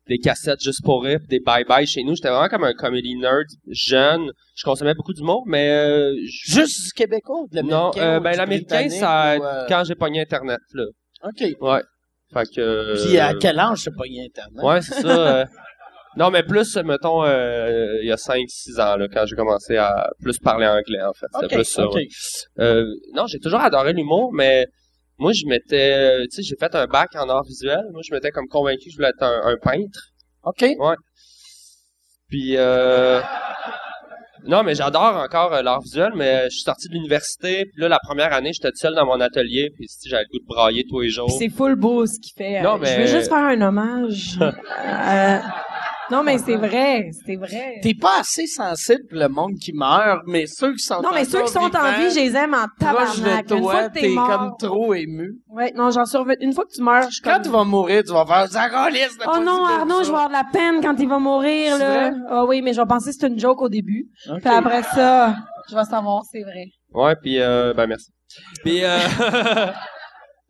[SPEAKER 4] des cassettes juste pour rire, puis des bye-bye chez nous. J'étais vraiment comme un comedy nerd jeune. Je consommais beaucoup d'humour, mais euh, je-
[SPEAKER 2] Juste du Québécois ou de l'Américain?
[SPEAKER 4] Non, euh,
[SPEAKER 2] ou
[SPEAKER 4] ben,
[SPEAKER 2] du
[SPEAKER 4] l'Américain,
[SPEAKER 2] Britannique
[SPEAKER 4] ça-
[SPEAKER 2] ou, euh,
[SPEAKER 4] quand j'ai pogné Internet, là.
[SPEAKER 2] OK.
[SPEAKER 4] Ouais. Fait que... euh,
[SPEAKER 2] Puis à quel âge t'as pogné Internet?
[SPEAKER 4] Ouais, c'est ça. euh. Non, mais plus, euh, mettons, euh, il y a 5-6 ans, là, quand j'ai commencé à plus parler anglais, en fait. C'était
[SPEAKER 2] OK,
[SPEAKER 4] plus ça,
[SPEAKER 2] OK.
[SPEAKER 4] ouais. Euh, non, j'ai toujours adoré l'humour, mais moi, je m'étais... euh, Tu sais, j'ai fait un bac en art visuel. Moi, je m'étais comme convaincu que je voulais être un, un peintre.
[SPEAKER 2] OK.
[SPEAKER 4] Puis... Euh, non, mais j'adore encore euh, l'art visuel, mais je suis sorti de l'université. Puis là, la première année, j'étais tout seul dans mon atelier. Puis tu sais, j'avais le goût de brailler tous les jours.
[SPEAKER 3] Puis c'est full beau ce qu'il fait. Euh,
[SPEAKER 4] Non,
[SPEAKER 3] Je
[SPEAKER 2] <laughs>
[SPEAKER 4] mais-
[SPEAKER 3] veux juste faire un hommage. euh, Non, mais c'est vrai, c'est vrai.
[SPEAKER 2] T'es pas assez sensible pour le monde qui meurt, mais ceux qui sont
[SPEAKER 3] Non, mais ceux qui sont en vie, je les aime en
[SPEAKER 2] proche de
[SPEAKER 3] tabarnak. Une fois
[SPEAKER 2] toi,
[SPEAKER 3] que t'es
[SPEAKER 2] t'es
[SPEAKER 3] mort...
[SPEAKER 2] comme trop ému.
[SPEAKER 3] Ouais, non, j'en surviens. Une fois que tu meurs, je suis
[SPEAKER 2] Quand
[SPEAKER 3] comme...
[SPEAKER 2] tu vas mourir, tu vas faire Zagoliste de
[SPEAKER 3] Oh non, Arnaud, je vais avoir de la peine quand il va mourir,
[SPEAKER 2] C'est
[SPEAKER 3] là.
[SPEAKER 2] vrai?
[SPEAKER 3] Ah oui, mais je vais penser que c'est une joke au début. Puis après ça, je vais savoir, c'est vrai.
[SPEAKER 4] Ouais, puis euh, ben merci. Puis euh, <laughs>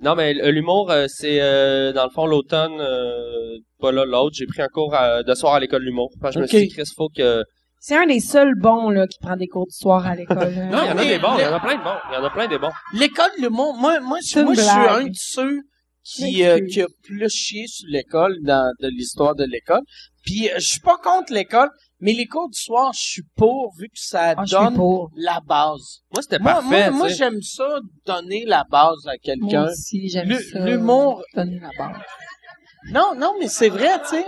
[SPEAKER 4] non mais l- l'humour euh, c'est euh, dans le fond l'automne euh, pas là l'autre, j'ai pris un cours à- de soir à l'école de l'humour. Parce que je me
[SPEAKER 2] Ok.
[SPEAKER 4] suis dit Chris faut que
[SPEAKER 3] C'est un des seuls bons, là, qui prend des cours du soir à l'école.
[SPEAKER 2] <laughs>
[SPEAKER 3] hein. là.
[SPEAKER 4] Non, il y en a
[SPEAKER 2] mais-
[SPEAKER 4] des bons, il y en a plein de bons, il y en a plein des bons.
[SPEAKER 2] L'école, le monde, moi, moi, je,
[SPEAKER 3] une
[SPEAKER 2] moi, je suis
[SPEAKER 3] blague.
[SPEAKER 2] un de ceux qui,
[SPEAKER 3] Mais
[SPEAKER 2] euh,
[SPEAKER 3] tu-
[SPEAKER 2] qui a plus chié sur l'école dans de l'histoire de l'école. Puis euh, je suis pas contre l'école, mais les cours du soir, je suis pour vu que ça
[SPEAKER 3] Ah, je suis
[SPEAKER 2] donne
[SPEAKER 3] pour.
[SPEAKER 2] la base.
[SPEAKER 4] Moi c'était
[SPEAKER 2] Moi,
[SPEAKER 4] parfait.
[SPEAKER 2] moi, moi,
[SPEAKER 4] tu sais.
[SPEAKER 2] j'aime ça donner la base à
[SPEAKER 3] Moi
[SPEAKER 2] quelqu'un.
[SPEAKER 3] aussi, j'aime
[SPEAKER 2] Le-
[SPEAKER 3] ça.
[SPEAKER 2] l'humour- Euh,
[SPEAKER 3] Donner la barre.
[SPEAKER 2] Non, non, mais c'est vrai, tu sais.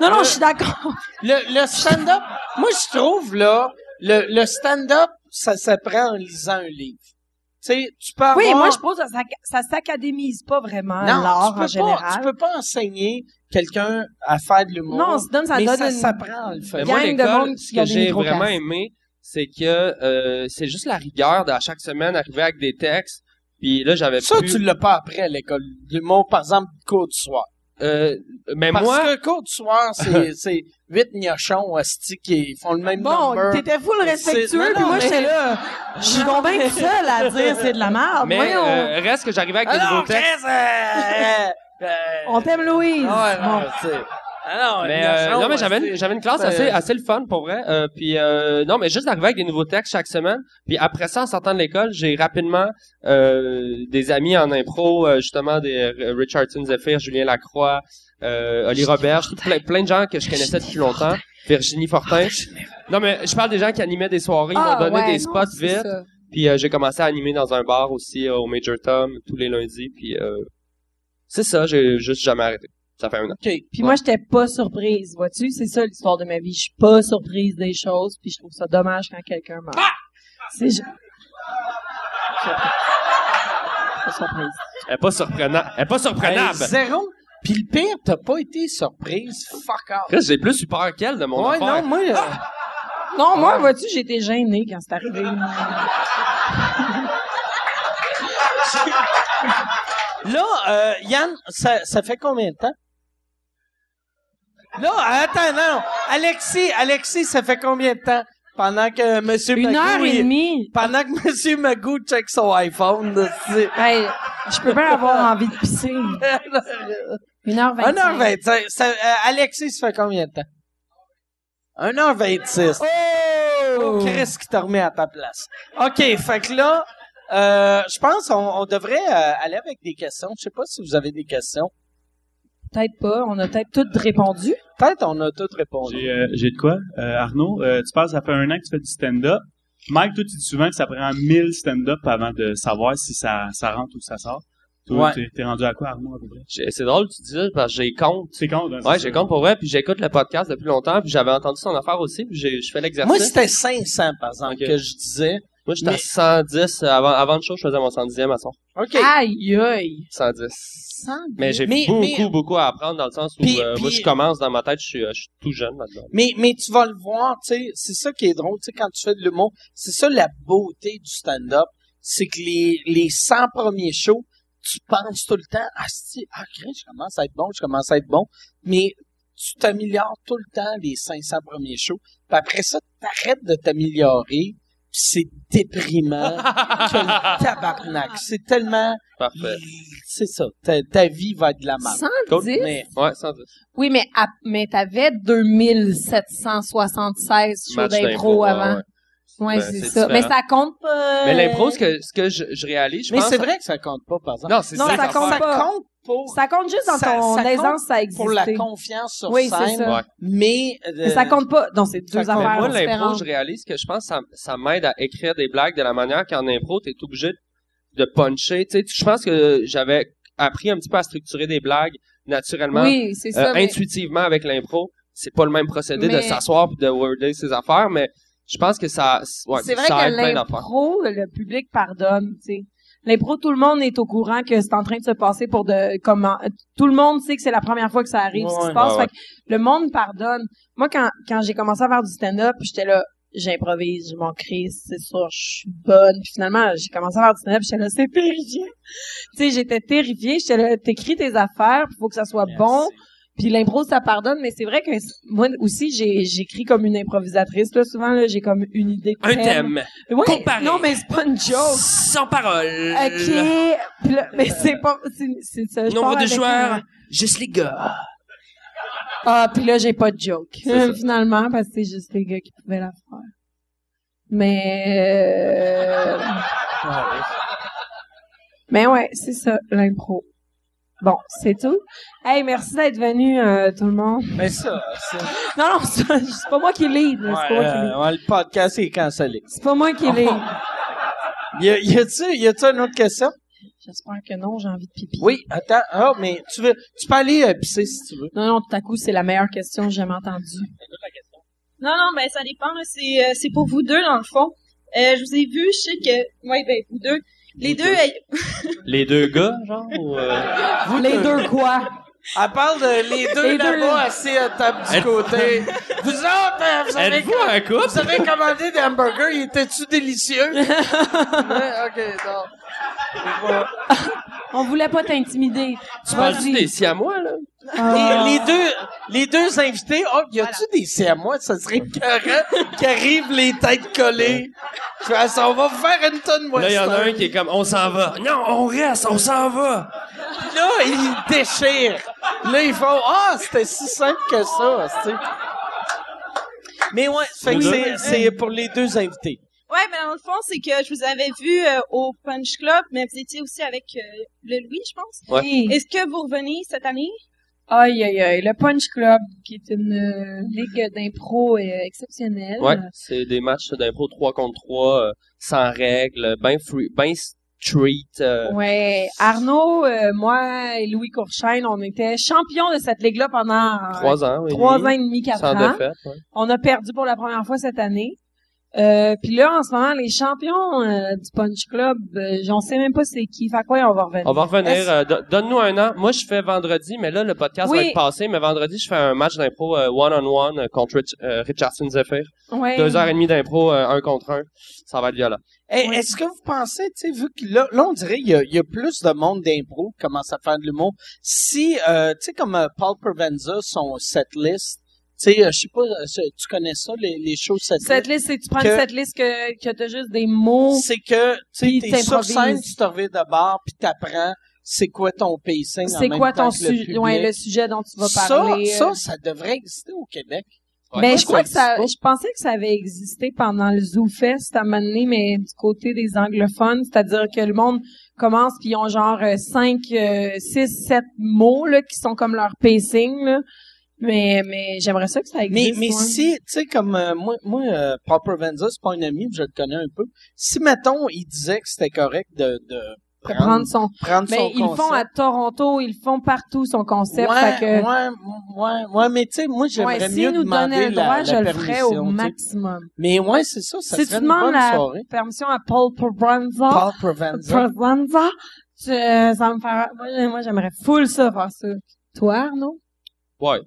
[SPEAKER 3] Non, non, je suis d'accord.
[SPEAKER 2] Le, le stand-up, moi, je trouve, là, le, le stand-up, ça s'apprend en lisant un livre. Tu sais, tu peux
[SPEAKER 3] Oui,
[SPEAKER 2] avoir-
[SPEAKER 3] moi, je pense que ça, s'ac- ça s'académise pas vraiment
[SPEAKER 2] non,
[SPEAKER 3] hein, l'art
[SPEAKER 2] tu
[SPEAKER 3] en
[SPEAKER 2] peux, pas, tu
[SPEAKER 3] général.
[SPEAKER 2] peux pas enseigner quelqu'un à faire de l'humour.
[SPEAKER 3] Non, ça donne, ça
[SPEAKER 2] mais
[SPEAKER 3] donne
[SPEAKER 2] ça
[SPEAKER 3] une-
[SPEAKER 2] s'apprend à le
[SPEAKER 4] Mais
[SPEAKER 2] faire.
[SPEAKER 4] moi,
[SPEAKER 3] gang de
[SPEAKER 4] l'école,
[SPEAKER 3] monde qui
[SPEAKER 4] ce
[SPEAKER 3] a
[SPEAKER 4] que
[SPEAKER 3] des
[SPEAKER 4] j'ai
[SPEAKER 3] micro-classes.
[SPEAKER 4] vraiment aimé, c'est que euh, c'est juste la rigueur d'à chaque semaine arriver avec des textes. Puis là, j'avais
[SPEAKER 2] Ça,
[SPEAKER 4] plus...
[SPEAKER 2] tu l'as pas après à l'école. L'humour, par exemple, cours du soir.
[SPEAKER 4] Euh, mais
[SPEAKER 2] Parce
[SPEAKER 4] moi,
[SPEAKER 2] que cours du <laughs> soir, c'est c'est huit gnochons hostie, qui font le même
[SPEAKER 3] Bon,
[SPEAKER 2] number.
[SPEAKER 3] t'étais full
[SPEAKER 2] Non, non,
[SPEAKER 3] respectueux, puis moi,
[SPEAKER 2] mais-
[SPEAKER 3] j'étais là. Je suis donc bien seule à
[SPEAKER 2] <laughs>
[SPEAKER 3] dire c'est de la merde.
[SPEAKER 4] mais
[SPEAKER 3] Voyons.
[SPEAKER 4] euh, reste que j'arrivais avec des
[SPEAKER 2] Alors,
[SPEAKER 4] nouveaux textes.
[SPEAKER 2] Ah Chris, euh, euh, euh,
[SPEAKER 3] On t'aime, Louise.
[SPEAKER 2] Ah, ouais,
[SPEAKER 3] Bon.
[SPEAKER 2] ouais, c'est- Ah non,
[SPEAKER 4] Mais
[SPEAKER 2] une
[SPEAKER 4] euh,
[SPEAKER 2] notion,
[SPEAKER 4] non, mais
[SPEAKER 2] ouais,
[SPEAKER 4] j'avais
[SPEAKER 2] c'est-
[SPEAKER 4] une, j'avais une classe
[SPEAKER 2] c'est-
[SPEAKER 4] assez assez le fun pour vrai. Euh, puis euh, non, mais juste d'arriver avec des nouveaux textes chaque semaine. Puis après ça, en sortant de l'école, j'ai rapidement euh, des amis en impro, euh, justement des euh, Richardson Zephyr, Julien Lacroix, euh, Oli Robert, plein, plein de gens que je connaissais depuis longtemps. Virginie Fortin. Non, mais je parle des gens qui animaient des soirées, ils m'ont
[SPEAKER 3] Ah,
[SPEAKER 4] donné
[SPEAKER 3] ouais,
[SPEAKER 4] des
[SPEAKER 3] non,
[SPEAKER 4] spots
[SPEAKER 3] c'est
[SPEAKER 4] vite.
[SPEAKER 3] ça.
[SPEAKER 4] Puis euh, j'ai commencé à animer dans un bar aussi euh, au Major Tom tous les lundis. Puis euh, c'est ça, j'ai juste jamais arrêté. Ça fait un an.
[SPEAKER 2] Ok.
[SPEAKER 3] Puis moi, j'étais pas surprise, vois-tu? C'est ça l'histoire de ma vie. Je suis pas surprise des choses, puis je trouve ça dommage quand quelqu'un meurt. C'est ju- Pas surprise.
[SPEAKER 4] Elle est pas surprenante. Elle est pas surprenable.
[SPEAKER 2] Hey, zéro. Puis le pire, t'as pas été surprise. Fuck off.
[SPEAKER 4] Chris, j'ai plus eu peur qu'elle de mon
[SPEAKER 2] Ouais,
[SPEAKER 4] affaire.
[SPEAKER 2] non, moi, euh,
[SPEAKER 3] Non, moi, vois-tu, j'étais gênée quand c'est arrivé.
[SPEAKER 2] Là, euh, Yann, ça, ça fait combien de temps? Là, attends, non. Alexis, Alexis, ça fait combien de temps? Pendant que Monsieur
[SPEAKER 3] Une
[SPEAKER 2] Magoo,
[SPEAKER 3] heure et
[SPEAKER 2] il-
[SPEAKER 3] demie.
[SPEAKER 2] Pendant que Monsieur Magoo check son iPhone, là, c'est...
[SPEAKER 3] Hey, je peux pas <laughs> avoir envie de pisser. Une heure vingt.
[SPEAKER 2] 1h25. Ça, euh, Alexis, ça fait combien de temps? 1h26. Oh! Chris qui te remet à ta place. OK, fait que là, euh, je pense qu'on on devrait euh, aller avec des questions. Je sais pas si vous avez des questions.
[SPEAKER 3] Peut-être pas. On a peut-être toutes répondu.
[SPEAKER 2] Peut-être on a toutes répondu.
[SPEAKER 9] J'ai euh, j'ai de quoi? Euh, Arnaud, euh, tu penses, ça fait un an que tu fais du stand-up. Mike, toi, tu dis souvent que ça prend 1000 stand-up avant de savoir si ça, ça rentre ou ça sort. Toi,
[SPEAKER 2] Ouais.
[SPEAKER 9] t'es- t'es rendu à quoi, Arnaud, à peu près?
[SPEAKER 4] J'ai- C'est drôle, tu dis ça, parce que j'ai compte.
[SPEAKER 9] C'est con, hein,
[SPEAKER 4] Ouais,
[SPEAKER 9] c'est
[SPEAKER 4] j'ai
[SPEAKER 9] ça.
[SPEAKER 4] compte pour vrai, puis j'écoute le podcast depuis longtemps, puis j'avais entendu son affaire aussi, puis j'ai- je fais l'exercice.
[SPEAKER 2] Moi, c'était 500, par exemple,
[SPEAKER 4] OK.
[SPEAKER 2] que je disais.
[SPEAKER 4] Moi, j'étais à
[SPEAKER 2] mais-
[SPEAKER 4] 110. Avant, avant le show, je faisais mon 110e à son.
[SPEAKER 2] OK.
[SPEAKER 3] Aïe, aïe.
[SPEAKER 4] 110. Mais j'ai beaucoup, beaucoup à apprendre dans le sens où
[SPEAKER 2] Puis-
[SPEAKER 4] euh, moi,
[SPEAKER 2] puis-
[SPEAKER 4] je commence dans ma tête, je suis, euh, je suis tout jeune maintenant.
[SPEAKER 2] Mais, mais tu vas le voir, tu sais, c'est ça qui est drôle, tu sais, quand tu fais de l'humour, c'est ça la beauté du stand-up, c'est que les, les 100 premiers shows, tu penses tout le temps, ah, si, ah, Chris, je commence à être bon, je commence à être bon, mais tu t'améliores tout le temps les 500 premiers shows, puis après ça, t'arrêtes de t'améliorer, puis c'est déprimant, que le tabarnak, c'est tellement,
[SPEAKER 4] Parfait.
[SPEAKER 2] c'est ça, ta, ta vie va être
[SPEAKER 4] Ah,
[SPEAKER 2] de la
[SPEAKER 4] bah.
[SPEAKER 2] merde.
[SPEAKER 3] 110?
[SPEAKER 2] Mais,
[SPEAKER 4] Ouais, 110.
[SPEAKER 3] Oui, mais, à- mais t'avais 2776 shows
[SPEAKER 4] Match
[SPEAKER 3] d'impro
[SPEAKER 4] ouais,
[SPEAKER 3] avant.
[SPEAKER 4] ouais.
[SPEAKER 3] Ouais,
[SPEAKER 4] Ben,
[SPEAKER 3] c'est
[SPEAKER 4] c'est
[SPEAKER 3] ça.
[SPEAKER 4] différent.
[SPEAKER 3] Mais ça compte pas. euh,
[SPEAKER 4] Mais l'impro, ce que, ce que je, je réalise, je
[SPEAKER 2] mais
[SPEAKER 4] pense...
[SPEAKER 2] c'est vrai que ça compte pas, par exemple.
[SPEAKER 4] Non, c'est
[SPEAKER 3] Ah, Non,
[SPEAKER 4] ça.
[SPEAKER 3] ça
[SPEAKER 4] l'affaire.
[SPEAKER 3] compte pas.
[SPEAKER 2] compte pour
[SPEAKER 3] Ça compte juste dans
[SPEAKER 2] Ça-
[SPEAKER 3] ton
[SPEAKER 2] ça compte
[SPEAKER 3] aisance, ça existe.
[SPEAKER 2] pour la confiance sur
[SPEAKER 3] Oui, c'est
[SPEAKER 2] scène,
[SPEAKER 3] ça.
[SPEAKER 4] Ouais.
[SPEAKER 2] mais euh,
[SPEAKER 3] Mais ça compte pas. Non, c'est deux
[SPEAKER 2] ça compte
[SPEAKER 4] Mais
[SPEAKER 3] affaires
[SPEAKER 4] moi, l'impro,
[SPEAKER 3] différentes.
[SPEAKER 4] je réalise que je pense que ça, ça m'aide à écrire des blagues de la manière qu'en impro, t'es obligé de puncher. Tu sais, je pense que j'avais appris un petit peu à structurer des blagues naturellement,
[SPEAKER 3] Oui, c'est
[SPEAKER 4] euh,
[SPEAKER 3] ça. mais-
[SPEAKER 4] intuitivement avec l'impro. C'est pas le même procédé de
[SPEAKER 3] Mais-
[SPEAKER 4] s'asseoir et de worder ses affaires, mais je pense que ça, ouais,
[SPEAKER 3] c'est vrai
[SPEAKER 4] ça aide
[SPEAKER 3] que
[SPEAKER 4] plein d'affaires.
[SPEAKER 3] l'impro, le public pardonne, tu sais. L'impro, tout le monde est au courant que c'est en train de se passer pour de comment tout le monde sait que c'est la première fois que ça arrive, ce qui se passe.
[SPEAKER 4] ouais, ouais.
[SPEAKER 3] Fait que le monde pardonne. Moi, quand, quand j'ai commencé à faire du stand-up, j'étais là, j'improvise, je m'en crisse, c'est sûr, je suis bonne. Puis finalement, j'ai commencé à faire du stand-up, j'étais là, c'est terrifiant. tu sais, j'étais terrifiée, j'étais là, t'écris tes affaires, il faut que ça soit bon. Puis l'impro, ça pardonne, mais c'est vrai que moi aussi, j'ai- j'écris comme une improvisatrice. Là, souvent, là, j'ai comme une idée de
[SPEAKER 4] Un thème.
[SPEAKER 3] Ouais,
[SPEAKER 4] Comparé.
[SPEAKER 3] Non, mais c'est pas une joke.
[SPEAKER 4] Sans parole.
[SPEAKER 3] OK. Puis là, mais c'est pas. C'est, c'est ça. je
[SPEAKER 4] Nombre
[SPEAKER 3] pars
[SPEAKER 4] de
[SPEAKER 3] avec
[SPEAKER 4] joueurs,
[SPEAKER 3] un-
[SPEAKER 4] juste les gars.
[SPEAKER 3] Ah, puis là, j'ai pas de joke.
[SPEAKER 4] C'est
[SPEAKER 3] <laughs>
[SPEAKER 4] ça.
[SPEAKER 3] Finalement, parce que c'est juste les gars qui pouvaient la faire. Mais. euh,
[SPEAKER 2] Ah,
[SPEAKER 3] Mais ouais, c'est ça, l'impro. Bon, c'est tout. Hey, merci d'être venu, euh, tout le monde.
[SPEAKER 2] Mais ça, euh, c'est...
[SPEAKER 3] Non, <laughs> non, c'est pas- c'est pas moi qui lead. là, C'est pas moi qui lead.
[SPEAKER 2] le podcast est cancellé.
[SPEAKER 3] C'est pas moi qui lead.
[SPEAKER 2] Y, a, y a-tu, y a-tu une autre question?
[SPEAKER 3] J'espère que non, j'ai envie de pipi.
[SPEAKER 2] Oui, attends. Ah, mais tu veux, tu peux aller euh, pisser si tu veux.
[SPEAKER 3] Non, non, tout à coup, c'est la meilleure question que j'ai jamais entendue.
[SPEAKER 8] Non, non, ben ça dépend. là. C'est, euh, c'est pour vous deux, dans le fond. Euh, je vous ai vu, je sais que... Oui, ben vous deux. Les deux... euh,
[SPEAKER 3] <laughs>
[SPEAKER 4] Les deux gars, genre, ou, euh,
[SPEAKER 3] Les deux quoi?
[SPEAKER 2] Elle parle de les deux
[SPEAKER 3] <laughs> Les deux,
[SPEAKER 2] là-bas
[SPEAKER 3] là.
[SPEAKER 2] assis à table du
[SPEAKER 4] Êtes- <laughs>
[SPEAKER 2] côté. vous autres, euh, vous avez,
[SPEAKER 4] Êtes-vous un couple?
[SPEAKER 2] vous avez commandé des hamburgers, ils étaient-tu
[SPEAKER 3] <laughs>
[SPEAKER 2] délicieux? Ouais, ok, non.
[SPEAKER 3] On voulait pas t'intimider.
[SPEAKER 4] Tu parles-tu des siamois, là?
[SPEAKER 2] Les, les deux, les deux invités, oh, y a-tu des siamois? Ça serait écœurant <laughs> qui arrivent les têtes collées. Tu vois, ça, on va faire une tonne
[SPEAKER 4] Là, il y en a
[SPEAKER 2] western.
[SPEAKER 4] un qui est comme, on s'en va. Non, on reste, on s'en va.
[SPEAKER 2] Là, ils déchirent. Là, ils font Ah, c'était si simple que ça. tu sais. Mais ouais, fait que c'est, c'est pour les deux invités.
[SPEAKER 8] Ouais, mais dans le fond, c'est que je vous avais vu euh, au Punch Club, mais vous étiez aussi avec euh, le Louis, je pense.
[SPEAKER 3] Oui.
[SPEAKER 8] Est-ce que vous revenez cette année?
[SPEAKER 3] Aïe, aïe, aïe. Le Punch Club, qui est une euh, ligue d'impro euh, exceptionnelle.
[SPEAKER 4] Ouais, Euh, c'est des matchs d'impro 3 contre 3, euh, sans règles, ben free, ben street. euh,
[SPEAKER 3] Ouais. Arnaud, euh, moi et Louis Courchaine, on était champions de cette ligue-là pendant euh,
[SPEAKER 4] Trois ans, oui.
[SPEAKER 3] trois ans et demi, quatre
[SPEAKER 4] Sans
[SPEAKER 3] ans.
[SPEAKER 4] défaite, ouais.
[SPEAKER 3] On a perdu pour la première fois cette année. Euh, Puis là, en ce moment, les champions euh, du Punch Club, euh, on sait même pas c'est qui. Fait quoi, on va revenir.
[SPEAKER 4] On va revenir.
[SPEAKER 3] Est-ce-
[SPEAKER 4] euh, don- Donne-nous un an. Moi, je fais vendredi, mais là, le podcast va
[SPEAKER 3] Oui.
[SPEAKER 4] être passé. Mais vendredi, je fais un match d'impro euh, one-on-one euh, contre Rich- euh, Richardson Zephyr.
[SPEAKER 3] Ouais.
[SPEAKER 4] Deux heures et demie d'impro, euh, un contre un. Ça va être violent.
[SPEAKER 2] Hey, Eh, Est-ce que vous pensez, tu sais, vu que là, là, on dirait qu'il y, a- il y a plus de monde d'impro qui commence à faire de l'humour. Si, euh, tu sais, comme euh, Paul Provenza, son setlist, tu sais, euh, je sais pas, euh, tu connais ça, les, les shows setlist?
[SPEAKER 3] Cette liste, c'est tu prends
[SPEAKER 2] Que-
[SPEAKER 3] cette liste que, que t'as juste des mots.
[SPEAKER 2] c'est que, tu sais,
[SPEAKER 3] Puis
[SPEAKER 2] t'es sur
[SPEAKER 3] t'improvises.
[SPEAKER 2] scène, tu te reviens de bord, puis t'apprends c'est quoi ton pacing en
[SPEAKER 3] C'est
[SPEAKER 2] même
[SPEAKER 3] quoi
[SPEAKER 2] temps
[SPEAKER 3] ton
[SPEAKER 2] que le
[SPEAKER 3] sujet,
[SPEAKER 2] public.
[SPEAKER 3] ouais, le sujet dont tu vas parler. euh,
[SPEAKER 2] Ça, ça, ça devrait exister au Québec.
[SPEAKER 3] ben,
[SPEAKER 2] Moi,
[SPEAKER 3] je crois que ça,
[SPEAKER 2] existe
[SPEAKER 3] je pensais que ça avait existé pendant le Zoo Fest à un moment donné, mais du côté des anglophones, c'est-à-dire que le monde commence puis ils ont genre euh, 5, 6, 7 mots, là, qui sont comme leur pacing, là. Mais, mais j'aimerais ça que ça
[SPEAKER 2] pas. Mais,
[SPEAKER 3] existe.
[SPEAKER 2] mais
[SPEAKER 3] ouais.
[SPEAKER 2] si, tu sais, comme euh, moi, moi euh, Paul Provenza, c'est pas un ami, mais je le connais un peu. Si, mettons, il disait que c'était correct de, de
[SPEAKER 3] Pour
[SPEAKER 2] prendre,
[SPEAKER 3] prendre son,
[SPEAKER 2] prendre son
[SPEAKER 3] mais ils le font à
[SPEAKER 2] concept.
[SPEAKER 3] Toronto, ils le font partout, son concept.
[SPEAKER 2] Ouais,
[SPEAKER 3] fait que,
[SPEAKER 2] ouais, ouais, ouais, mais tu sais, moi, j'aimerais
[SPEAKER 3] ouais,
[SPEAKER 2] mieux
[SPEAKER 3] s'ils nous
[SPEAKER 2] demander
[SPEAKER 3] donnaient le droit,
[SPEAKER 2] la,
[SPEAKER 3] je
[SPEAKER 2] la
[SPEAKER 3] le ferais au
[SPEAKER 2] permission, tu sais.
[SPEAKER 3] maximum.
[SPEAKER 2] Mais ouais, c'est ça, ça
[SPEAKER 3] Si
[SPEAKER 2] serait
[SPEAKER 3] tu
[SPEAKER 2] une bonne
[SPEAKER 3] demandes la-
[SPEAKER 2] soirée.
[SPEAKER 3] permission à Paul Provenza.
[SPEAKER 2] Paul Provenza.
[SPEAKER 3] Provenza. Tu, euh, ça me fera- moi, j'ai- moi, j'aimerais full ça, faire ça. Toi, Arnaud?
[SPEAKER 4] Ouais.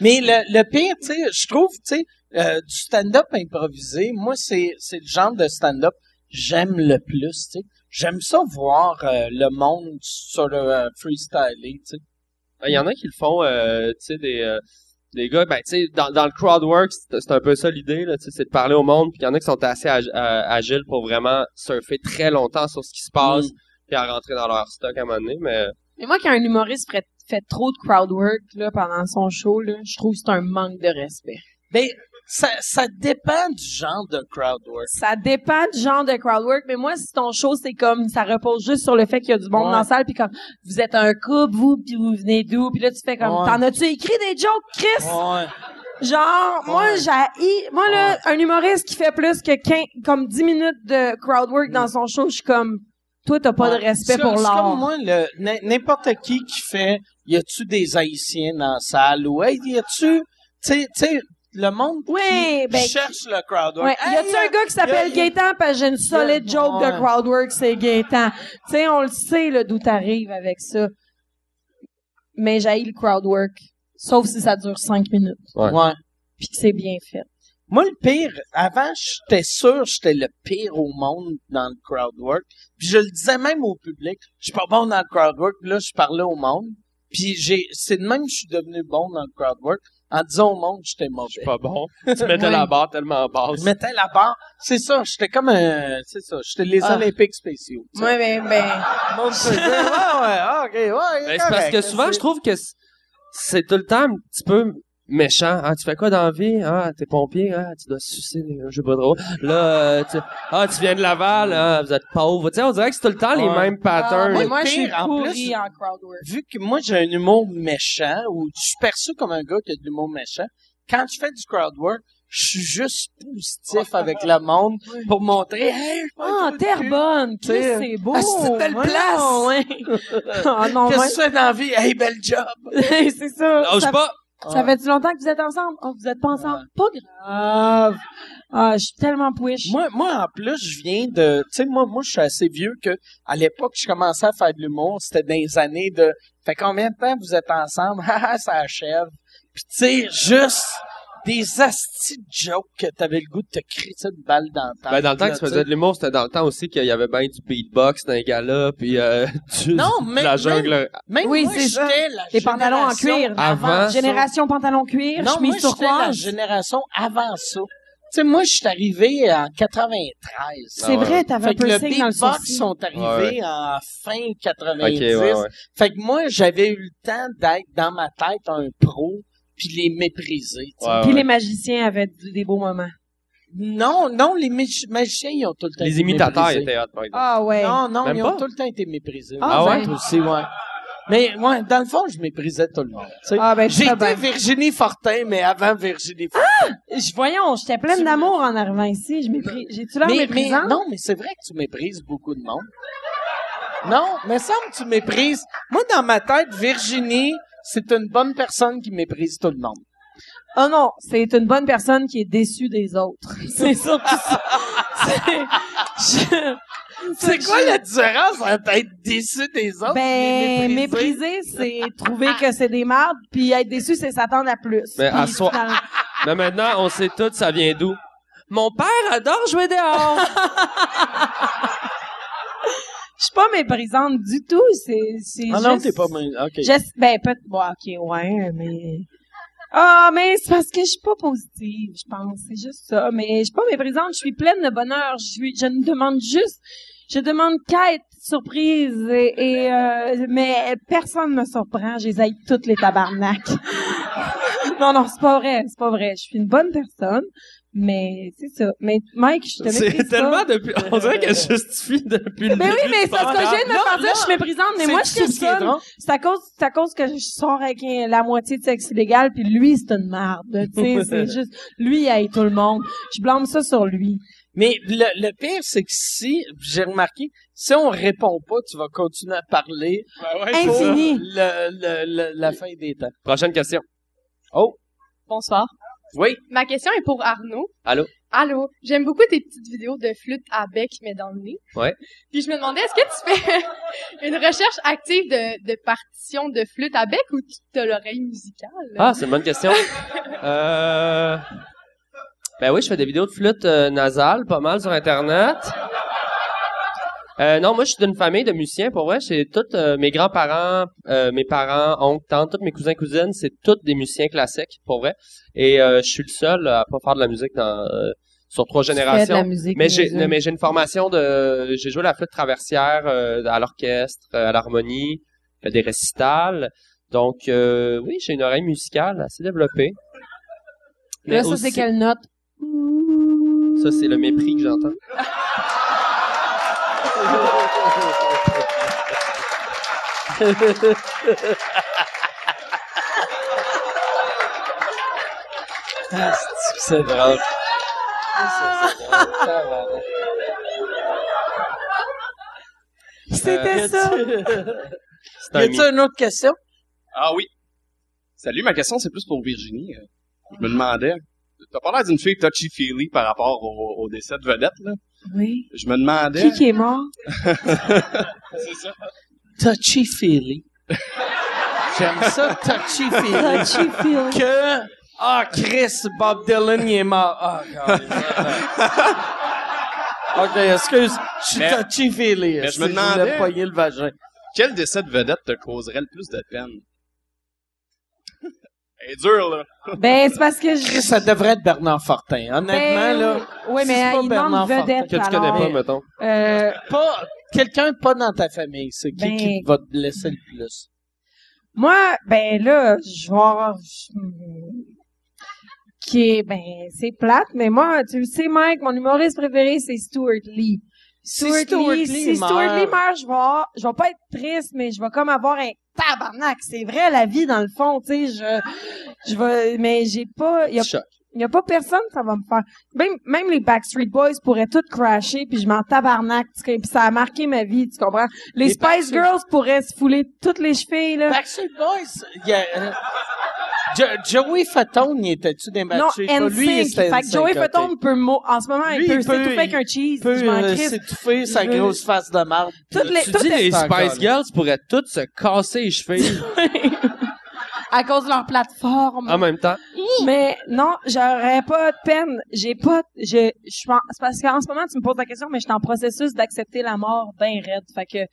[SPEAKER 2] Mais le, le pire, tu sais, je trouve, tu sais, euh, du stand-up improvisé, moi, c'est, c'est le genre de stand-up que j'aime le plus, tu sais. J'aime ça voir euh, le monde sur le euh, freestyler, tu sais.
[SPEAKER 4] Ben, Il y en a qui le font, euh, tu sais, des, euh, des gars, ben, tu sais, dans, dans le crowd work, c'est c'est un peu ça l'idée, là, tu sais, c'est de parler au monde, puis il y en a qui sont assez ag- euh, agiles pour vraiment surfer très longtemps sur ce qui se passe, puis à rentrer dans leur stock à un moment donné, mais
[SPEAKER 3] Mais moi, quand un humoriste fait, fait trop de crowd work là, pendant son show, là, je trouve que c'est un manque de respect.
[SPEAKER 2] Ben, ça, ça dépend du genre de crowd work.
[SPEAKER 3] Ça dépend du genre de crowd work, mais moi, si ton show, c'est comme, ça repose juste sur le fait qu'il y a du monde
[SPEAKER 2] Ouais.
[SPEAKER 3] dans la salle, puis comme, vous êtes un couple, vous, puis vous venez d'où, puis là, tu fais comme,
[SPEAKER 2] Ouais.
[SPEAKER 3] t'en as-tu écrit des jokes, Chris?
[SPEAKER 2] Ouais.
[SPEAKER 3] Genre, moi,
[SPEAKER 2] Ouais.
[SPEAKER 3] j'ai, moi, là, un humoriste qui fait plus que 15, comme 10 minutes de crowd work dans son show, je suis comme, toi, t'as pas
[SPEAKER 2] Mm. Ouais.
[SPEAKER 3] de respect
[SPEAKER 2] C'est
[SPEAKER 3] pour
[SPEAKER 2] comme- C'est comme
[SPEAKER 3] l'art.
[SPEAKER 2] moi, le, n- n'importe qui qui fait « Y a-tu des Haïtiens dans la salle? » ou « Hey, y a-tu... » Tu sais- tu sais, le monde
[SPEAKER 3] Oui,
[SPEAKER 2] qui
[SPEAKER 3] ben,
[SPEAKER 2] cherche le crowdwork.
[SPEAKER 3] Ouais. y
[SPEAKER 2] Hey,
[SPEAKER 3] a-tu un gars qui s'appelle
[SPEAKER 2] y a-
[SPEAKER 3] Gaétan? Parce que j'ai une solide
[SPEAKER 2] y a-
[SPEAKER 3] joke
[SPEAKER 2] ouais.
[SPEAKER 3] de crowdwork, c'est Gaétan. Tu sais, on le sait, là, d'où t'arrives avec ça. Mais j'haïs le crowdwork. Sauf si ça dure cinq minutes.
[SPEAKER 2] Ouais.
[SPEAKER 3] Puis que c'est bien fait.
[SPEAKER 2] Moi, le pire, avant, j'étais sûr que j'étais le pire au monde dans le crowdwork. Puis je le disais même au public, je suis pas bon dans le crowdwork. Puis là, je parlais au monde. Puis j'ai, c'est de même que je suis devenu bon dans le crowdwork. En disant au monde, que j'étais mauvais.
[SPEAKER 4] Pas bon. <laughs> Tu mettais la barre tellement basse.
[SPEAKER 2] Je mettais la barre. C'est ça, j'étais comme un, c'est ça, j'étais les
[SPEAKER 3] Ah.
[SPEAKER 2] Olympiques spéciaux. tu sais.
[SPEAKER 3] Ouais, ben, ben.
[SPEAKER 2] Mon Dieu, ouais, ouais, ok, ouais.
[SPEAKER 4] Ben, c'est parce que
[SPEAKER 2] correct,
[SPEAKER 4] souvent,
[SPEAKER 2] c'est-
[SPEAKER 4] je trouve que c- c'est tout le temps un petit peu méchant. Ah, tu fais quoi dans la vie? Ah, t'es pompier? Ah, tu dois sucer les gars, je sais pas trop. Là, euh, tu... Ah, tu viens de Laval? Ah, vous êtes pauvre. Tu sais, on dirait que c'est tout le temps les
[SPEAKER 2] Ouais.
[SPEAKER 4] mêmes
[SPEAKER 3] Ah,
[SPEAKER 4] patterns.
[SPEAKER 3] mais
[SPEAKER 2] ouais.
[SPEAKER 3] moi, je suis
[SPEAKER 2] Pire, en
[SPEAKER 3] pourrie
[SPEAKER 2] plus-
[SPEAKER 3] en crowdwork.
[SPEAKER 2] vu que moi j'ai un humour méchant ou je suis perçu comme un gars qui a de l'humour méchant, quand je fais du crowd work, je suis juste
[SPEAKER 3] <laughs>
[SPEAKER 2] positif avec le monde pour montrer Hey, je suis pas un
[SPEAKER 3] Ah,
[SPEAKER 2] trou de cul.
[SPEAKER 3] Terrebonne, Chris,
[SPEAKER 2] T'sais,
[SPEAKER 3] c'est beau.
[SPEAKER 2] Ah, c'est une belle
[SPEAKER 3] Ouais,
[SPEAKER 2] place.
[SPEAKER 3] ouais.
[SPEAKER 2] <laughs>
[SPEAKER 3] Ah non,
[SPEAKER 2] Qu'est-ce
[SPEAKER 3] ouais.
[SPEAKER 2] que tu fais dans la vie? Hey, bel job!
[SPEAKER 3] <laughs> c'est ça.
[SPEAKER 4] Lâche
[SPEAKER 3] ça,
[SPEAKER 4] pas!
[SPEAKER 3] ça fait-tu longtemps que vous êtes ensemble? Oh, vous êtes pas ensemble? Pas grave. Ah, je suis tellement pouiche.
[SPEAKER 2] Moi, moi, en plus, je viens de. Tu sais, moi, moi, je suis assez vieux que à l'époque, je commençais à faire de l'humour. C'était dans les années de. Fait combien de temps vous êtes ensemble? <laughs> Ah, ah, ça achève. Puis tu sais, juste des astis de jokes que t'avais le goût de te crisser une balle dans le temps.
[SPEAKER 4] Ben, dans le temps que tu faisais de l'humour, c'était dans le temps aussi qu'il y avait bien du beatbox dans les gars-là, puis euh, <laughs> du-
[SPEAKER 2] Non,
[SPEAKER 4] de
[SPEAKER 2] mais-
[SPEAKER 4] la jungle.
[SPEAKER 2] Même
[SPEAKER 3] Oui,
[SPEAKER 2] moi,
[SPEAKER 3] c'est ça.
[SPEAKER 2] j'étais la
[SPEAKER 3] Les pantalons en
[SPEAKER 2] génération
[SPEAKER 3] cuir.
[SPEAKER 4] Avant
[SPEAKER 2] ça.
[SPEAKER 3] Génération pantalon cuir,
[SPEAKER 2] Non, moi,
[SPEAKER 3] chemise
[SPEAKER 2] j'étais la
[SPEAKER 3] turquoise.
[SPEAKER 2] génération avant ça. Tu sais, moi, je suis arrivé en 93.
[SPEAKER 3] C'est
[SPEAKER 4] Ah ouais.
[SPEAKER 3] vrai, t'avais un
[SPEAKER 2] Fait que le
[SPEAKER 3] piercing dans le
[SPEAKER 2] beatbox
[SPEAKER 3] sourcil.
[SPEAKER 2] sont arrivés
[SPEAKER 4] Ouais,
[SPEAKER 2] en fin
[SPEAKER 4] Ok,
[SPEAKER 2] 90.
[SPEAKER 4] ouais, ouais.
[SPEAKER 2] Fait que moi, j'avais eu le temps d'être dans ma tête un pro puis les mépriser. tu sais.
[SPEAKER 4] Ah, Ouais,
[SPEAKER 3] Puis
[SPEAKER 4] ouais.
[SPEAKER 3] les magiciens avaient du- des beaux moments.
[SPEAKER 2] Non, non, les magi- magiciens, ils ont tout le temps
[SPEAKER 4] Les
[SPEAKER 2] été
[SPEAKER 4] imitateurs
[SPEAKER 2] méprisés.
[SPEAKER 4] étaient hot, par exemple.
[SPEAKER 3] Ah ouais.
[SPEAKER 2] Non, non,
[SPEAKER 4] Même
[SPEAKER 2] ils
[SPEAKER 4] pas?
[SPEAKER 2] ont tout le temps été méprisés.
[SPEAKER 3] Ah
[SPEAKER 2] Eux
[SPEAKER 4] ouais?
[SPEAKER 2] autres aussi, ouais. Mais ouais, dans le fond, je méprisais tout le monde. tu sais.
[SPEAKER 3] Ah ben, je sais
[SPEAKER 2] J'étais
[SPEAKER 3] bien.
[SPEAKER 2] Virginie Fortin, mais avant Virginie Fortin.
[SPEAKER 3] Je- Voyons, j'étais pleine d'amour en arrivant ici. Je mépris- J'ai-tu l'air
[SPEAKER 2] mais, mais
[SPEAKER 3] méprisante?
[SPEAKER 2] non, mais c'est vrai que tu méprises beaucoup de monde. Non, mais semble que tu méprises. Moi, dans ma tête, Virginie, c'est une bonne personne qui méprise tout le monde.
[SPEAKER 3] Oh non, c'est une bonne personne qui est déçue des autres. <laughs> C'est surtout ça. C'est- je-
[SPEAKER 2] C'est quoi la différence entre être déçu des autres et
[SPEAKER 3] Ben,
[SPEAKER 2] mépriser?
[SPEAKER 3] mépriser, c'est trouver que c'est des mardes, puis être déçu, c'est s'attendre à plus.
[SPEAKER 2] Ben,
[SPEAKER 4] Mais à
[SPEAKER 3] Puis
[SPEAKER 4] soi-
[SPEAKER 3] finalement-
[SPEAKER 2] Ah!
[SPEAKER 4] Mais maintenant, on sait tout, ça vient d'où. Mon père adore jouer dehors!
[SPEAKER 3] Je suis pas méprisante du tout. C'est, c'est
[SPEAKER 2] Ah non,
[SPEAKER 3] juste-
[SPEAKER 2] t'es pas... mé- OK.
[SPEAKER 3] J'es- ben, peut bon, ok, ouais, mais. Ah, mais c'est parce que je suis pas positive, je pense. C'est juste ça. Mais je suis pas méprisante, je suis pleine de bonheur. Je, suis, je ne demande juste. Je demande quête, surprise, et, et, euh, mais personne me surprend. Je les haïs toutes les tabarnak. <laughs> non, non, c'est pas vrai, c'est pas vrai. Je suis une bonne personne, mais c'est ça. Mais Mike, je te méprise
[SPEAKER 4] C'est
[SPEAKER 3] pas.
[SPEAKER 4] tellement depuis. On dirait qu'elle justifie depuis le
[SPEAKER 3] Mais oui, mais c'est parce que je viens de me
[SPEAKER 2] Là,
[SPEAKER 3] faire dire que je suis
[SPEAKER 2] là,
[SPEAKER 3] méprisante, mais moi, je
[SPEAKER 2] C'est ce qui est
[SPEAKER 3] soupçonne
[SPEAKER 2] drôle.
[SPEAKER 3] c'est à cause, c'est à cause que je sors avec euh, la moitié de sexe illégal, puis lui, c'est une merde. Tu sais, c'est juste, lui, il haït tout le monde. Je blâme ça sur lui.
[SPEAKER 2] Mais le, le pire, c'est que si, j'ai remarqué, si on répond pas, tu vas continuer à parler pour
[SPEAKER 3] Infini.
[SPEAKER 2] le- le- le- la fin des temps.
[SPEAKER 4] Prochaine question.
[SPEAKER 11] Bonsoir.
[SPEAKER 2] Oui.
[SPEAKER 11] Ma question est pour Arnaud.
[SPEAKER 4] Allô?
[SPEAKER 11] Allô. J'aime beaucoup tes petites vidéos de flûte à bec, mais dans le nez.
[SPEAKER 4] Ouais.
[SPEAKER 11] Puis je me demandais, est-ce que tu fais <laughs> une recherche active de, de partition de flûte à bec ou tu as l'oreille musicale?
[SPEAKER 4] Ah, c'est une bonne question. euh... Ben oui, je fais des vidéos de flûte euh, nasale, pas mal sur Internet. Euh, non, moi, je suis d'une famille de musiciens, pour vrai. J'ai tous euh, mes grands-parents, euh, mes parents, oncles, tantes, tous mes cousins, cousines, c'est tous des musiciens classiques, pour vrai. Et euh, je suis le seul à pas faire de la musique dans, euh, sur trois générations.
[SPEAKER 3] musique.
[SPEAKER 4] Mais j'ai, mais j'ai une formation de, j'ai joué la flûte traversière euh, à l'orchestre, euh, à l'harmonie, euh, des récitals. Donc euh, oui, j'ai une oreille musicale assez développée. Mais
[SPEAKER 3] Là, ça,
[SPEAKER 4] aussi-
[SPEAKER 3] c'est quelle note?
[SPEAKER 4] ça, c'est le mépris que <laughs> j'entends.
[SPEAKER 2] Ah, c'est- c'est drôle.
[SPEAKER 3] C'était ça.
[SPEAKER 4] Euh, <laughs> C'est
[SPEAKER 2] Y
[SPEAKER 4] un
[SPEAKER 2] a-tu une autre question?
[SPEAKER 12] Ah oui. Salut, ma question, c'est plus pour Virginie. Euh, Je me demandais, T'as pas l'air d'une fille touchy-feely par rapport au, au décès de vedette, là.
[SPEAKER 3] Oui.
[SPEAKER 12] Je me demandais...
[SPEAKER 3] Qui qui est mort?
[SPEAKER 12] C'est ça.
[SPEAKER 2] Touchy
[SPEAKER 12] <laughs>
[SPEAKER 2] feely. J'aime ça, touchy feely.
[SPEAKER 3] Touchy feel.
[SPEAKER 2] Que ah Chris Bob Dylan il est mort. Ah God.
[SPEAKER 12] <laughs>
[SPEAKER 2] ok, excuse, je suis
[SPEAKER 12] Mais-
[SPEAKER 2] touchy feely.
[SPEAKER 12] mais je me demandais-
[SPEAKER 2] pogner le vagin.
[SPEAKER 12] <laughs> Quel décès de vedette te causerait le plus de peine? Elle est dure, là.
[SPEAKER 3] Ben, c'est parce que
[SPEAKER 2] Chris,
[SPEAKER 3] je...
[SPEAKER 2] ça devrait être Bernard Fortin. Honnêtement
[SPEAKER 3] Ben,
[SPEAKER 2] là,
[SPEAKER 3] Oui,
[SPEAKER 2] si
[SPEAKER 3] mais
[SPEAKER 2] c'est pas
[SPEAKER 3] il
[SPEAKER 2] Bernard
[SPEAKER 3] demande vedette,
[SPEAKER 4] Que tu connais
[SPEAKER 3] alors.
[SPEAKER 4] pas, mettons.
[SPEAKER 3] Euh,
[SPEAKER 2] pas quelqu'un pas dans ta famille, c'est qui
[SPEAKER 3] Ben-
[SPEAKER 2] qui va te blesser le plus.
[SPEAKER 3] moi, ben là, je vais avoir- je- Qui est... Ben, c'est plate, mais moi, tu le sais, Mike, mon humoriste préféré, c'est Stuart Lee.
[SPEAKER 2] Si
[SPEAKER 3] Stuart Lee, si Stuart Lee
[SPEAKER 2] meurt-
[SPEAKER 3] meurt, je vais, avoir- je vais pas être triste, mais je vais comme avoir un tabarnak. C'est vrai, la vie, dans le fond, tu sais, je, je vais, mais j'ai pas, y a,
[SPEAKER 4] Choc.
[SPEAKER 3] y a pas personne, ça va me faire. Même, même les Backstreet Boys pourraient tout crasher, puis je m'en tabarnak, tu sais, puis ça a marqué ma vie, tu comprends? Les,
[SPEAKER 2] Les Backstreet-
[SPEAKER 3] Spice Girls pourraient se fouler toutes les chevilles, là.
[SPEAKER 2] Backstreet Boys, il y a, euh, Jo- Joey Fatone, il était-tu dans
[SPEAKER 3] non,
[SPEAKER 2] Backstreet Boys?
[SPEAKER 3] NSYNC.
[SPEAKER 2] il était
[SPEAKER 3] Fait que
[SPEAKER 2] NSYNC,
[SPEAKER 3] Joey
[SPEAKER 2] ok.
[SPEAKER 3] Fatone peut, mo- en ce moment,
[SPEAKER 2] Lui,
[SPEAKER 3] il peut
[SPEAKER 2] il peut-
[SPEAKER 3] s'étouffer avec un
[SPEAKER 2] Il
[SPEAKER 3] cheese, je
[SPEAKER 2] peut
[SPEAKER 3] m'en
[SPEAKER 2] euh,
[SPEAKER 3] crisse.
[SPEAKER 2] s'étouffer sa
[SPEAKER 3] Je veux-
[SPEAKER 2] grosse face de marde.
[SPEAKER 3] Toutes les,
[SPEAKER 4] Tu
[SPEAKER 3] toutes
[SPEAKER 4] dis
[SPEAKER 3] les-
[SPEAKER 4] les
[SPEAKER 2] c'est encore,
[SPEAKER 4] Spice
[SPEAKER 2] là.
[SPEAKER 4] Girls pourraient toutes se casser
[SPEAKER 3] <laughs>
[SPEAKER 4] les chevilles
[SPEAKER 3] à cause de leur plateforme.
[SPEAKER 4] en même temps.
[SPEAKER 3] Mais non, j'aurais pas de peine. J'ai pas. Je, je suis en- c'est parce qu'en ce moment, tu me poses la question, mais je suis en processus d'accepter la mort bien raide. Fait que,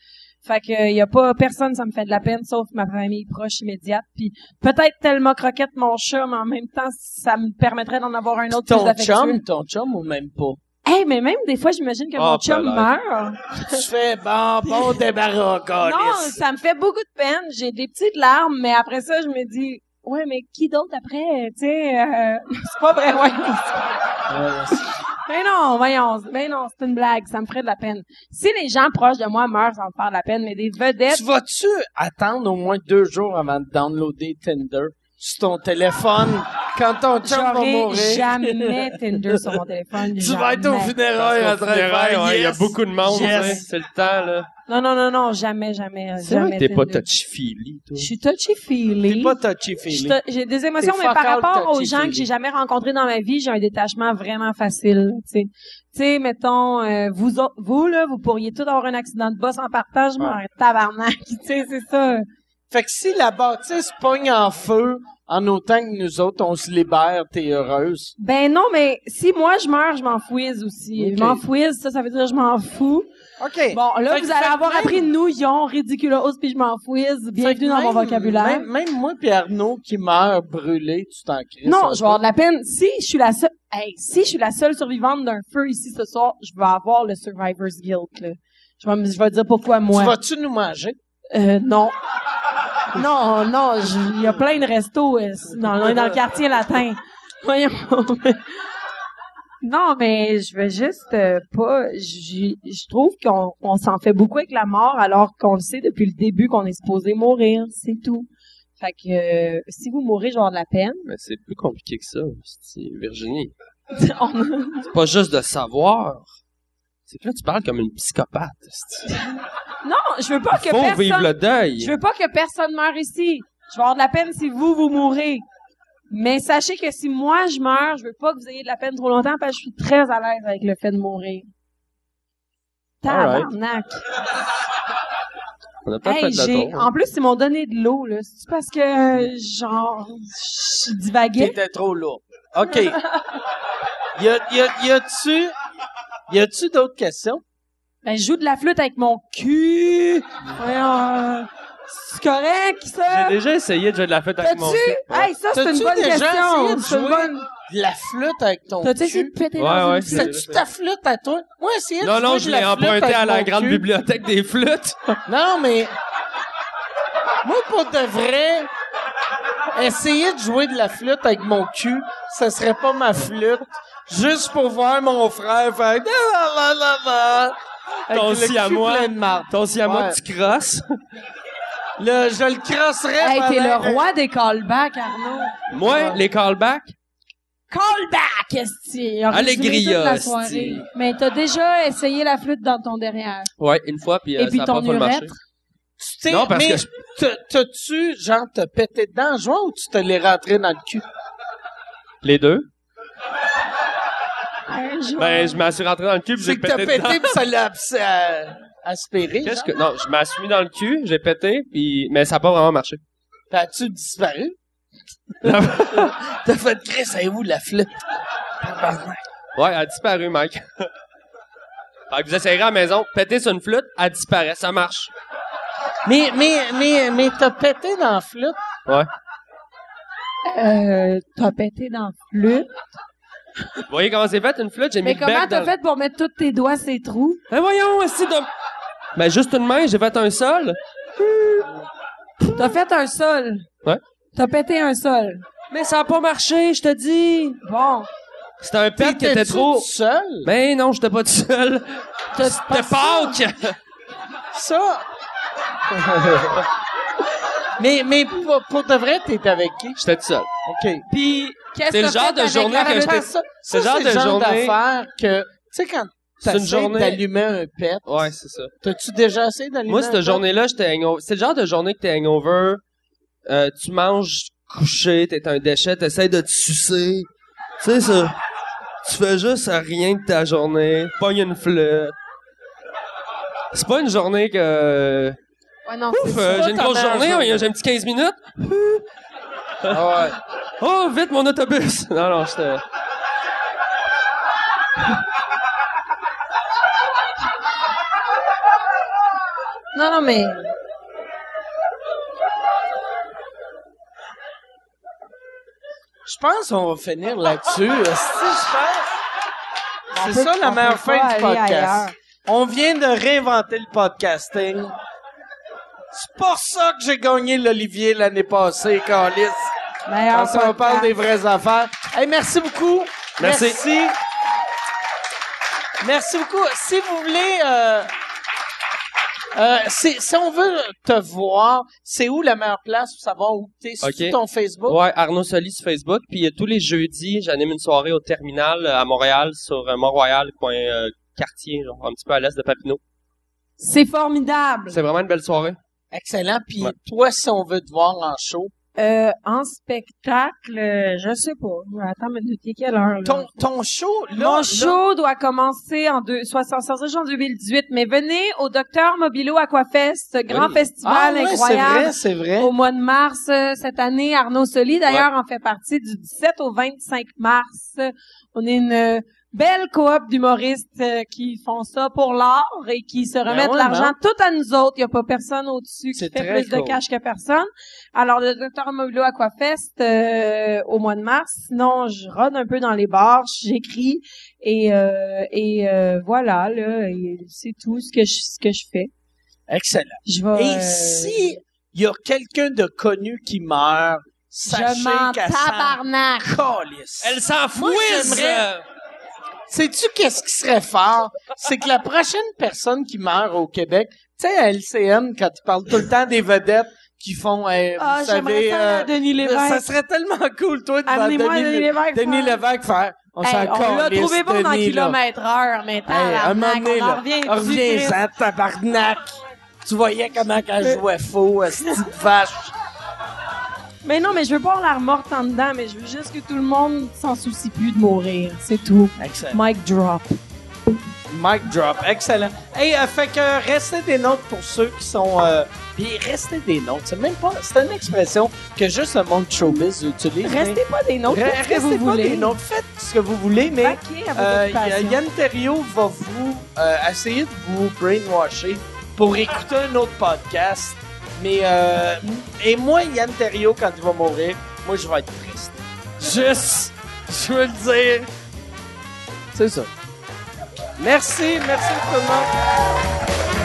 [SPEAKER 3] fait que, y a pas personne, ça me fait de la peine, sauf ma famille proche immédiate. Puis peut-être tellement croquette mon chat, mais en même temps, ça me permettrait d'en avoir un autre plus
[SPEAKER 2] Ton
[SPEAKER 3] affectueux.
[SPEAKER 2] chum, ton chum ou même pas?
[SPEAKER 3] Hey, mais même des fois, j'imagine que
[SPEAKER 4] Ah,
[SPEAKER 3] mon chum
[SPEAKER 4] peut-être.
[SPEAKER 3] meurt.
[SPEAKER 2] tu fais bon, bon débarras,
[SPEAKER 3] Non,
[SPEAKER 2] câlisse.
[SPEAKER 3] ça me fait beaucoup de peine. J'ai des petites larmes, mais après ça, je me dis, ouais, mais qui d'autre après, tu sais, euh, <laughs> c'est pas vrai, ouais. Mais non, voyons, mais non, c'est une blague, ça me ferait de la peine. Si les gens proches de moi meurent, ça me ferait de la peine, mais des vedettes,
[SPEAKER 2] Tu vas-tu attendre au moins deux jours avant de downloader Tinder sur ton téléphone quand ton chum va
[SPEAKER 3] j'aurai
[SPEAKER 2] mourir?
[SPEAKER 3] jamais Tinder sur mon
[SPEAKER 2] <laughs>
[SPEAKER 3] téléphone.
[SPEAKER 2] Tu
[SPEAKER 3] jamais.
[SPEAKER 2] vas être au funérail Ah, en train de faire
[SPEAKER 4] Il y a
[SPEAKER 2] yes.
[SPEAKER 4] beaucoup de monde,
[SPEAKER 2] yes.
[SPEAKER 4] hein, c'est le temps, là.
[SPEAKER 3] Non, non, non, non, jamais, jamais,
[SPEAKER 4] C'est vrai
[SPEAKER 3] jamais.
[SPEAKER 4] que t'es pas
[SPEAKER 3] Tinder.
[SPEAKER 4] touchy-feely, toi.
[SPEAKER 3] Je suis touchy-feely.
[SPEAKER 2] T'es pas touchy-feely.
[SPEAKER 3] Je te- J'ai des émotions,
[SPEAKER 2] T'es
[SPEAKER 3] mais par
[SPEAKER 2] fuck all
[SPEAKER 3] rapport aux gens
[SPEAKER 2] touchy-feely.
[SPEAKER 3] que j'ai jamais rencontrés dans ma vie, j'ai un détachement vraiment facile. Tu sais, Tu sais, mettons, euh, vous, autres- vous là, vous pourriez tous avoir un accident de boss en partage, mais un tabarnak. <laughs> Tu sais, c'est ça.
[SPEAKER 2] Fait que si la bâtisse pogne en feu, en autant que nous autres, on se libère, t'es heureuse.
[SPEAKER 3] Ben non, mais si moi je meurs, je m'en fouise aussi.
[SPEAKER 2] Ok.
[SPEAKER 3] Je m'en fouise, ça, ça veut dire je m'en fous.
[SPEAKER 2] OK.
[SPEAKER 3] Bon, là,
[SPEAKER 2] Fait que
[SPEAKER 3] vous allez
[SPEAKER 2] fait
[SPEAKER 3] avoir
[SPEAKER 2] même-
[SPEAKER 3] appris nous, yon, ridiculous, puis je m'en fouise. Bienvenue dans mon vocabulaire.
[SPEAKER 2] Même, même moi puis Arnaud qui meurt brûlé, tu t'en cries.
[SPEAKER 3] Non, je vais avoir de la peine. Si je suis la seule, hey, si je suis la seule survivante d'un feu ici ce soir, je vais avoir le survivor's guilt. Là. Je vais, me- je vais dire pourquoi
[SPEAKER 2] Tu
[SPEAKER 3] moi.
[SPEAKER 2] vas-tu nous manger?
[SPEAKER 3] Euh, non. Non, non, je- il y a plein de restos euh, dans, le- dans le quartier latin. Voyons. non, mais je veux juste euh, pas. Je je trouve qu'on on s'en fait beaucoup avec la mort, alors qu'on le sait depuis le début qu'on est supposé mourir, c'est tout. Fait que euh, si vous mourrez, je vais avoir de la peine.
[SPEAKER 4] Mais c'est plus compliqué que ça, c'est Virginie.
[SPEAKER 3] <laughs> On-
[SPEAKER 4] C'est pas juste de savoir. C'est que là, tu parles comme une psychopathe. c'est-tu.
[SPEAKER 3] Non, je veux pas que
[SPEAKER 4] Faut
[SPEAKER 3] personne.
[SPEAKER 4] vivre le deuil.
[SPEAKER 3] Je veux pas que personne meure ici. Je vais avoir de la peine si vous vous mourrez. Mais sachez que si moi je meurs, je veux pas que vous ayez de la peine trop longtemps parce que je suis très à l'aise avec le fait de mourir.
[SPEAKER 4] Alright.
[SPEAKER 3] Tabarnak.
[SPEAKER 4] On a peut-être
[SPEAKER 3] Hey,
[SPEAKER 4] fait le
[SPEAKER 3] j'ai
[SPEAKER 4] tour.
[SPEAKER 3] en plus ils m'ont donné de l'eau là, c'est parce que euh, genre je divaguais.
[SPEAKER 2] T'étais trop lourd. OK. <laughs> y a, y a, y a-tu, y a-tu d'autres questions?
[SPEAKER 3] Ben, je joue de la flûte avec mon cul. Voyons, euh, c'est correct ça.
[SPEAKER 4] J'ai déjà essayé de jouer de la fête avec
[SPEAKER 3] T'as-tu?
[SPEAKER 4] mon cul.
[SPEAKER 3] Hey, ça c'est une
[SPEAKER 2] T'as-tu
[SPEAKER 3] bonne
[SPEAKER 2] déjà essayé
[SPEAKER 3] question.
[SPEAKER 2] de
[SPEAKER 3] C'est une
[SPEAKER 2] jouer
[SPEAKER 3] bonne.
[SPEAKER 2] De la flûte avec ton
[SPEAKER 3] T'as-tu essayé
[SPEAKER 2] cul?
[SPEAKER 3] de péter
[SPEAKER 4] Ouais,
[SPEAKER 3] dans une
[SPEAKER 4] ouais,
[SPEAKER 3] flûte?
[SPEAKER 4] j'ai-
[SPEAKER 2] C'est-tu ta flûte à toi? Moi, essayé de
[SPEAKER 4] Non, non,
[SPEAKER 2] jouer
[SPEAKER 4] je
[SPEAKER 2] de
[SPEAKER 4] l'ai
[SPEAKER 2] la flûte
[SPEAKER 4] emprunté
[SPEAKER 2] avec
[SPEAKER 4] à la
[SPEAKER 2] mon
[SPEAKER 4] grande
[SPEAKER 2] cul.
[SPEAKER 4] bibliothèque des flûtes.
[SPEAKER 2] Non, mais... Moi, pour de vrai, essayer de jouer de la flûte avec mon cul, ça serait pas ma flûte. Juste pour voir mon frère faire... da la la la la, avec
[SPEAKER 4] Ton
[SPEAKER 2] le
[SPEAKER 4] si à
[SPEAKER 2] cul
[SPEAKER 4] moi.
[SPEAKER 2] plein de marde.
[SPEAKER 4] Ton siamois,
[SPEAKER 2] Ouais.
[SPEAKER 4] tu crosses.
[SPEAKER 2] Là, je le crosserais
[SPEAKER 3] Hey, t'es le
[SPEAKER 2] pendant un-
[SPEAKER 3] roi des callbacks, Arnaud.
[SPEAKER 4] Moi, les callbacks,
[SPEAKER 3] Callback, esti!
[SPEAKER 4] Allegria,
[SPEAKER 3] Résumé toute la
[SPEAKER 4] esti.
[SPEAKER 3] soirée. Mais t'as déjà essayé la flûte dans ton derrière.
[SPEAKER 4] ouais, une fois, puis
[SPEAKER 3] Et
[SPEAKER 4] euh,
[SPEAKER 3] puis
[SPEAKER 4] ça a
[SPEAKER 3] ton
[SPEAKER 4] pas full marché.
[SPEAKER 3] urètre.
[SPEAKER 2] Tu t'es-
[SPEAKER 4] Non, parce
[SPEAKER 2] mais
[SPEAKER 4] que
[SPEAKER 2] t'as- t'as-tu, genre, t'as pété dedans, joint, ou tu te l'es rentré dans le cul?
[SPEAKER 4] Les deux.
[SPEAKER 8] Un jour.
[SPEAKER 4] Ben, je me suis rentré dans le cul, puis j'ai
[SPEAKER 2] C'est que t'as
[SPEAKER 4] pété dedans.
[SPEAKER 2] pété, puis ça l'a abs- euh, aspiré. Qu'est-ce
[SPEAKER 4] Qu'est-ce que... Non, je m'en suis mis dans le cul, j'ai pété, puis... mais ça n'a pas vraiment marché.
[SPEAKER 2] As-tu disparu? <laughs> t'as fait Chris, c'est où la flûte? Tabarnak.
[SPEAKER 4] Ouais, elle a disparu, Mike. <laughs> Fait que vous essayerez à la maison, péter sur une flûte, elle disparaît, ça marche.
[SPEAKER 2] Mais, mais, mais, mais t'as pété dans la flûte.
[SPEAKER 4] Ouais.
[SPEAKER 3] Euh, t'as pété dans le
[SPEAKER 4] Vous voyez comment c'est fait, une flûte? J'ai mis
[SPEAKER 3] Mais
[SPEAKER 4] le
[SPEAKER 3] comment
[SPEAKER 4] bec dans
[SPEAKER 3] t'as
[SPEAKER 4] le-
[SPEAKER 3] fait pour mettre tous tes doigts ces trous?
[SPEAKER 4] Ben voyons, aussi de... Ben juste une main, j'ai fait un sol.
[SPEAKER 3] T'as fait un sol.
[SPEAKER 4] Ouais.
[SPEAKER 3] T'as pété un sol.
[SPEAKER 4] Mais ça a pas marché, je te dis.
[SPEAKER 3] Bon.
[SPEAKER 4] C'était un pet qui était
[SPEAKER 2] T'étais-tu
[SPEAKER 4] trop...
[SPEAKER 2] tout seul?
[SPEAKER 4] Ben non, j'étais pas tout seul.
[SPEAKER 2] T'as-
[SPEAKER 4] C'était Pâques! <laughs>
[SPEAKER 2] Ça! mais, mais pour, pour de vrai, t'es avec qui?
[SPEAKER 4] J'étais tout seul.
[SPEAKER 2] OK.
[SPEAKER 3] Puis, qu'est-ce
[SPEAKER 4] C'est le genre de journée que
[SPEAKER 2] Mais
[SPEAKER 4] j'étais-
[SPEAKER 2] ça, ça, c'est
[SPEAKER 4] le genre
[SPEAKER 2] le
[SPEAKER 4] de
[SPEAKER 2] genre
[SPEAKER 4] journée-
[SPEAKER 2] d'affaire que... Tu sais, quand
[SPEAKER 4] C'est une
[SPEAKER 2] t'essayes
[SPEAKER 4] journée-
[SPEAKER 2] d'allumer un pet,
[SPEAKER 4] Ouais, c'est ça.
[SPEAKER 2] t'as-tu déjà essayé d'allumer
[SPEAKER 4] Moi,
[SPEAKER 2] un
[SPEAKER 4] cette
[SPEAKER 2] pet?
[SPEAKER 4] journée-là, j'étais hangover. C'est le genre de journée que t'es hangover, euh, tu manges couché, t'es un déchet, t'essayes de te sucer. Tu sais, ça. Tu fais juste rien de ta journée, pogne une flûte. C'est pas une journée que.
[SPEAKER 11] Ouais, non,
[SPEAKER 4] Ouf,
[SPEAKER 11] c'est
[SPEAKER 4] euh,
[SPEAKER 11] ça.
[SPEAKER 4] j'ai une grosse journée, ouais, j'ai un petit 15
[SPEAKER 11] <laughs>
[SPEAKER 4] minutes.
[SPEAKER 2] Ah ouais.
[SPEAKER 4] Oh, vite, mon autobus! Non, non, j'étais.
[SPEAKER 3] Non, non, mais.
[SPEAKER 2] Je pense qu'on va finir là-dessus. Esti, je pense. C'est ça la meilleure fin du podcast. On vient de réinventer le podcasting. C'est pour ça que j'ai gagné l'Olivier l'année passée, Calis.
[SPEAKER 3] Meilleur
[SPEAKER 2] Parce qu'on parle des vraies affaires. Hey, merci beaucoup.
[SPEAKER 4] Merci.
[SPEAKER 2] Merci, Merci beaucoup. Si vous voulez, euh, euh, si, si on veut te voir, c'est où la meilleure place pour savoir où t'es? Sur
[SPEAKER 4] Ok.
[SPEAKER 2] ton Facebook?
[SPEAKER 4] Ouais, Arnaud Soli sur Facebook. Puis euh, tous les jeudis, j'anime une soirée au terminal euh, à Montréal sur euh, Mont-Royal, coin euh, quartier, genre, un petit peu à l'est de Papineau.
[SPEAKER 3] C'est formidable.
[SPEAKER 4] C'est vraiment une belle soirée.
[SPEAKER 2] Excellent. Puis
[SPEAKER 4] Ouais.
[SPEAKER 2] toi, si on veut te voir en show,
[SPEAKER 3] Euh, en spectacle, euh, je sais pas. Attends, mais il est quelle heure? là?
[SPEAKER 2] ton, ton show, là,
[SPEAKER 3] Mon
[SPEAKER 2] là,
[SPEAKER 3] show doit commencer en deux, soit soit- soit- soit- soit en 2018, mais venez au Docteur Mobilo Aquafest, ce grand
[SPEAKER 4] Oui.
[SPEAKER 2] ah,
[SPEAKER 3] festival
[SPEAKER 2] ouais,
[SPEAKER 3] incroyable. Oh.
[SPEAKER 2] C'est vrai, c'est vrai.
[SPEAKER 3] Au mois de mars euh, cette année, Arnaud Soli d'ailleurs en fait partie du 17 au 25 mars. On est une belle coop d'humoristes euh, qui font ça pour l'art et qui se remettent
[SPEAKER 2] Ben ouais,
[SPEAKER 3] l'argent tout à nous autres. Il n'y a pas personne au-dessus qui
[SPEAKER 2] C'est
[SPEAKER 3] fait
[SPEAKER 2] très
[SPEAKER 3] plus de
[SPEAKER 2] cool.
[SPEAKER 3] cash que personne. Alors, le Dr Mobilo Aquafest euh, au mois de mars. Sinon, je rôde un peu dans les bars, j'écris et, euh, et euh, voilà, là, et c'est tout ce que je, ce que je fais.
[SPEAKER 2] Excellent.
[SPEAKER 3] Je vais,
[SPEAKER 2] Et
[SPEAKER 3] euh,
[SPEAKER 2] si il y a quelqu'un de connu qui meurt, sachez
[SPEAKER 3] je m'en
[SPEAKER 2] qu'elle s'en
[SPEAKER 3] tabarnak.
[SPEAKER 2] calisse.
[SPEAKER 4] Elle s'en fout!
[SPEAKER 2] j'aimerais- Sais-tu qu'est-ce qui serait fort? C'est que la prochaine personne qui meurt au Québec, tu sais, à LCN, quand tu parles tout le temps des vedettes qui font, eh, vous
[SPEAKER 3] Ah, j'aimerais
[SPEAKER 2] savez,
[SPEAKER 3] ça aller à
[SPEAKER 2] euh,
[SPEAKER 3] Denis
[SPEAKER 2] ça
[SPEAKER 3] Lévesque.
[SPEAKER 2] serait tellement cool, toi, de
[SPEAKER 3] Amenez-moi à
[SPEAKER 2] Denis,
[SPEAKER 3] Denis Lévesque.
[SPEAKER 2] Denis
[SPEAKER 3] faire-
[SPEAKER 2] Lévesque faire. On
[SPEAKER 3] Hey,
[SPEAKER 2] s'en
[SPEAKER 3] on l'a
[SPEAKER 2] calisse,
[SPEAKER 3] trouvé bon dans
[SPEAKER 2] Denis, là.
[SPEAKER 3] kilomètre heure, mais
[SPEAKER 2] Hey, à un moment
[SPEAKER 3] Ah, tabarnak,
[SPEAKER 2] donné,
[SPEAKER 3] on en
[SPEAKER 2] là,
[SPEAKER 3] revient. du Christ.
[SPEAKER 2] reviens-en, tabarnak. Tu voyais comment qu'elle jouait faux, euh, cette petite vache.
[SPEAKER 3] Mais non, mais je veux pas la remorque en dedans, mais je veux juste que tout le monde s'en soucie plus de mourir. C'est tout.
[SPEAKER 2] Excellent.
[SPEAKER 3] Mic drop.
[SPEAKER 2] Mic drop, excellent. Hey, euh, fait que restez des nôtres pour ceux qui sont... Euh, puis restez des nôtres, c'est même pas... C'est une expression que juste le monde showbiz utilise. mais-
[SPEAKER 3] Restez pas des nôtres.
[SPEAKER 2] Re-
[SPEAKER 3] faites ce que
[SPEAKER 2] restez
[SPEAKER 3] vous
[SPEAKER 2] pas
[SPEAKER 3] voulez.
[SPEAKER 2] des nôtres, faites ce que vous voulez, mais...
[SPEAKER 3] Vaquez à vos
[SPEAKER 2] Euh,
[SPEAKER 3] occupations.
[SPEAKER 2] Yann Terriot va vous euh, essayer de vous brainwasher pour écouter un autre podcast. Mais euh, et moi, Yann Terriot, quand il va mourir, moi je vais être triste. Juste, je veux le dire. C'est ça. Merci, merci tout le monde.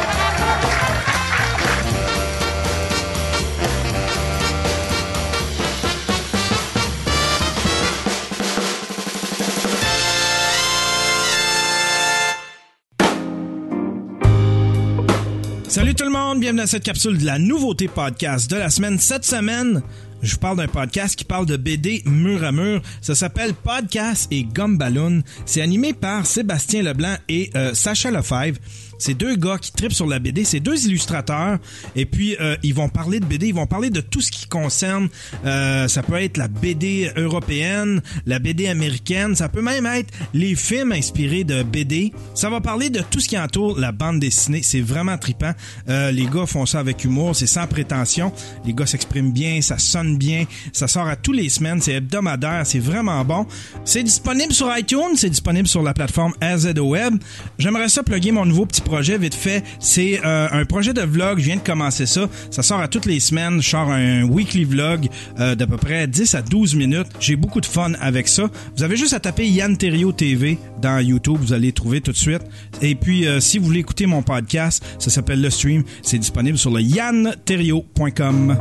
[SPEAKER 6] Salut tout le monde, bienvenue dans cette capsule de la nouveauté podcast de la semaine. Cette semaine, je vous parle d'un podcast qui parle de BD mur à mur. Ça s'appelle Podcast et Gumballoon. C'est animé par Sébastien Leblanc et euh, Sacha Lefebvre. C'est deux gars qui tripent sur la BD, c'est deux illustrateurs, et puis euh, ils vont parler de BD, ils vont parler de tout ce qui concerne, euh, ça peut être la BD européenne, la BD américaine, ça peut même être les films inspirés de BD. Ça va parler de tout ce qui entoure la bande dessinée, c'est vraiment trippant. Euh, les gars font ça avec humour, c'est sans prétention, les gars s'expriment bien, ça sonne bien, ça sort à tous les semaines, c'est hebdomadaire, c'est vraiment bon. C'est disponible sur iTunes, c'est disponible sur la plateforme RZO Web. J'aimerais ça plugger mon nouveau petit projet vite fait. C'est euh, un projet de vlog, je viens de commencer ça. Ça sort à toutes les semaines, je sors un weekly vlog euh, d'à peu près 10 à 12 minutes. J'ai beaucoup de fun avec ça. Vous avez juste à taper Yann Terrio TV dans YouTube, vous allez le trouver tout de suite. Et puis euh, si vous voulez écouter mon podcast, ça s'appelle Le Stream, c'est disponible sur le yanterrio.com.